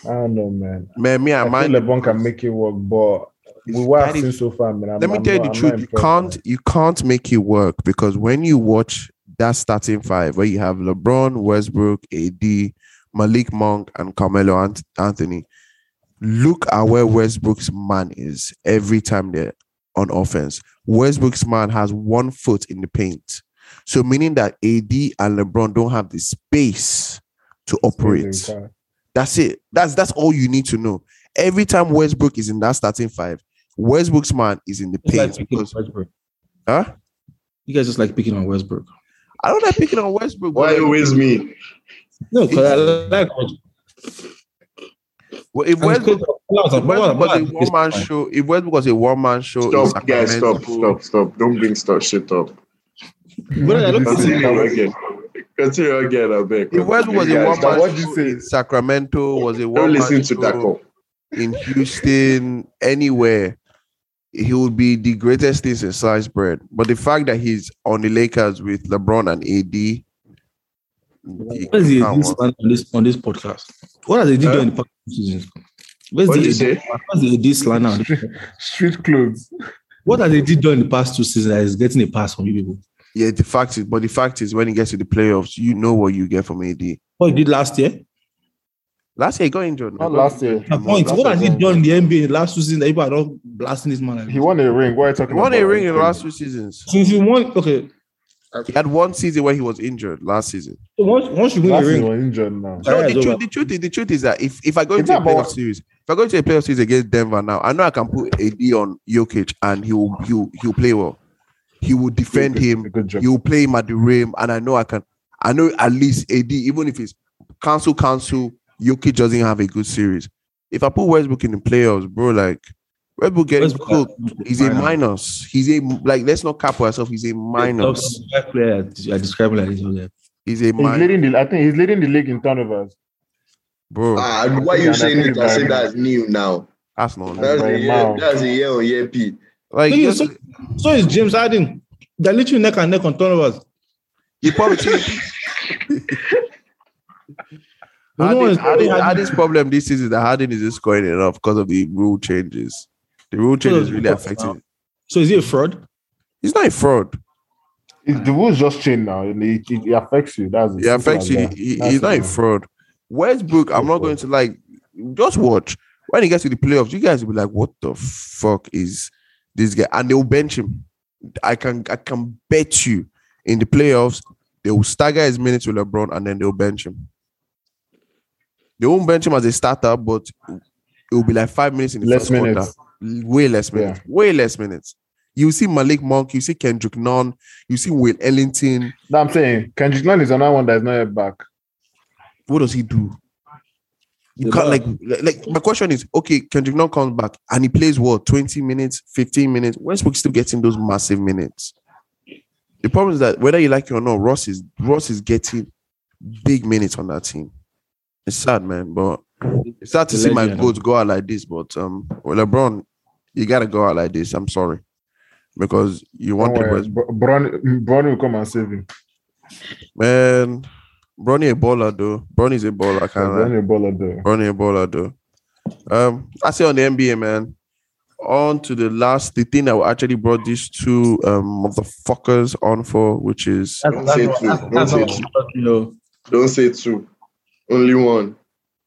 Speaker 6: I don't know, man.
Speaker 5: man, me, I,
Speaker 6: I
Speaker 5: mind.
Speaker 6: think LeBron can make it work, but
Speaker 5: It's
Speaker 6: we what I've
Speaker 5: very-
Speaker 6: seen so far, man. I'm,
Speaker 5: Let me
Speaker 6: I'm
Speaker 5: tell you
Speaker 6: not-
Speaker 5: the
Speaker 6: I'm not
Speaker 5: truth. You
Speaker 6: impressed,
Speaker 5: can't
Speaker 6: man.
Speaker 5: you can't make it work because when you watch that starting five where you have LeBron, Westbrook, AD, Malik Monk, and Carmelo Ant- Anthony, look at where Westbrook's man is every time they're on offense. Westbrook's man has one foot in the paint. So meaning that AD and LeBron don't have the space to operate. That's it. That's that's all you need to know. Every time Westbrook is in that starting five, Westbrook's man is in the
Speaker 7: Just like
Speaker 5: paint
Speaker 7: picking on
Speaker 5: because
Speaker 7: Westbrook.
Speaker 5: huh?
Speaker 7: You guys just like picking on Westbrook.
Speaker 5: I don't like picking on Westbrook.
Speaker 4: Why
Speaker 5: but
Speaker 4: always me?
Speaker 7: No, because I like Westbrook.
Speaker 5: well, if
Speaker 7: And it's
Speaker 5: Westbrook,
Speaker 7: good for- I was like,
Speaker 5: if Westbrook
Speaker 7: what-
Speaker 5: was a
Speaker 7: what-
Speaker 5: one man show, if Westbrook was a one man show, in
Speaker 4: Stop, guys, stop,
Speaker 5: Sacramento-
Speaker 4: stop, stop. Don't bring stuff shit up.
Speaker 7: What I look at it,
Speaker 4: Continue again. Continue again, I beg.
Speaker 5: If Westbrook was
Speaker 4: Guys,
Speaker 5: a one man
Speaker 6: what'd
Speaker 5: show
Speaker 6: you say?
Speaker 5: in Sacramento, was a
Speaker 4: Don't
Speaker 5: one
Speaker 4: listen
Speaker 5: man
Speaker 4: to
Speaker 5: show
Speaker 4: Daco.
Speaker 5: in Houston, anywhere, he would be the greatest thing since sliced bread. But the fact that he's on the Lakers with LeBron and AD, you
Speaker 7: Where's the
Speaker 5: can't
Speaker 7: this
Speaker 5: want-
Speaker 7: man on this on this podcast? What has AD
Speaker 4: Huh?
Speaker 7: done in the past two seasons? Where's
Speaker 4: What did you
Speaker 7: the
Speaker 4: say?
Speaker 7: what's the AD slander? on this-
Speaker 6: Street clothes.
Speaker 7: What has AD done in the past two seasons that is getting a pass from you people?
Speaker 5: Yeah, the fact is, but the fact is, when he gets to the playoffs, you know what you get from AD.
Speaker 7: What he did last year?
Speaker 5: Last year, he got injured.
Speaker 6: Not last year.
Speaker 7: My point. What has he done in the NBA in the last two seasons that people are not blasting this man? Like
Speaker 6: He
Speaker 7: this?
Speaker 6: won a ring. What are you
Speaker 5: He
Speaker 6: talking
Speaker 5: won
Speaker 6: about?
Speaker 5: a ring in the last two seasons.
Speaker 7: Since you won, okay,
Speaker 5: He had one season where he was injured last season.
Speaker 7: so once once you win
Speaker 6: Last
Speaker 7: a
Speaker 6: year
Speaker 7: ring,
Speaker 6: was injured now.
Speaker 7: Yeah,
Speaker 5: No, the,
Speaker 7: it's
Speaker 5: truth,
Speaker 7: over.
Speaker 5: the truth is, the truth is that if, if I go
Speaker 6: It's
Speaker 5: into a
Speaker 6: not
Speaker 5: playoff
Speaker 6: about-
Speaker 5: series, if I go into a playoff series against Denver now, I know I can put AD on Jokic and he will he will, he will play well. He will defend him.
Speaker 6: Good job.
Speaker 5: You play him at the rim, and I know I can. I know at least AD, even if it's cancel, cancel, Yuki doesn't have a good series. If I put Westbrook in the playoffs, bro, like Westbrook gets
Speaker 7: Westbrook has-
Speaker 5: cooked. He's a minus. He's a like. Let's not cap ourselves. He's a
Speaker 7: Top
Speaker 5: minus.
Speaker 7: five player you are describing like this. Okay.
Speaker 5: He's a
Speaker 6: He's
Speaker 5: minus,
Speaker 6: leading the. I think he's leading the league in turnovers.
Speaker 5: bro.
Speaker 4: Ah, why are you saying it as if that's new now?
Speaker 5: That's not
Speaker 4: That's a year, that's a year on year P.
Speaker 5: like.
Speaker 7: Thing
Speaker 5: Just,
Speaker 7: is, So is James Harden. They're literally neck and neck on turnovers.
Speaker 5: the problem.
Speaker 7: No one
Speaker 5: Harden,
Speaker 7: is-
Speaker 5: Harden, Harden's problem this season is that Harden isn't scoring enough because of the rule changes. The rule changes really affecting. him.
Speaker 7: So is he a fraud?
Speaker 5: He's not a fraud.
Speaker 6: It's, the rules just change now. It, it, it affects you. That's it.
Speaker 5: It affects you.
Speaker 6: Simple as that.
Speaker 5: He-
Speaker 6: That's
Speaker 5: he's not
Speaker 6: it,
Speaker 5: a
Speaker 6: man.
Speaker 5: fraud. Westbrook, I'm not
Speaker 6: fraud.
Speaker 5: going to like. Just watch when he gets to the playoffs. You guys will be like, "What the fuck is this guy?" And they will bench him. I can I can bet you in the playoffs they will stagger his minutes with LeBron and then they'll bench him. They won't bench him as a starter, but it will be like five minutes in the
Speaker 6: Less
Speaker 5: first
Speaker 6: minutes.
Speaker 5: quarter. Way less
Speaker 6: Yeah.
Speaker 5: minutes. Way less minutes. You see Malik Monk, you see Kendrick Nunn, you see Will Ellington.
Speaker 6: No, I'm saying Kendrick Nunn is another one that is not yet back.
Speaker 5: What does he do? You can't like like my question is okay. Kendrick now comes back and he plays what twenty minutes, fifteen minutes. Westbrook still getting those massive minutes. The problem is that whether you like it or not, Ross is Ross is getting big minutes on that team. It's sad, man, but it's sad to see my
Speaker 10: Legend.
Speaker 5: goats go out like this. But um, well, LeBron, you gotta go out like this. I'm sorry because you want the West,
Speaker 6: Bron, Bron will come and save him.
Speaker 5: man. Bronny a baller though. Bronny's a baller. I can't lie.
Speaker 6: Bron a baller though.
Speaker 5: Running a baller though. Um, I say on the NBA, man. On to the last, the thing that we actually brought these two um motherfuckers on for, which is
Speaker 4: Don't say two. Don't
Speaker 8: that's
Speaker 4: say
Speaker 8: what
Speaker 4: two.
Speaker 8: I'm talking about.
Speaker 4: Don't say two. Only one.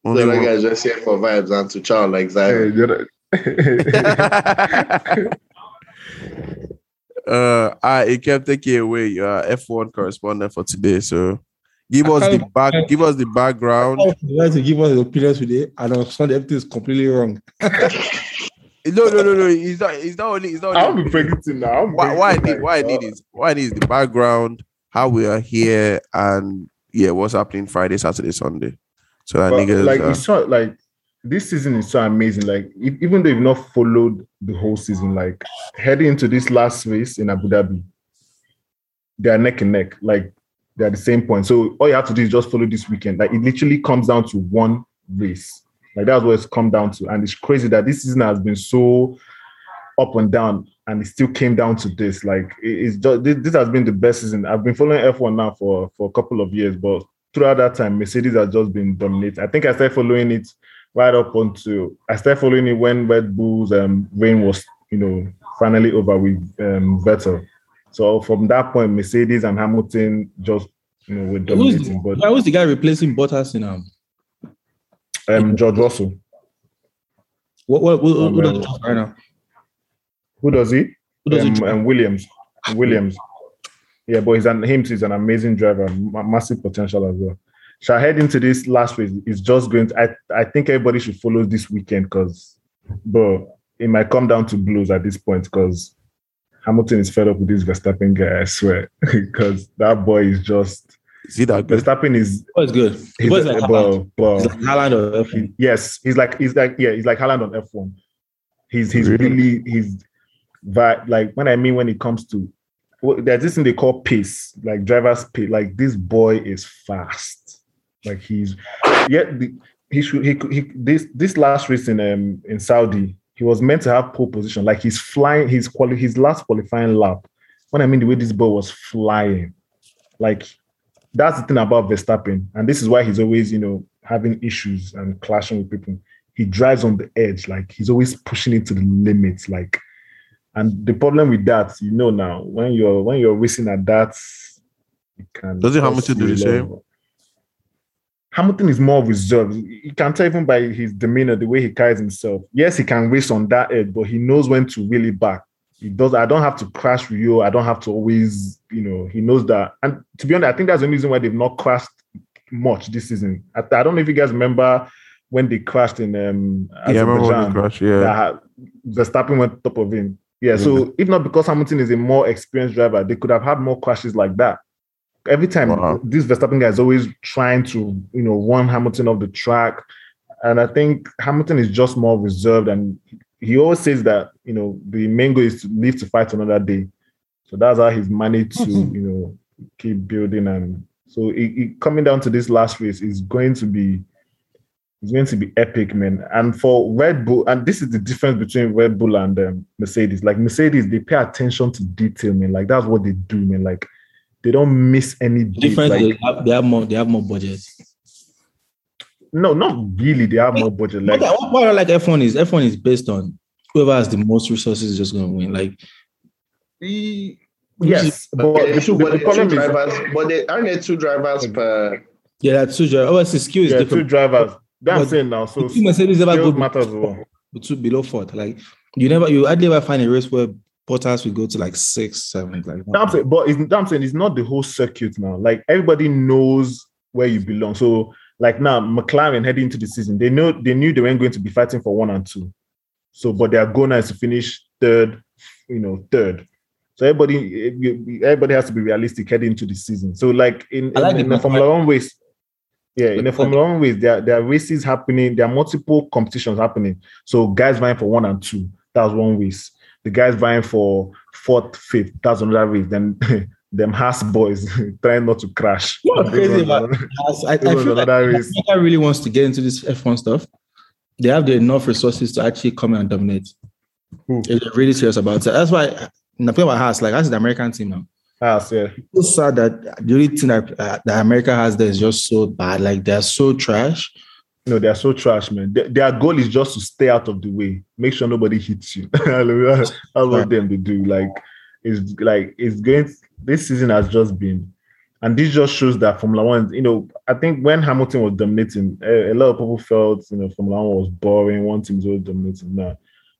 Speaker 5: only
Speaker 4: the other
Speaker 5: one.
Speaker 4: guy's just here for vibes and to child like
Speaker 6: Hey,
Speaker 4: Zion.
Speaker 6: the other-
Speaker 5: uh, I it kept taking away your F1 correspondent for today. So give us the back, give us the background.
Speaker 7: Oh, you want to give us your opinions today, and on Sunday everything is completely wrong.
Speaker 5: No, no, no, no. It's not. It's not only. It's not.
Speaker 6: I'll
Speaker 5: Only,
Speaker 6: be predicting now. I'll be
Speaker 5: why, why I
Speaker 6: predicting
Speaker 5: need why I
Speaker 6: now.
Speaker 5: need is why I need is the background, how we are here, and yeah, what's happening Friday, Saturday, Sunday. So that
Speaker 6: But,
Speaker 5: niggas
Speaker 6: like
Speaker 5: uh,
Speaker 6: it's so like this season is so amazing. Like e- even though you've not followed the whole season, like heading into this last race in Abu Dhabi, they are neck and neck. Like they are the same point. So all you have to do is just follow this weekend. Like it literally comes down to one race. Like that's what it's come down to. And it's crazy that this season has been so up and down, and it still came down to this. Like it- it's just this, this has been the best season. I've been following F1 now for for a couple of years, but throughout that time, Mercedes has just been dominating. I think I started following it right up until I started following it when Red Bull's um, reign was, you know, finally over with um, Vettel. So from that point, Mercedes and Hamilton just, you know, were
Speaker 10: Who's
Speaker 6: dominating. But
Speaker 10: why was the guy replacing Bottas in um?
Speaker 6: um, George Russell,
Speaker 10: What what, what,
Speaker 6: Um,
Speaker 10: what, does he do right now?
Speaker 6: who does he?
Speaker 10: Who does
Speaker 6: um,
Speaker 10: he do?
Speaker 6: and Williams, Williams. Yeah, but he's an him. He's an amazing driver, ma- massive potential as well. So I head into this last race. It's just going. To, I I think everybody should follow this weekend because, bro, it might come down to blows at this point because Hamilton is fed up with this Verstappen guy. I swear, because that boy is just
Speaker 5: is he that good?
Speaker 6: Verstappen is.
Speaker 10: Boy is good.
Speaker 6: He's
Speaker 10: Boy is like Haaland.
Speaker 6: bro, bro.
Speaker 10: He's like Haaland or F1.
Speaker 6: He- yes, he's like he's like yeah, he's like Haaland on F one. He's he's
Speaker 5: Really?
Speaker 6: really he's that like when I mean when it comes to well, there's this thing they call pace, like driver's pace. Like this boy is fast. Like he's yet the, he should he could he this this last race in um in Saudi he was meant to have pole position. Like he's flying his quali his last qualifying lap. When I mean the way this boy was flying, like that's the thing about Verstappen, and this is why he's always, you know, having issues and clashing with people. He drives on the edge, like he's always pushing it to the limits, like. And the problem with that, you know, now when you're when you're racing at that, it can
Speaker 5: Doesn't
Speaker 6: cause
Speaker 5: Hamilton do the
Speaker 6: real
Speaker 5: same?
Speaker 6: level. Hamilton is more reserved. You can tell even by his demeanor, the way he carries himself. Yes, he can race on that edge, but he knows when to really back he does i don't have to crash rio i don't have to always you know he knows that and to be honest i think that's the reason why they've not crashed much this season i, I don't know if you guys remember when they crashed in um
Speaker 5: Yeah, I remember when he
Speaker 6: Azerbaijan,
Speaker 5: crashed. Yeah,
Speaker 6: that verstappen went top of him yeah so if not because hamilton is a more experienced driver they could have had more crashes like that every time
Speaker 5: Wow.
Speaker 6: this verstappen guy is always trying to you know run hamilton off the track and i think hamilton is just more reserved and he always says that you know the main goal is to live to fight another day. So that's how he's managed to you know keep building and so it, it- coming down to this last race is going to be it's going to be epic, man. And for Red Bull, and this is the difference between Red Bull and um, Mercedes. Like Mercedes, they pay attention to detail, man. Like that's what they do, man. Like they don't miss any detail.
Speaker 10: Difference.
Speaker 6: Like,
Speaker 10: they, have, they have more. They have more budget.
Speaker 6: no, not really. They have more budget.
Speaker 10: Like,
Speaker 6: Like
Speaker 10: what, what I like F1 is F1 is based on whoever has the most resources is just gonna win. Like
Speaker 6: yes, but
Speaker 4: But,
Speaker 6: the,
Speaker 4: two,
Speaker 6: the
Speaker 4: but, the two
Speaker 6: problem is
Speaker 4: drivers, but they aren't there two drivers per.
Speaker 10: yeah, that's two drivers. Obviously, skill is
Speaker 6: yeah, two
Speaker 10: different.
Speaker 6: drivers. That's what
Speaker 10: But
Speaker 6: I'm saying now. So
Speaker 10: The two Mercedes never
Speaker 6: skills
Speaker 10: go
Speaker 6: matters as well.
Speaker 10: two below fourth. Like you never, you hardly ever find a race where Bottas will go to like six, seven. Like
Speaker 6: That's I'm saying, but it's, that's I'm saying it's not the whole circuit now. Like everybody knows where you belong. So like now, McLaren heading into the season, they know they knew they weren't going to be fighting for one and two. So, but their goal now is to finish third, you know, third. So everybody, everybody has to be realistic heading into the season. So like in,
Speaker 10: I like
Speaker 6: in
Speaker 10: the
Speaker 6: the Formula One race, Yeah, in the Formula One race, there, are- there are races happening. There are multiple competitions happening. So guys vying for one and two, that's one race. The guys vying for fourth, fifth, that's another race. Then them Haas boys trying not to crash.
Speaker 7: What's crazy about- I, I
Speaker 6: It was
Speaker 7: feel like
Speaker 6: another race.
Speaker 7: America really wants to get into this F1 stuff. They have the enough resources to actually come in and dominate.
Speaker 6: Who?
Speaker 7: They're really serious about it. That's why I'm talking about Haas. Like, that's the American team now.
Speaker 6: Haas, yeah.
Speaker 7: It's so sad that the only thing that, uh, that America has there is just so bad. Like, they're so trash.
Speaker 6: No, they are so trash, man. Their- their goal is just to stay out of the way. Make sure nobody hits you. That's what them they do. Like it's like it's going. This season has just been, and this just shows that Formula One. You know, I think when Hamilton was dominating, a, a lot of people felt you know Formula One was boring. One team was always dominating. Now,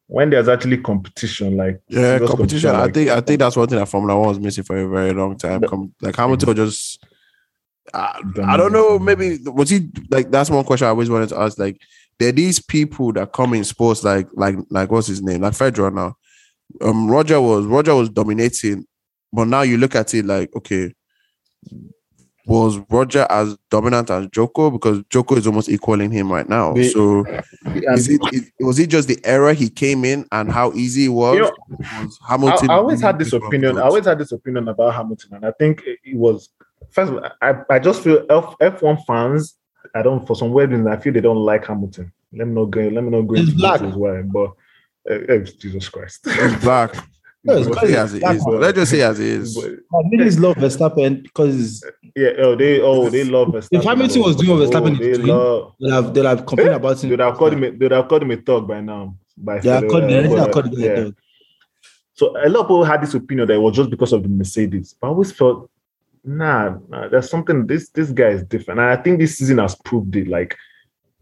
Speaker 6: when there's actually competition, like
Speaker 5: Yeah,
Speaker 6: serious
Speaker 5: competition. I
Speaker 6: like,
Speaker 5: think I think that's one thing that Formula One was missing for a very long time.
Speaker 6: Yeah.
Speaker 5: Com- like Hamilton was just. uh, I, I don't know. Maybe was he like? That's one question I always wanted to ask. Like, there are these people that come in sports, like like like what's his name, like Federer now. Um, Roger was Roger was dominating, but now you look at it like, okay, was Roger as dominant as Joko because Joko is almost equaling him right now.
Speaker 6: They-
Speaker 5: so
Speaker 6: and-
Speaker 5: is it, is- was it just the era he came in and how easy it was?
Speaker 6: You know,
Speaker 5: was
Speaker 6: I,
Speaker 5: Hamilton
Speaker 6: I always had this
Speaker 5: different
Speaker 6: opinion. I
Speaker 5: roads?
Speaker 6: always had this opinion about Hamilton, and I think it, it was first. of all, I, I just feel F F one fans. I don't for some weird reason. I feel they don't like Hamilton. Let me not go. Let me not go
Speaker 7: He's
Speaker 6: into
Speaker 7: black.
Speaker 6: details why, but. Uh, uh, Jesus Christ!
Speaker 5: It's black.
Speaker 7: Yes,
Speaker 5: Let's say as it is. Let's just say as it is.
Speaker 6: But,
Speaker 7: I really love Verstappen because
Speaker 6: yeah, oh, they oh they love Verstappen.
Speaker 7: Hamilton was doing what Verstappen
Speaker 6: oh,
Speaker 7: is
Speaker 6: they
Speaker 7: doing,
Speaker 6: love.
Speaker 7: they'll have, they'll have complained about him.
Speaker 6: They would Eh? have called him. a- They would have called him a thug by now. By
Speaker 7: They have called, they
Speaker 6: uh,
Speaker 7: already have
Speaker 6: but-
Speaker 7: called him a
Speaker 6: yeah.
Speaker 7: dog.
Speaker 6: So a lot of people had this opinion that it was just because of the Mercedes, but I always felt, nah, nah there's something. This this guy is different, and I think this season has proved it. Like,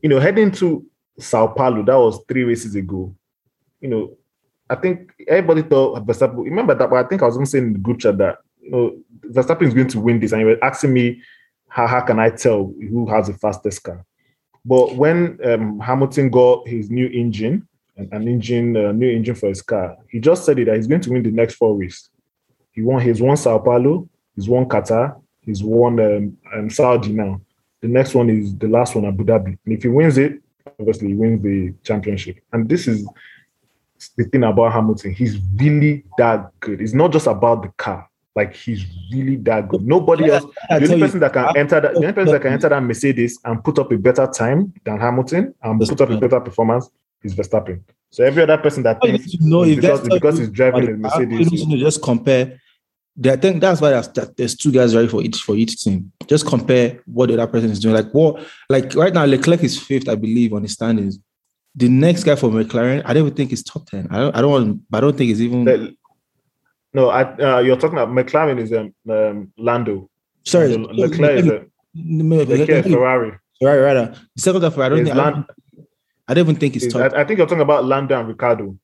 Speaker 6: you know, heading to Sao Paulo, that was three races ago. You know, I think everybody thought Verstappen. Remember that? But I think I was going to say in the group chat that you know Verstappen is going to win this, and you were asking me how how can I tell who has the fastest car. But when um, Hamilton got his new engine, an, an engine, a new engine for his car. He just said it that he's going to win the next four weeks. He won. He's won Sao Paulo. He's won Qatar. He's won um, um, Saudi now. The next one is the last one, Abu Dhabi. And if he wins it, obviously he wins the championship. And this is the thing about Hamilton. He's really that good. It's not just about the car. Like he's really that good. Nobody else.
Speaker 7: I
Speaker 6: The
Speaker 7: tell
Speaker 6: only
Speaker 7: you,
Speaker 6: person that can enter that, the only person that can enter that Mercedes and put up a better time than Hamilton and put up a better performance is Verstappen. So every other person that
Speaker 7: you
Speaker 6: thinks
Speaker 7: need to know if
Speaker 6: because,
Speaker 7: that's
Speaker 6: because he's driving a
Speaker 7: But you
Speaker 6: Mercedes,
Speaker 7: need to just compare. I think that's why there's, that there's two guys ready for each for each team. Just compare what the other person is doing. Like what, like right now, Leclerc is fifth, I believe, on the standings. The next guy for McLaren, I don't even think he's top ten. I don't, I don't want, I don't think it's even.
Speaker 6: that- no, I, uh, you're talking about McLaren is um, um Lando.
Speaker 7: sorry,
Speaker 6: Lando- Leclerc is a, Leclerc,
Speaker 7: Leclerc,
Speaker 6: Ferrari.
Speaker 7: right, right. The second guy for I don't
Speaker 6: Is
Speaker 7: think. I don't-
Speaker 6: Lan-
Speaker 7: I don't even think he's
Speaker 6: Is,
Speaker 7: top.
Speaker 6: I, I think you're talking about Lando and Ricardo.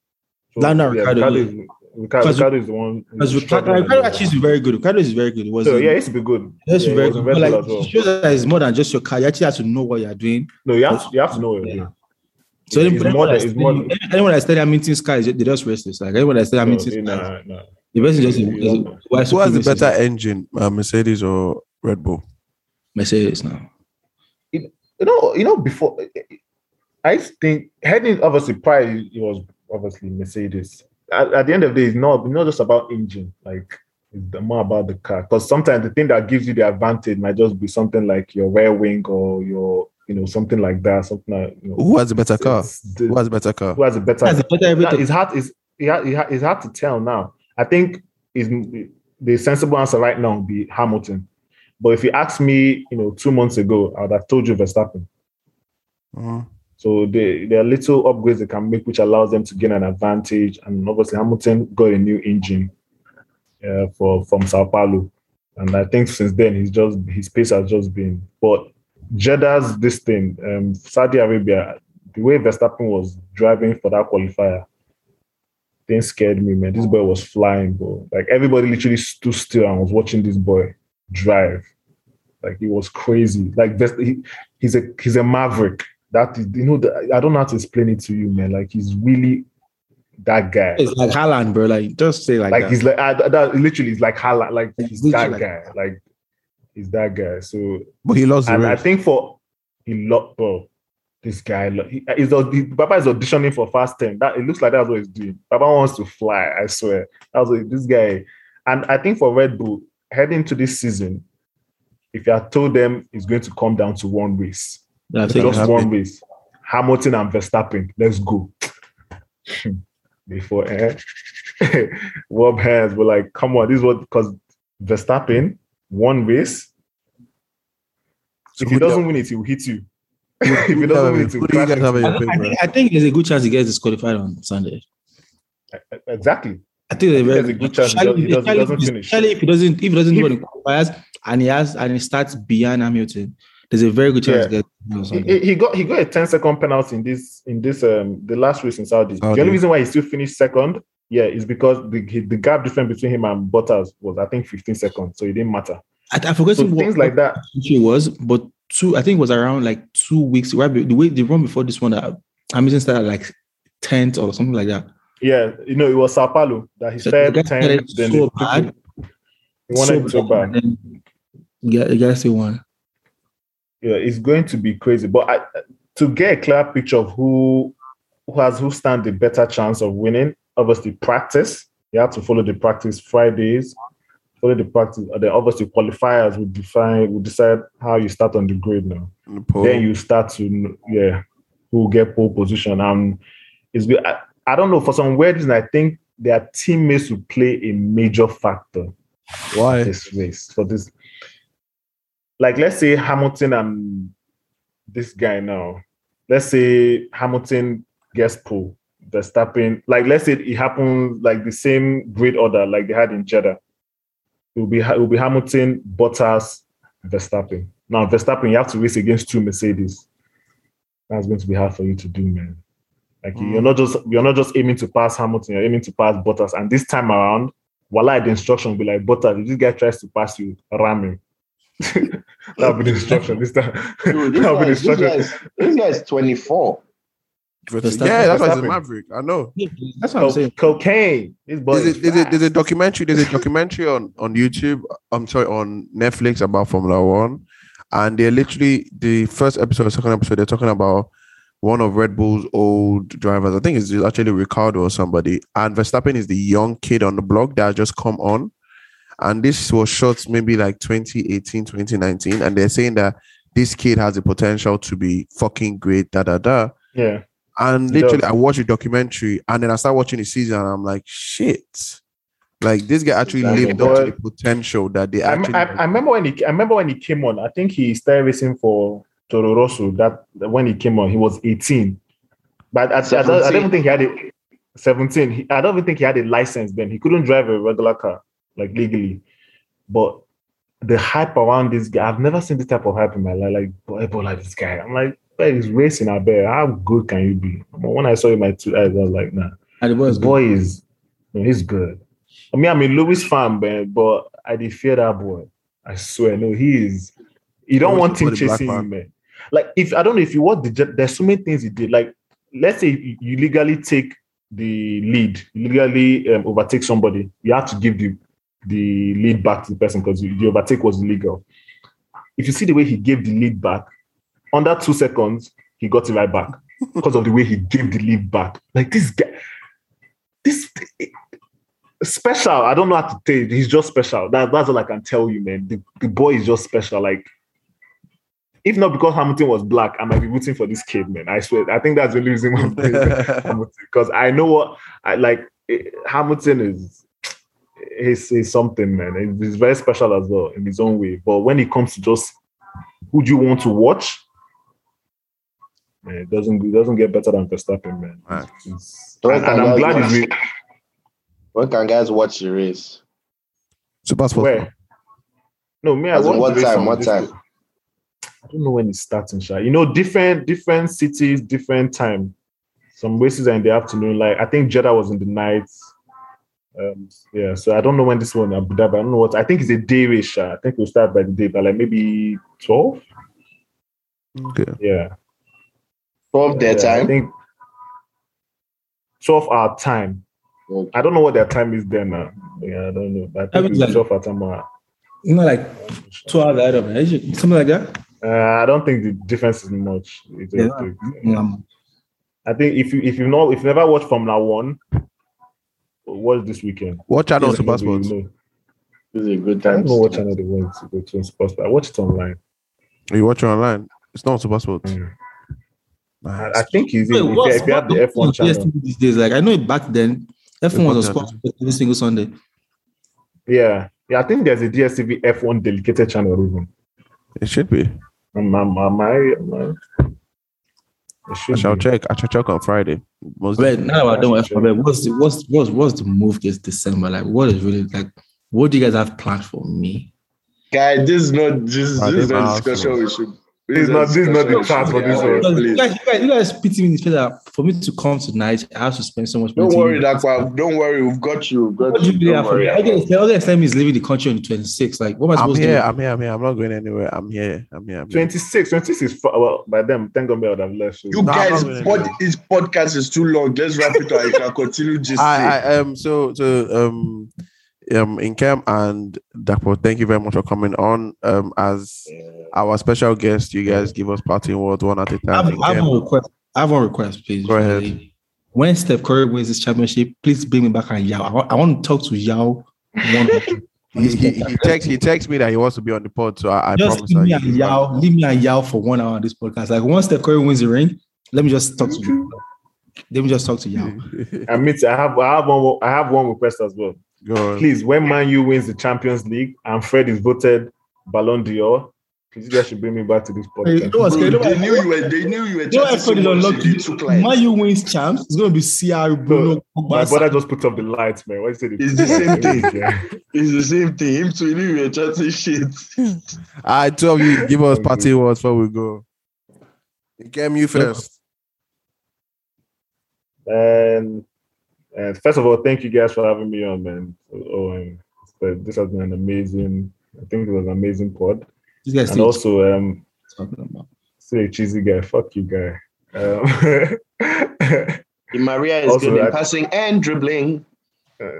Speaker 7: Lando and Ricardo,
Speaker 6: Ricardo,
Speaker 7: yeah.
Speaker 6: is, Ricardo,
Speaker 7: Because-
Speaker 6: Ricardo is the one.
Speaker 7: Because Ricardo,
Speaker 6: struggling.
Speaker 7: Ricardo actually is very good. Ricardo is very good. He Was
Speaker 6: So
Speaker 7: in-
Speaker 6: yeah, it's be good.
Speaker 7: That's
Speaker 6: yeah, he
Speaker 7: very
Speaker 6: was in
Speaker 7: good.
Speaker 6: Red
Speaker 7: But,
Speaker 6: Bull
Speaker 7: Like,
Speaker 6: as well.
Speaker 7: it shows that it's more than just your car. You actually have to know what you're doing.
Speaker 6: No, you have, you have to know. what you're doing.
Speaker 7: So
Speaker 6: It's
Speaker 7: anyone,
Speaker 6: more
Speaker 7: anyone,
Speaker 6: than-
Speaker 7: that's
Speaker 6: it's more
Speaker 7: telling- anyone that's telling I'm meeting Sky, they just racist. Like anyone that's telling I'm
Speaker 6: So,
Speaker 7: meeting Sky,
Speaker 6: nah, nah.
Speaker 7: the person just
Speaker 6: you
Speaker 7: is
Speaker 6: know.
Speaker 7: white
Speaker 5: Who has the
Speaker 7: supremacist.
Speaker 5: better engine, uh, Mercedes or Red Bull?
Speaker 7: Mercedes now.
Speaker 6: you know, you know, before I think heading obviously prior it was obviously Mercedes. At, at the end of the day, it's not it's not just about engine, like it's the- more about the car. Because sometimes the thing that gives you the advantage might just be something like your rear wing or your you know something like that, something like you know.
Speaker 5: Who has the better car?
Speaker 6: it's the-
Speaker 5: Who has the better car?
Speaker 6: who has a better
Speaker 7: That's better
Speaker 6: Nah,
Speaker 7: everything.
Speaker 6: it's hard. It's, it ha- it ha- it's hard to tell now. I think is the sensible answer right now would be Hamilton. But if you asked me, you know, two months ago, I would have told you Verstappen.
Speaker 5: Mhm.
Speaker 6: So they, there are little upgrades they can make, which allows them to gain an advantage. And obviously, Hamilton got a new engine uh, for from Sao Paulo, and I think since then he's just his pace has just been. But Jeddah's this thing, um, Saudi Arabia, the way Verstappen was driving for that qualifier, things scared me, man. This boy was flying, bro. Like everybody literally stood still and was watching this boy drive. Like it was crazy. Like Verst- he, he's a he's a maverick that is, you know, the, I don't know how to explain it to you, man. Like he's really that guy.
Speaker 7: It's like Haaland, bro. Like just say like,
Speaker 6: like
Speaker 7: that.
Speaker 6: he's like I, that- that literally is like Hala, like
Speaker 7: Like,
Speaker 6: he's
Speaker 7: literally
Speaker 6: that
Speaker 7: like-
Speaker 6: guy, like he's that guy. So
Speaker 5: But he lost the
Speaker 6: and I
Speaker 5: race.
Speaker 6: think for He locked bro. This guy, lo- he, he's, au- he, Papa is auditioning for Fast 10. That, it looks like that's what he's doing. Papa wants to fly, I swear. That's what this guy. And I think for Red Bull, heading to this season, if you had told them it's going to come down to one race,
Speaker 10: I think
Speaker 6: just one race, Hamilton and Verstappen, let's go. Before eh? Rob hands were like, come on, this is what because Verstappen one race. if he
Speaker 5: who do you-
Speaker 6: doesn't win it, he will hit you. if he doesn't win it, he
Speaker 5: Who
Speaker 6: will
Speaker 5: do you guys
Speaker 6: crash
Speaker 5: have in
Speaker 6: into-
Speaker 5: your
Speaker 10: I, I
Speaker 5: favorite?
Speaker 10: think, I think there's a good chance he gets disqualified on Sunday.
Speaker 6: Exactly.
Speaker 10: I think there's a very
Speaker 6: there's a
Speaker 10: good
Speaker 6: good chance he
Speaker 10: Charlie,
Speaker 6: does- he does- he
Speaker 10: Charlie-
Speaker 6: doesn't finish.
Speaker 10: Charlie, if he doesn't, if he doesn't go to qualifiers and he has and he starts behind Hamilton, there's a very good chance he
Speaker 6: Yeah.
Speaker 10: gets on
Speaker 6: He,
Speaker 10: Sunday.
Speaker 6: he- he got he got a 10 second penalty in this in this um the last race in Saudi. The
Speaker 5: Saudi.
Speaker 6: only reason why he still finished second, yeah, is because the he- the gap difference between him and Bottas was I think 15 seconds, so it didn't matter.
Speaker 10: I, I forgot
Speaker 6: So
Speaker 10: what
Speaker 6: things like that.
Speaker 10: country it was, but two I think it was around like two weeks right be- the way the run before this one that Hamilton started like tenth or something like that.
Speaker 6: Yeah, you know, it was Sao Paulo that he
Speaker 10: So the
Speaker 6: said
Speaker 10: guy
Speaker 6: 10,
Speaker 10: started
Speaker 6: then
Speaker 10: so
Speaker 6: they took
Speaker 10: bad,
Speaker 6: it. he wanted so bad.
Speaker 10: Yeah, the guy still won.
Speaker 6: yeah, it's going to be crazy. But I, to get a clear picture of who who has who stand the better chance of winning, obviously practice. You have to follow the practice Fridays. Follow the practice. And then obviously qualifiers will define will decide how you start on the grid now. Then you start to kn- yeah who will get pole position. And it's good. I, I don't know for some weird reason I think their teammates will play a major factor
Speaker 5: Why?
Speaker 6: this race for this. Like, let's say Hamilton and this guy now. Let's say Hamilton gets pole, Verstappen. Like, let's say it happens like the same grid order like they had in Jeddah. It will be it will be Hamilton, Bottas, Verstappen. Now Verstappen, you have to race against two Mercedes. That's going to be hard for you to do, man. Like
Speaker 4: Mm.
Speaker 6: you're not just you're not just aiming to pass Hamilton, you're aiming to pass Bottas. And this time around, Wallah, the instruction will be like, Butter, if this guy tries to pass you, ram him. That'll be the instruction this time.
Speaker 4: Dude, this,
Speaker 6: That'll
Speaker 4: guy,
Speaker 6: be the
Speaker 4: is- this, guy
Speaker 6: instruction.
Speaker 4: is, this guy is 24.
Speaker 10: Verstappen-
Speaker 5: Yeah, that's why it's a
Speaker 6: Verstappen.
Speaker 5: maverick. I know.
Speaker 10: That's what I'm
Speaker 6: Co-
Speaker 10: saying.
Speaker 6: cocaine. This boy
Speaker 5: There's
Speaker 6: is
Speaker 5: a, there's, a,
Speaker 6: fast.
Speaker 5: there's a documentary. There's a documentary on on YouTube. I'm sorry, on Netflix about Formula One, and they're literally the first episode, second episode. They're talking about one of Red Bull's old drivers. I think it's actually Ricardo or somebody. And Verstappen is the young kid on the block that has just come on, and this was shot maybe like 2018, 2019, and they're saying that this kid has the potential to be fucking great. Da da da.
Speaker 6: Yeah.
Speaker 5: And
Speaker 6: He
Speaker 5: literally,
Speaker 6: does.
Speaker 5: I watched a documentary, and then I started watching the season, and I'm like, shit. Like this guy actually
Speaker 4: Exactly.
Speaker 5: lived up to the potential that they
Speaker 6: I,
Speaker 5: actually.
Speaker 6: rem- I, I remember when he I remember when he came on. I think he started racing for Toro Rosso that when he came on, he was 18. But I, I, don't, I don't
Speaker 4: 17.
Speaker 6: think he had a 17. He- I don't even think he had a license then. He couldn't drive a regular car, like legally. But the hype around this guy, I've never seen this type of hype in my life. Like, boy, boy, like this guy. I'm like, man, he's racing out there. How good can you be? But when I saw him in my two eyes, I was like, nah.
Speaker 10: And it was
Speaker 6: This boy is no, he's good. I mean, I'm a Lewis fan, man, but I did fear that boy. I swear, no, he is. You don't
Speaker 5: What
Speaker 6: want
Speaker 5: was he
Speaker 6: him
Speaker 5: called, the black
Speaker 6: chasing you,
Speaker 5: man?
Speaker 6: man. Like if I don't know if you watch the Jet- there's so many things he did. Like let's say you- you legally take the lead, you legally um, overtake somebody, you have to give the the lead back to the person because the overtake was illegal. If you see the way he gave the lead back, under two seconds, he got it right back because of the way he gave the lead back. Like this guy, this special. I don't know how to tell you. He's just special. That, that's all I can tell you, man. The, the boy is just special. Like, if not because Hamilton was black, I might be rooting for this kid, man. I swear. I think that's the only reason why I'm rooting for Hamilton because I know what I like. eh, Hamilton is. He's, he's something, man. He's very special as well in his own way. But when it comes to just who do you want to watch, man, it doesn't it doesn't get better than Verstappen, man.
Speaker 5: Facts.
Speaker 6: It's-
Speaker 4: When
Speaker 6: and,
Speaker 4: can
Speaker 6: and I'm
Speaker 4: guys
Speaker 6: glad
Speaker 4: watch-
Speaker 6: he's re-
Speaker 4: When can guys watch the race?
Speaker 5: so passport.
Speaker 6: Where? No, me. I
Speaker 4: As in
Speaker 6: watched
Speaker 4: what
Speaker 6: the race
Speaker 4: time,
Speaker 6: on
Speaker 4: what
Speaker 6: this-
Speaker 4: time?
Speaker 6: I don't know when it's starting, Sha. You know, different different cities, different time. Some races are in the afternoon. Like I think Jeddah was in the night. Um, yeah, so I don't know when this one Abu Dhabi. I don't know what. I think it's a day race. Sha. I think we'll start by the day, but like maybe twelve.
Speaker 5: Okay.
Speaker 6: Yeah,
Speaker 4: 12 their
Speaker 6: yeah, I
Speaker 4: time.
Speaker 6: think twelve our time.
Speaker 4: Okay.
Speaker 6: I don't know what their time is then. Now. Yeah, I don't know. But I
Speaker 10: I
Speaker 6: think
Speaker 10: was
Speaker 6: it's
Speaker 10: like-
Speaker 6: twelve our time. uh,
Speaker 10: you know like two hours ahead of it, something like that.
Speaker 6: Uh, I don't think the difference is much. It's
Speaker 7: Yeah.
Speaker 6: okay. Mm.
Speaker 7: Yeah.
Speaker 6: I think if you if you know if you never watched Formula One, watch this weekend.
Speaker 5: What channel is Super
Speaker 6: Maybe you
Speaker 5: Sports?
Speaker 6: know.
Speaker 4: This is a good
Speaker 6: I
Speaker 4: time.
Speaker 6: don't know what
Speaker 4: to-
Speaker 6: channel they want to go to in sports, but I watch it online.
Speaker 5: You watch it online. It's not on Super Sports.
Speaker 6: Mm.
Speaker 5: Nah,
Speaker 6: I, I think it's
Speaker 7: Wait,
Speaker 6: if, you-
Speaker 7: what's-
Speaker 6: if you have the
Speaker 7: what's on
Speaker 6: F1 channel.
Speaker 7: DStv these days, like I know it back then. F1
Speaker 5: F1
Speaker 7: was on
Speaker 5: channel.
Speaker 7: sports every single Sunday.
Speaker 6: Yeah. Yeah, I think there's a DSTV F1 dedicated channel even.
Speaker 5: it should be.
Speaker 6: Am, am, am I, am I- it
Speaker 5: I
Speaker 6: should
Speaker 5: shall
Speaker 6: be.
Speaker 5: check. I shall check on Friday. Most-
Speaker 7: But now I don't know F1. But what's the what's what's what's the move this December? Like what is really like what do you guys have planned for me?
Speaker 4: Guy, this is not this,
Speaker 5: I
Speaker 6: Ah,
Speaker 4: this is
Speaker 5: did my
Speaker 4: not discussion
Speaker 5: house,
Speaker 4: we should.
Speaker 6: This is not- this is not the
Speaker 4: discussion
Speaker 6: chat for
Speaker 4: we should
Speaker 6: this
Speaker 4: be
Speaker 6: one.
Speaker 4: having,
Speaker 7: Because You
Speaker 4: please.
Speaker 7: guys, you guys, you guys spitting in the face that for me to come tonight, I have to spend so much money.
Speaker 4: Don't
Speaker 7: to
Speaker 4: worry,
Speaker 7: leave.
Speaker 4: Dakwa. Don't worry, we've got you. We've got
Speaker 7: What do you
Speaker 4: you.
Speaker 7: do
Speaker 4: Don't
Speaker 7: that for
Speaker 4: worry.
Speaker 7: me? I guess the other time is leaving the country on the 26th. Like, what am I
Speaker 5: I'm
Speaker 7: supposed
Speaker 5: here.
Speaker 7: to
Speaker 5: I'm here. I'm here. I'm not going anywhere. I'm here. I'm here. I'm here.
Speaker 6: 26, 26 is fa- well, by then, thank God I would have left. so-
Speaker 4: You
Speaker 5: No, I'm
Speaker 4: guys,
Speaker 5: not gonna
Speaker 4: pod,
Speaker 5: do
Speaker 4: this podcast is too long. Let's wrap it up. I can continue just
Speaker 5: I, I um so so um um Inkem and Dapo, thank you very much for coming on. Um as our special guest, you guys give us party world one at a
Speaker 7: do? I
Speaker 5: time.
Speaker 7: have, I have
Speaker 5: Nkem,
Speaker 7: one request. I have one request, please.
Speaker 5: Go ahead.
Speaker 7: When Steph Curry wins this championship, please bring me back and Yao. I want, I want to talk to Yao. One
Speaker 5: he, he, he texts he texts me that he wants to be on the pod, so I, I
Speaker 7: just
Speaker 5: promise
Speaker 7: leave
Speaker 5: I'll
Speaker 7: me
Speaker 5: give
Speaker 7: and
Speaker 5: you back.
Speaker 7: Yao. Leave me and Yao for one hour on this podcast. Like, once Steph Curry wins the ring, let me just talk to you. Let me just talk to Yao.
Speaker 6: I mean, I have I have one more- I have one request as well.
Speaker 5: Go on.
Speaker 6: Please, when Man U wins the Champions League and Fred is voted Ballon d'Or, please you guys should bring me back to this
Speaker 7: Hey, you know
Speaker 6: podcast.
Speaker 7: what's
Speaker 4: Bro,
Speaker 7: crazy?
Speaker 4: they knew you were. They knew you were.
Speaker 7: You know
Speaker 4: chatting
Speaker 7: what
Speaker 4: so
Speaker 7: Fred is
Speaker 4: much,
Speaker 7: unlucky?
Speaker 4: they took like-
Speaker 7: Man, you wins champs. It's going to be CR, Bruno,
Speaker 6: My
Speaker 7: Pogba,
Speaker 6: brother just put up the lights, man. What is it?
Speaker 4: It's the same thing.
Speaker 6: Yeah.
Speaker 4: It's the same thing. Him too. He knew you were chatting shit.
Speaker 5: All right, two of you give us
Speaker 6: Okay.
Speaker 5: party words before we go. Inkem, you first.
Speaker 6: And, and first of all, thank you guys for having me on, man. Oh, and but this has been an amazing. I think it was an amazing pod,
Speaker 7: This guy's
Speaker 6: and
Speaker 7: still
Speaker 6: also um,
Speaker 7: talking about.
Speaker 6: still a cheesy guy. Fuck you, guy. Um,
Speaker 4: Maria is
Speaker 6: Also,
Speaker 4: good in
Speaker 6: I-
Speaker 4: passing and dribbling.
Speaker 6: hey,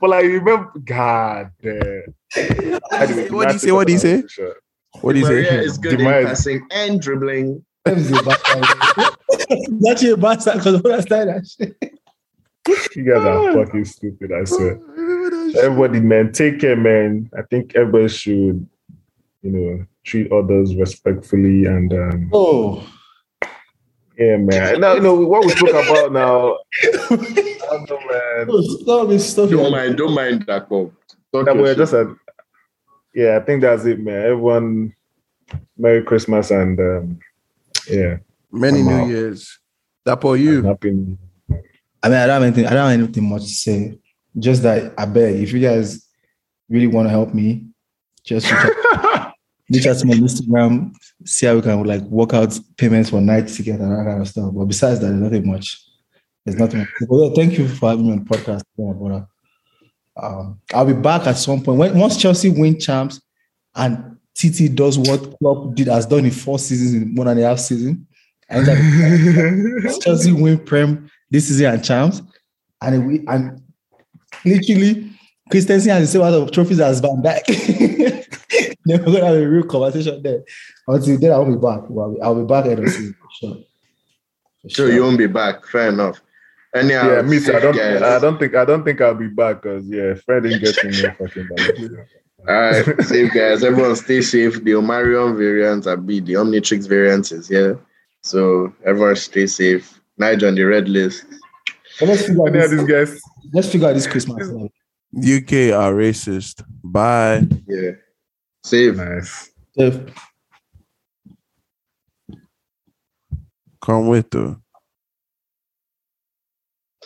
Speaker 6: but like remember, God. damn. Anyway,
Speaker 5: What did he say? What did he say? What do you
Speaker 4: Maria
Speaker 5: say?
Speaker 4: is good
Speaker 6: Demise.
Speaker 4: in passing and dribbling.
Speaker 7: It's actually a bastard because when I started that shit.
Speaker 6: You guys are fucking stupid, I swear. Everybody, man, take care, man. I think everybody should, you know, treat others respectfully and um
Speaker 7: Oh.
Speaker 6: yeah, man. Now you know what we spoke about now. I don't know, man.
Speaker 7: Stop it, stop
Speaker 4: Don't
Speaker 7: it.
Speaker 4: mind. Don't mind that. Bob. Talk
Speaker 6: That
Speaker 4: your
Speaker 6: we're
Speaker 4: shit.
Speaker 6: just a, yeah, I think that's it, man. Everyone, Merry Christmas and um yeah,
Speaker 5: Many
Speaker 6: I'm
Speaker 5: New
Speaker 6: out.
Speaker 5: Years. That for you.
Speaker 6: happy
Speaker 11: I mean, I don't have anything. I don't have anything much to say. Just that I beg if you guys really want to help me, just reach out, reach out to me on Instagram. See how we can like work out payments for night tickets and that kind of stuff. But besides that, there's nothing much. There's nothing. much. But yeah, thank you for having me on the podcast, my brother. Um, I'll be back at some point. When once Chelsea win champs and TT does what Klopp did has done in four seasons in one and a half season, and that Chelsea win Prem this season and champs, and we and literally Christensen has the same amount of trophies as Van Dijk. then we're gonna have a real conversation there. Until then, I'll be back. I'll be, I'll be back at the season. for Sure. For
Speaker 4: So you won't be back. Fair enough. Anyhow,
Speaker 6: yeah, me too. I
Speaker 4: safe,
Speaker 6: don't.
Speaker 4: guys.
Speaker 6: I don't think. I don't think I'll be back because yeah, Fred didn't get me no fucking back.
Speaker 4: All right, safe guys. Everyone stay safe. The Omarion variant are B. The Omnitrix variant is here. So everyone stay safe. Nigel on the red list.
Speaker 11: But let's figure out
Speaker 6: Any of
Speaker 11: this.
Speaker 6: these guys?
Speaker 11: Let's figure out this Christmas. now.
Speaker 5: UK are racist. Bye.
Speaker 4: Yeah. Safe.
Speaker 6: Nice.
Speaker 11: If-
Speaker 5: Come with though.